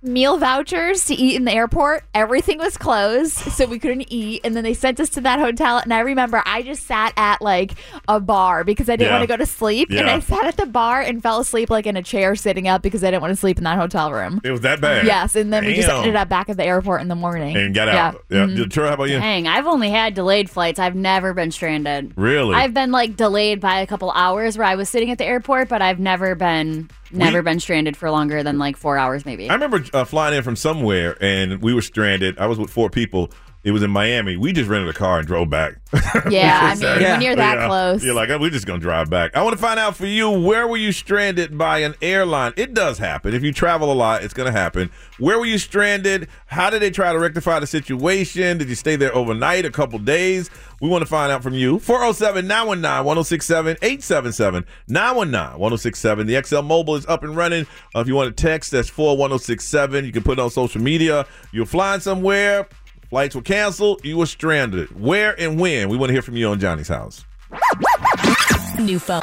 meal vouchers to eat in the airport. Everything was closed, so we couldn't eat. And then they sent us to that hotel. And I remember I just sat at like a bar because I didn't
Yeah.
want to go to sleep. And
Yeah.
I sat at the bar and fell asleep like in a chair sitting up because I didn't want to sleep in that hotel room.
It was that bad.
Yes, and then we just
Damn.
ended up Mm-hmm. back at the airport in the morning
and got out. Yeah. Troy, how about you?
Dang, I've only had delayed flights. I've never been stranded.
Really?
I've been like delayed by a couple hours where I was sitting at the airport, but I've never been never been stranded for longer than like four hours maybe.
I remember uh, flying in from somewhere and we were stranded. I was with four people. It was in Miami. We just rented a car and drove back. <laughs>
Yeah, I mean, when you're that
Yeah.
close.
You're like, "Oh, we're just going to drive back. I want to find out for you where were you stranded by an airline? It does happen. If you travel a lot, it's going to happen. Where were you stranded? How did they try to rectify the situation? Did you stay there overnight, a couple days? We want to find out from you. 407 919 1067 877 919 1067. The XL Mobile is up and running. Uh, if you want to text, that's 41067. You can put it on social media. You're flying somewhere. Flights were canceled. You were stranded. Where and when? We want to hear from you on Johnny's house.
New phone.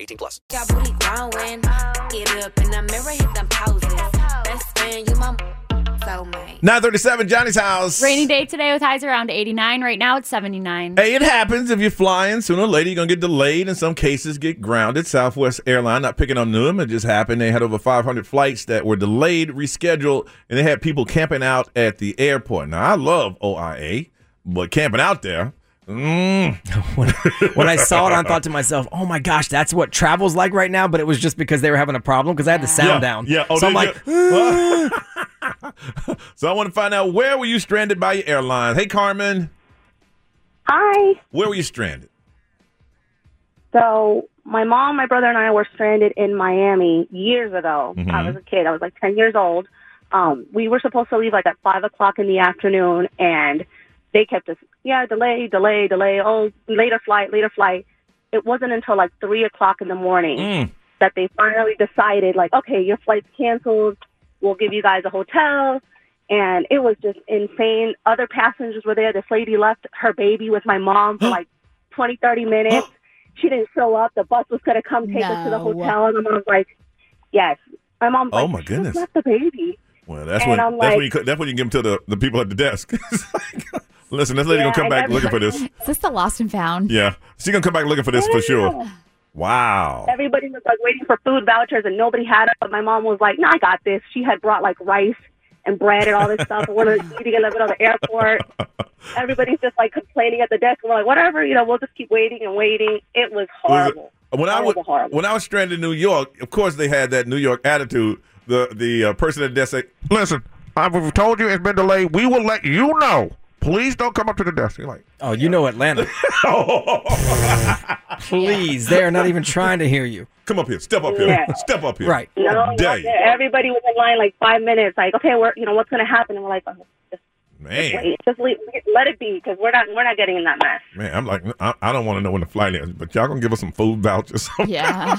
18 plus.
Got booty growing. Get up in the mirror, hit them poses. Best friend, you my soulmate.
937 Johnny's house.
Rainy day today with highs around 89. Right now it's 79.
Hey, it happens if you're flying. Sooner or later, you're going to get delayed. In some cases, get grounded. Southwest Airline, not picking on them. It just happened. They had over 500 flights that were delayed, rescheduled, and they had people camping out at the airport. Now, I love OIA, but camping out there, mm.
<laughs> when I saw it, I
<laughs>
thought to myself, "Oh my gosh, that's what travel's like right now." But it was just because they were having a problem because I had the sound
Yeah,
down.
yeah. Oh,
so I'm
they-
like,
<laughs> so I want to find out where were you stranded by your airline? Hey, Carmen.
Hi.
Where were you stranded?
So my mom, my brother, and I were stranded in Miami years ago.
Mhm.
I was a kid. I was like ten years old. Um, we were supposed to leave like at five o'clock in the afternoon, and they kept us. Yeah, delay, delay, delay. Oh, later flight, later flight. It wasn't until like three o'clock in the morning that they finally decided, like, okay, your flight's canceled. We'll give you guys a hotel. And it was just insane. Other passengers were there. This lady left her baby with my mom for like 20, 30 minutes. she didn't show up. The bus was going to come take us to the
No.
hotel. And I was like, yes. My mom's
Oh,
like,
my
"She just
goodness.
left the baby.
Well, that's
And
when
I'm
that's
like-
when you co- that's when you give them to the, the people at the desk. <laughs> It's like, Listen, this lady
Yeah,
gonna come
and
back looking for this.
everybody- Is this the lost and found?
Yeah, she gonna come back looking for this
<laughs>
for sure. Wow.
Everybody was like waiting for food vouchers and nobody had it. But my mom was like, no, I got this. She had brought like rice and bread and all this stuff. And we're like, eating a little bit on the airport. Everybody's just like complaining at the desk. We're like, whatever, you know, we'll just keep waiting and waiting. It was
Was it-
horrible.
when I was
Horrible, horrible.
when I was stranded in New York, of course they had that New York attitude. The the uh, person at the desk said, "Listen, I, we've told you it's been delayed. We will let you know. Please don't come up to the desk." Oh, You're like,
Oh, you know Atlanta.
<laughs>
Please, they are not even trying to hear you.
Come up here. Step up
here. Yeah.
Step up here.
Right.
No, not there. everybody was in line like five minutes. Like, okay, we're you know what's going to happen, and we're like, oh, just
"Man,
wait, just leave, let it be because we're not we're not getting in that mess.
man, I'm like, I, I don't want to know when the flight is, but y'all gonna give us some food vouchers." <laughs> All
Yeah.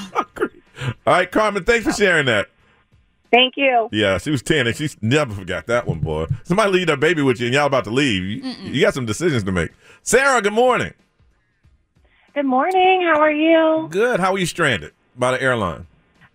right, Carmen, thanks for sharing that.
<laughs> Thank you.
Yeah, she was ten, and she's never forgot that one, boy. Somebody leave their baby with you, and y'all about to leave. You,
Mm-mm.
you got some decisions to make. Sarah, good morning.
Good morning. How are you?
Good. How were you stranded by the airline?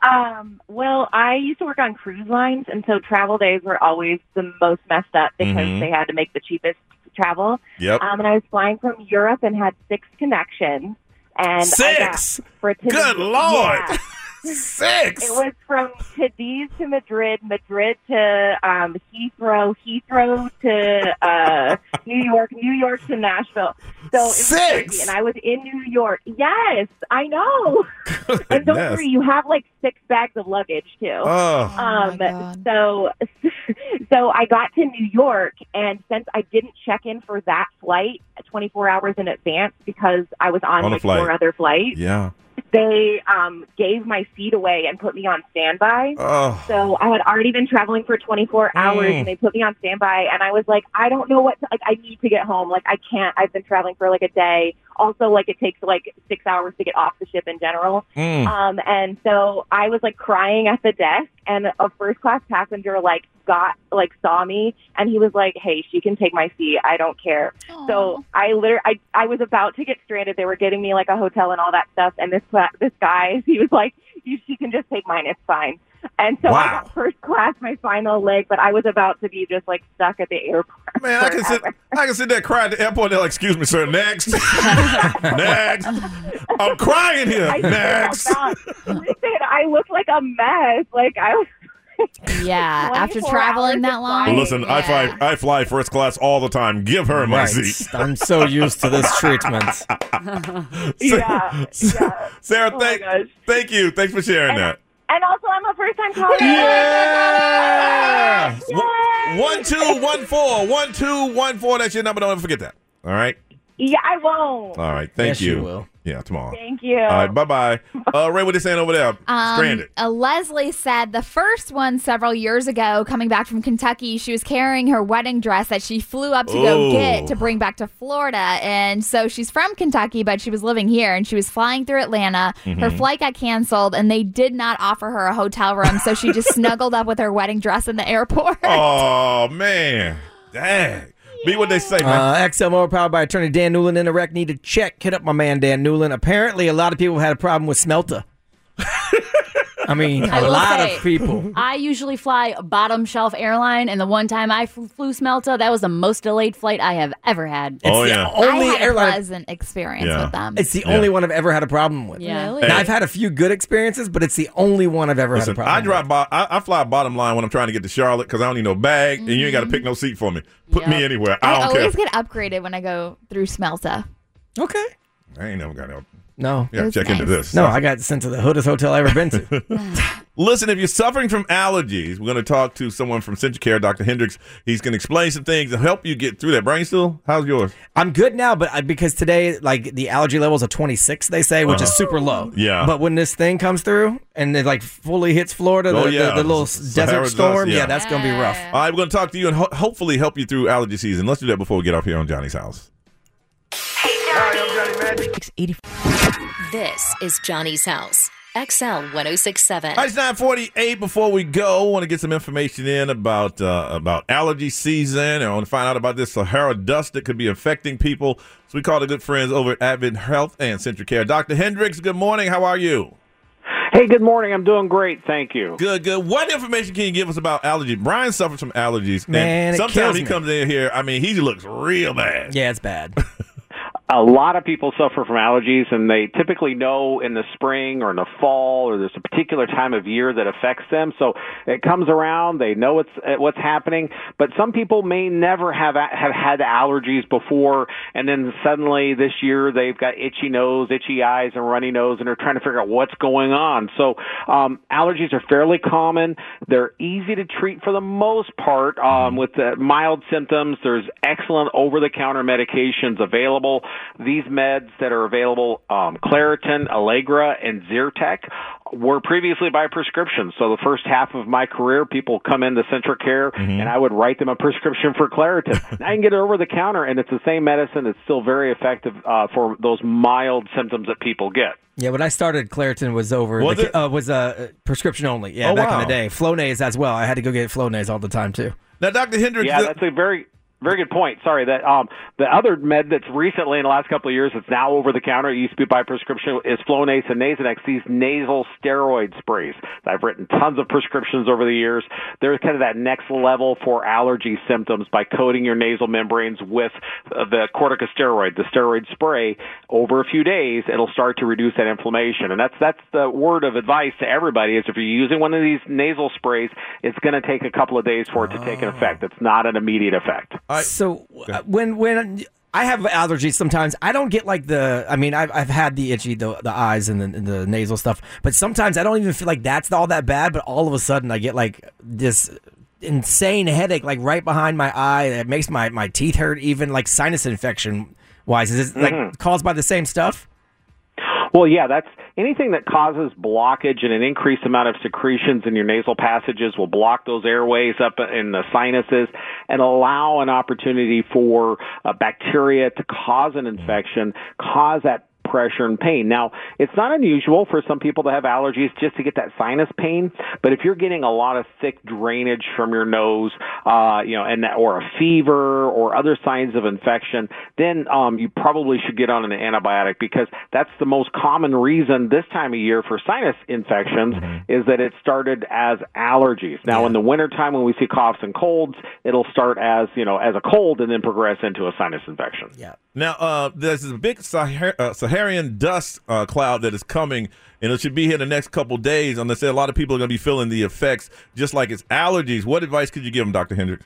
Um, well, I used to work on cruise lines, and so travel days were always the most messed up because
Mhm.
they had to make the cheapest travel.
Yep.
Um, and I was flying from Europe and had six connections. And
Six?
I got for
Good Lord.
Yeah.
<laughs> Six.
It was from Cadiz to Madrid, Madrid to um, Heathrow, Heathrow to
<laughs>
uh, New York, New York to Nashville. So it was
Six?
crazy, and I was in New York. Yes, I
<laughs>
know. and don't
Goodness.
worry, you have like six bags of luggage too.
Oh.
um, so <laughs> so I got to New York, and since I didn't check in for that flight 24 hours in advance because I was on,
On a
like
flight.
four other flights
Yeah.
they um, gave my seat away and put me on standby.
Oh.
So I had already been traveling for 24 hours,
Mm.
and they put me on standby. And I was like, I don't know what. To, like, I need to get home. Like, I can't. I've been traveling for like a day. Also, like, it takes like six hours to get off the ship in general.
Mm.
Um, and so I was like crying at the desk, and a first class passenger like got like saw me, and he was like, "Hey, she can take my seat. I don't care." So I literally, I, I was about to get stranded. They were getting me like a hotel and all that stuff, and this pla- this guy, <laughs> he was like, you, "She can just take mine. It's fine." And so I
Wow.
got first class, my final leg, but I was about to be just like stuck at the airport.
Man, I can sit. I can sit there and cry at the airport. They're like, "Excuse me, sir. Next, <laughs> <laughs> next. I'm crying here.
I
next."
felt bad. Listen, I looked like a mess. Like I was. <laughs>
Yeah, after
24
traveling
hours
that
of
long.
flying.
Listen, I fly. I fly first class all the time. Give her my
Right.
seat.
I'm so used to this treatment.
yeah.
<laughs> Sarah, thank, thank you. Thanks for sharing that.
And also, I'm a first time caller.
Yeah! One two one four one two one four. That's your number. Don't ever forget that. All right.
Yeah, I won't.
All right. Thank
Yes, you will.
Yeah, tomorrow.
Thank you.
All right. Bye bye. Uh, Ray, what they saying over there?
Um,
Stranded.
uh, Leslie said the first one several years ago, coming back from Kentucky, she was carrying her wedding dress that she flew up to
Oh.
go get to bring back to Florida. And so she's from Kentucky, but she was living here and she was flying through Atlanta. Her
Mhm.
flight got canceled and they did not offer her a hotel room. So she
<laughs>
just snuggled up with her wedding dress in the airport.
Oh man, dang. Be what they say, man.
Uh, XL Motor powered by attorney Dan Newland in the rec. Need to check. Hit up my man Dan Newland. Apparently, a lot of people had a problem
<laughs>
with smelter. I mean,
I
a
will
lot
say,
of people.
<laughs> I usually fly bottom shelf airline, and the one time I fl- flew Smelta, that was the most delayed flight I have ever had.
It's Oh, the yeah. only
I had
airline-
a pleasant experience
Yeah.
with them.
It's the only one I've ever had a problem with.
Yeah. Really?
Now, I've had a few good experiences, but it's the only one I've ever
Listen,
had a problem
I drive. Bo- I, I fly bottom line when I'm trying to get to Charlotte because I don't need no bag, and you ain't got to pick no seat for me. Put me
Yep.
anywhere.
Mm-hmm.
I
I,
don't care.
always get upgraded when I go through Smelta.
Okay.
I ain't never got out.
No.
Yeah, check into this.
No, I got sent to the hoodest hotel I ever
<laughs>
been to.
Listen, if you're suffering from allergies, we're going to talk to someone from Centricare, Dr. Hendricks. He's going to explain some things to help you get through that. Brain still? How's yours?
I'm good now, but I, because today, like the allergy levels are 26, they say, which
Uh-huh.
is super low.
Yeah.
But when this thing comes through and it like fully hits Florida, the,
Oh,
the-
yeah.
the, little
Sahara
desert
dust,
storm,
yeah.
yeah, that's gonna be rough.
All right, we're going to talk to you and ho- hopefully help you through allergy season. Let's do that before we get off here on Johnny's house.
This is Johnny's house. XL 1067.
All right, it's nine forty eight. Before we go, want to get some information in about uh, about allergy season, and want to find out about this Sahara dust that could be affecting people. So we called our good friends over at Advent Health and Central Care. Doctor Hendricks, good morning. How are you?
Hey, good morning. I'm doing great. Thank you.
Good, good. What information can you give us about allergies? Brian suffers from allergies,
Man,
and
it
sometimes
kills
he
me.
comes in here. I mean, he looks real bad.
Yeah, it's
<laughs>
bad. a lot of people suffer from allergies, and they typically know in the spring or in the fall, or there's a particular time of year that affects them. So it comes around; they know it's uh, what's happening. But some people may never have a- have had allergies before, and then suddenly this year they've got itchy nose, itchy eyes, and runny nose, and are trying to figure out what's going on. So um, allergies are fairly common. They're easy to treat for the most part um, with the mild symptoms. There's excellent over-the-counter medications available. These meds that are available, um, Claritin, Allegra, and Zyrtec, were previously by prescription. So the first half of my career, people come into Central Care
Mm-hmm.
and I would write them a prescription for
<laughs>
Claritin. I can get it over the counter and it's the same medicine. It's still very effective uh, for those mild symptoms that people get.
Yeah, when I started, Claritin was over.
Was
the, uh, was uh, prescription only. Yeah,
Oh,
back
wow.
in the day, Flonase as well. I had to go get Flonase all the time too.
Now, Dr. Hendricks.
Yeah, that's a very, very good point. Sorry, that um, the other med that's recently in the last couple of years that's now over the counter, it used to be by prescription, is Flonase and Nasonex, these nasal steroid sprays. I've written tons of prescriptions over the years. They're kind of that next level for allergy symptoms by coating your nasal membranes with uh, the corticosteroid, the steroid spray. Over a few days, it'll start to reduce that inflammation, and that's that's the word of advice to everybody: is if you're using one of these nasal sprays, it's going to take a couple of days for it to take an effect. It's not an immediate effect.
so uh, when when I have allergies, sometimes I don't get like the. I mean, I've, I've had the itchy, the, the eyes and the, and the nasal stuff, but sometimes I don't even feel like that's all that bad. But all of a sudden, I get like this insane headache, like right behind my eye, that makes my my teeth hurt. Even like sinus infection wise, is it like
Mhm.
caused by the same stuff?
Well, yeah, that's anything that causes blockage and an increased amount of secretions in your nasal passages will block those airways up in the sinuses and allow an opportunity for uh, bacteria to cause an infection, cause that pressure and pain. Now, it's not unusual for some people to have allergies just to get that sinus pain, but if you're getting a lot of thick drainage from your nose, uh, you know, and that, or a fever or other signs of infection, then um, you probably should get on an antibiotic because that's the most common reason this time of year for sinus infections is that it started as allergies. Now, in the wintertime when we see coughs and colds, it'll start as, you know, as a cold and then progress into a sinus infection.
Yeah.
Now, uh, there's this big Sahar- uh, Saharian dust uh, cloud that is coming, and it should be here the next couple days. And they say a lot of people are going to be feeling the effects, just like it's allergies. What advice could you give them, Dr. Hendricks?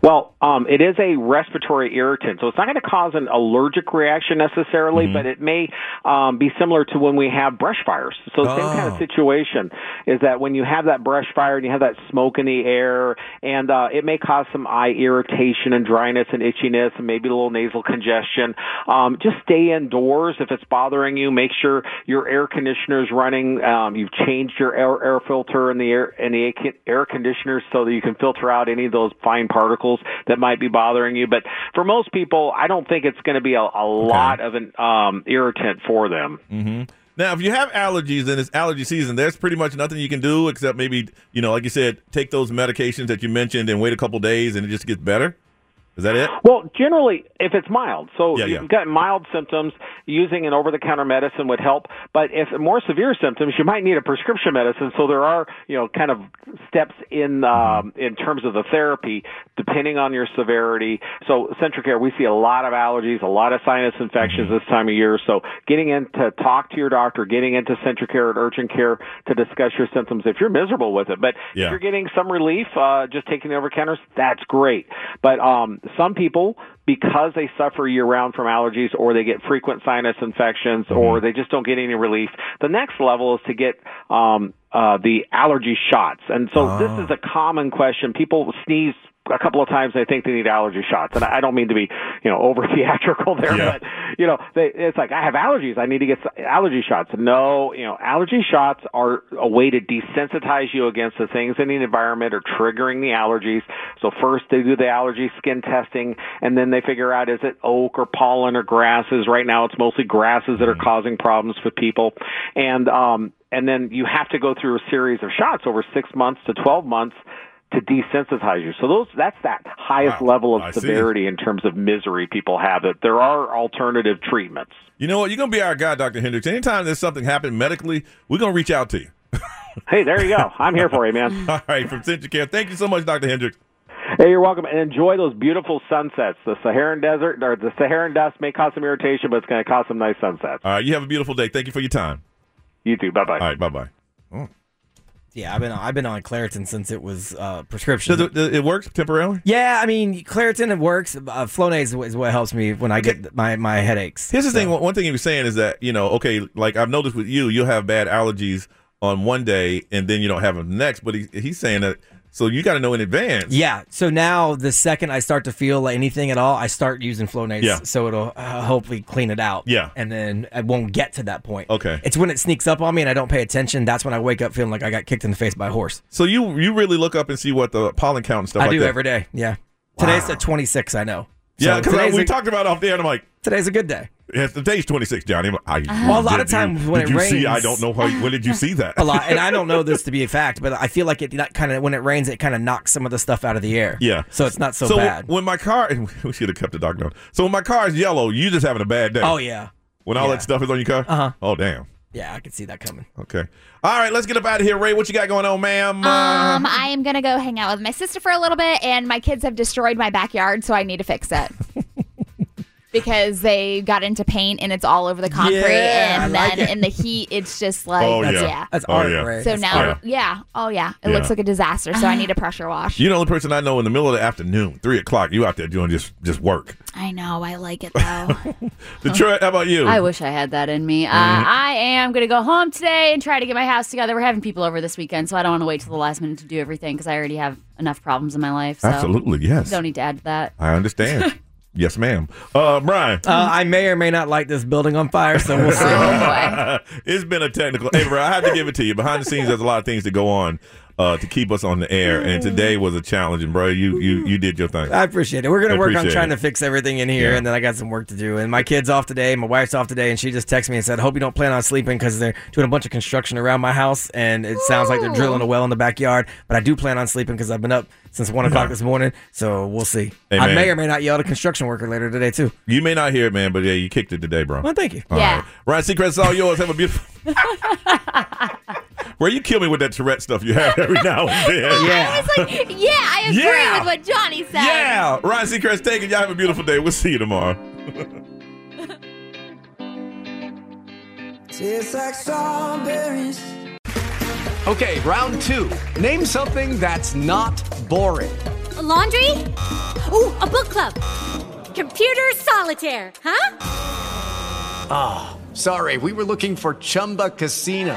Well, um, it is a respiratory irritant, so it's not going to cause an allergic reaction necessarily, but it may um, be similar to when we have brush fires. So same kind of situation is that when you have that brush fire and you have that smoke in the air, and uh, it may cause some eye irritation and dryness and itchiness and maybe a little nasal congestion. Um, just stay indoors if it's bothering you. Make sure your air conditioner is running. Um, you've changed your air, air filter in the air in the air- air conditioner so that you can filter out any of those fine particles that might be bothering you. But for most people, I don't think it's going to be a, a lot of an um, irritant for them.
Mm-hmm. Now, if you have allergies and it's allergy season, there's pretty much nothing you can do except maybe, you know, like you said, take those medications that you mentioned and wait a couple days and it just gets better. Is that it?
Well, generally, if it's mild, so
Yeah,
if
yeah.
you've got mild symptoms, using an over-the-counter medicine would help. But if more severe symptoms, you might need a prescription medicine. So there are, you know, kind of steps in
Mm-hmm.
um, in terms of the therapy, depending on your severity. So Centricare, we see a lot of allergies, a lot of sinus infections
Mm-hmm.
this time of year. So getting in to talk to your doctor, getting into Centricare and urgent care to discuss your symptoms if you're miserable with it. But
Yeah.
if you're getting some relief, uh, just taking the over counters, that's great. But um, some people, because they suffer year round from allergies or they get frequent sinus infections or they just don't get any relief, the next level is to get um, uh, the allergy shots. And so this is a common question. People sneeze a couple of times they think they need allergy shots. And I I don't mean to be, you know, over <laughs> theatrical there,
Yeah.
but you know, they, it's like I have allergies. I need to get s- allergy shots. No, you know, allergy shots are a way to desensitize you against the things in the environment or triggering the allergies. So first they do the allergy skin testing, and then they figure out is it oak or pollen or grasses. Right now it's mostly grasses that are causing problems for people, and um, and then you have to go through a series of shots over six months to twelve months. To desensitize you, so those that's that highest level of
see.
severity in terms of misery people have. That there are alternative treatments.
You know what? You're gonna be our guy, Doctor Hendricks. Anytime there's something happened medically, we're gonna reach out to you.
<laughs> hey, there you go. I'm here for you, man.
<laughs> All right, from Central Care. Thank you so much, Doctor Hendricks.
Hey, you're welcome, and enjoy those beautiful sunsets. The Saharan desert or the Saharan dust may cause some irritation, but it's going to cause some nice sunsets.
All right, you have a beautiful day. Thank you for your time.
You too. Bye bye. All
right, bye bye.
Yeah, I've been on, I've been on Claritin since it was uh, prescription.
Does it, does it works temporarily?
Yeah, I mean Claritin it works. Uh, Flonase is what- is what helps me when I get my, my headaches.
Here's the thing. One one thing he was saying is that you know, okay, like I've noticed with you, you'll have bad allergies on one day, and then you don't have them the next. But he, he's saying that so you got to know in advance.
Yeah. So now the second I start to feel like anything at all, I start using Flonase.
Yeah.
So it'll uh, hopefully clean it out.
Yeah.
And then I won't get to that point.
Okay.
It's when it sneaks up on me and I don't pay attention. That's when I wake up feeling like I got kicked in the face by a horse.
So you you really look up and see what the pollen count and stuff
I
like
do
that.
every day. Yeah. Today's at 26. I know.
Yeah,
So
because
today's
we
a-
talked about it off the air, and I'm like,
today's a good day.
Yes, today's 26, Johnny. I'm like, I,
Uh-huh. Well, a lot of
did you-
times when
did
it
you see?
rains-
I don't know how. When did you see that?
<laughs> a lot, and I don't know
<laughs>
this to be a fact, but I feel like it kind of when it rains, it kind of knocks some of the stuff out of the air.
<laughs> Yeah.
so it's not so,
so
bad.
when my car, <laughs> we should have kept the dog down. So when my car is yellow, you just having a bad day.
Oh, yeah.
When all
Yeah. Uh-huh.
that stuff is on your car. Uh huh. Oh damn.
Yeah, I can see that coming.
Okay. All right, let's get up out of here, Ray. What you got going on, ma'am? Uh,
Um, I am gonna go hang out with my sister for a little bit, and my kids have destroyed my backyard, so I need to fix it
<laughs>
because they got into paint and it's all over the concrete,
Yeah, I
and
like
then
it.
in the heat, it's just like
Oh,
yeah.
yeah. That's Oh, art, yeah. Ray.
So
That's
now,
art.
yeah, oh yeah, it
Yeah.
looks like a disaster. So I
<sighs>
need a pressure wash.
You're the only person I know in the middle of the afternoon, three o'clock. You out there doing just just work.
I know. I like
<laughs>
it though.
Detroit, how about you?
I wish I had that in me. Uh,
Mm.
Mhm.
I am going to go home today and try to get my house together. We're having people over this weekend, so I don't want to wait till the last minute to do everything because I already have enough problems in my life. So
Absolutely, yes.
Don't need to add to that.
I understand. yes, ma'am. Uh, Brian.
Uh, I may or may not light this building on fire,
<laughs>
<laughs>
so we'll see.
oh,
it's been a technical. Hey, bro, I have to give it to you. Behind the scenes, there's a lot of things that go on uh, to keep us on the air,
Mm.
and today was a challenge. And bro, you you you did your thing.
I appreciate it. We're gonna
I
work on
appreciate
trying
it.
to fix everything in here,
Yeah.
and then I got some work to do. And my kid's off today, my wife's off today, and she just texted me and said, "Hope you don't plan on sleeping because they're doing a bunch of construction around my house, and it sounds like they're drilling a well in the backyard. But I do plan on sleeping because I've been up since one o'clock this morning, so we'll see.
Hey,
I
man.
may or may not yell at a construction worker later today too.
You may not hear it, man, but yeah, you kicked it today, bro.
Well, thank you.
All right. Ryan Seacrest, it's all yours. Have a beautiful. <laughs> Where you kill me with that Tourette stuff you have every now and
<laughs>
then.
I was like, yeah, I agree
Yeah.
with what Johnny said.
Yeah, Ryan Seacrest, take it. Y'all have a beautiful day. We'll see you tomorrow.
Tastes like strawberries.
Okay, round two. Name something that's not boring.
laundry? Ooh, a book club. Computer solitaire, huh?
Ah, sorry, we were looking for Chumba Casino.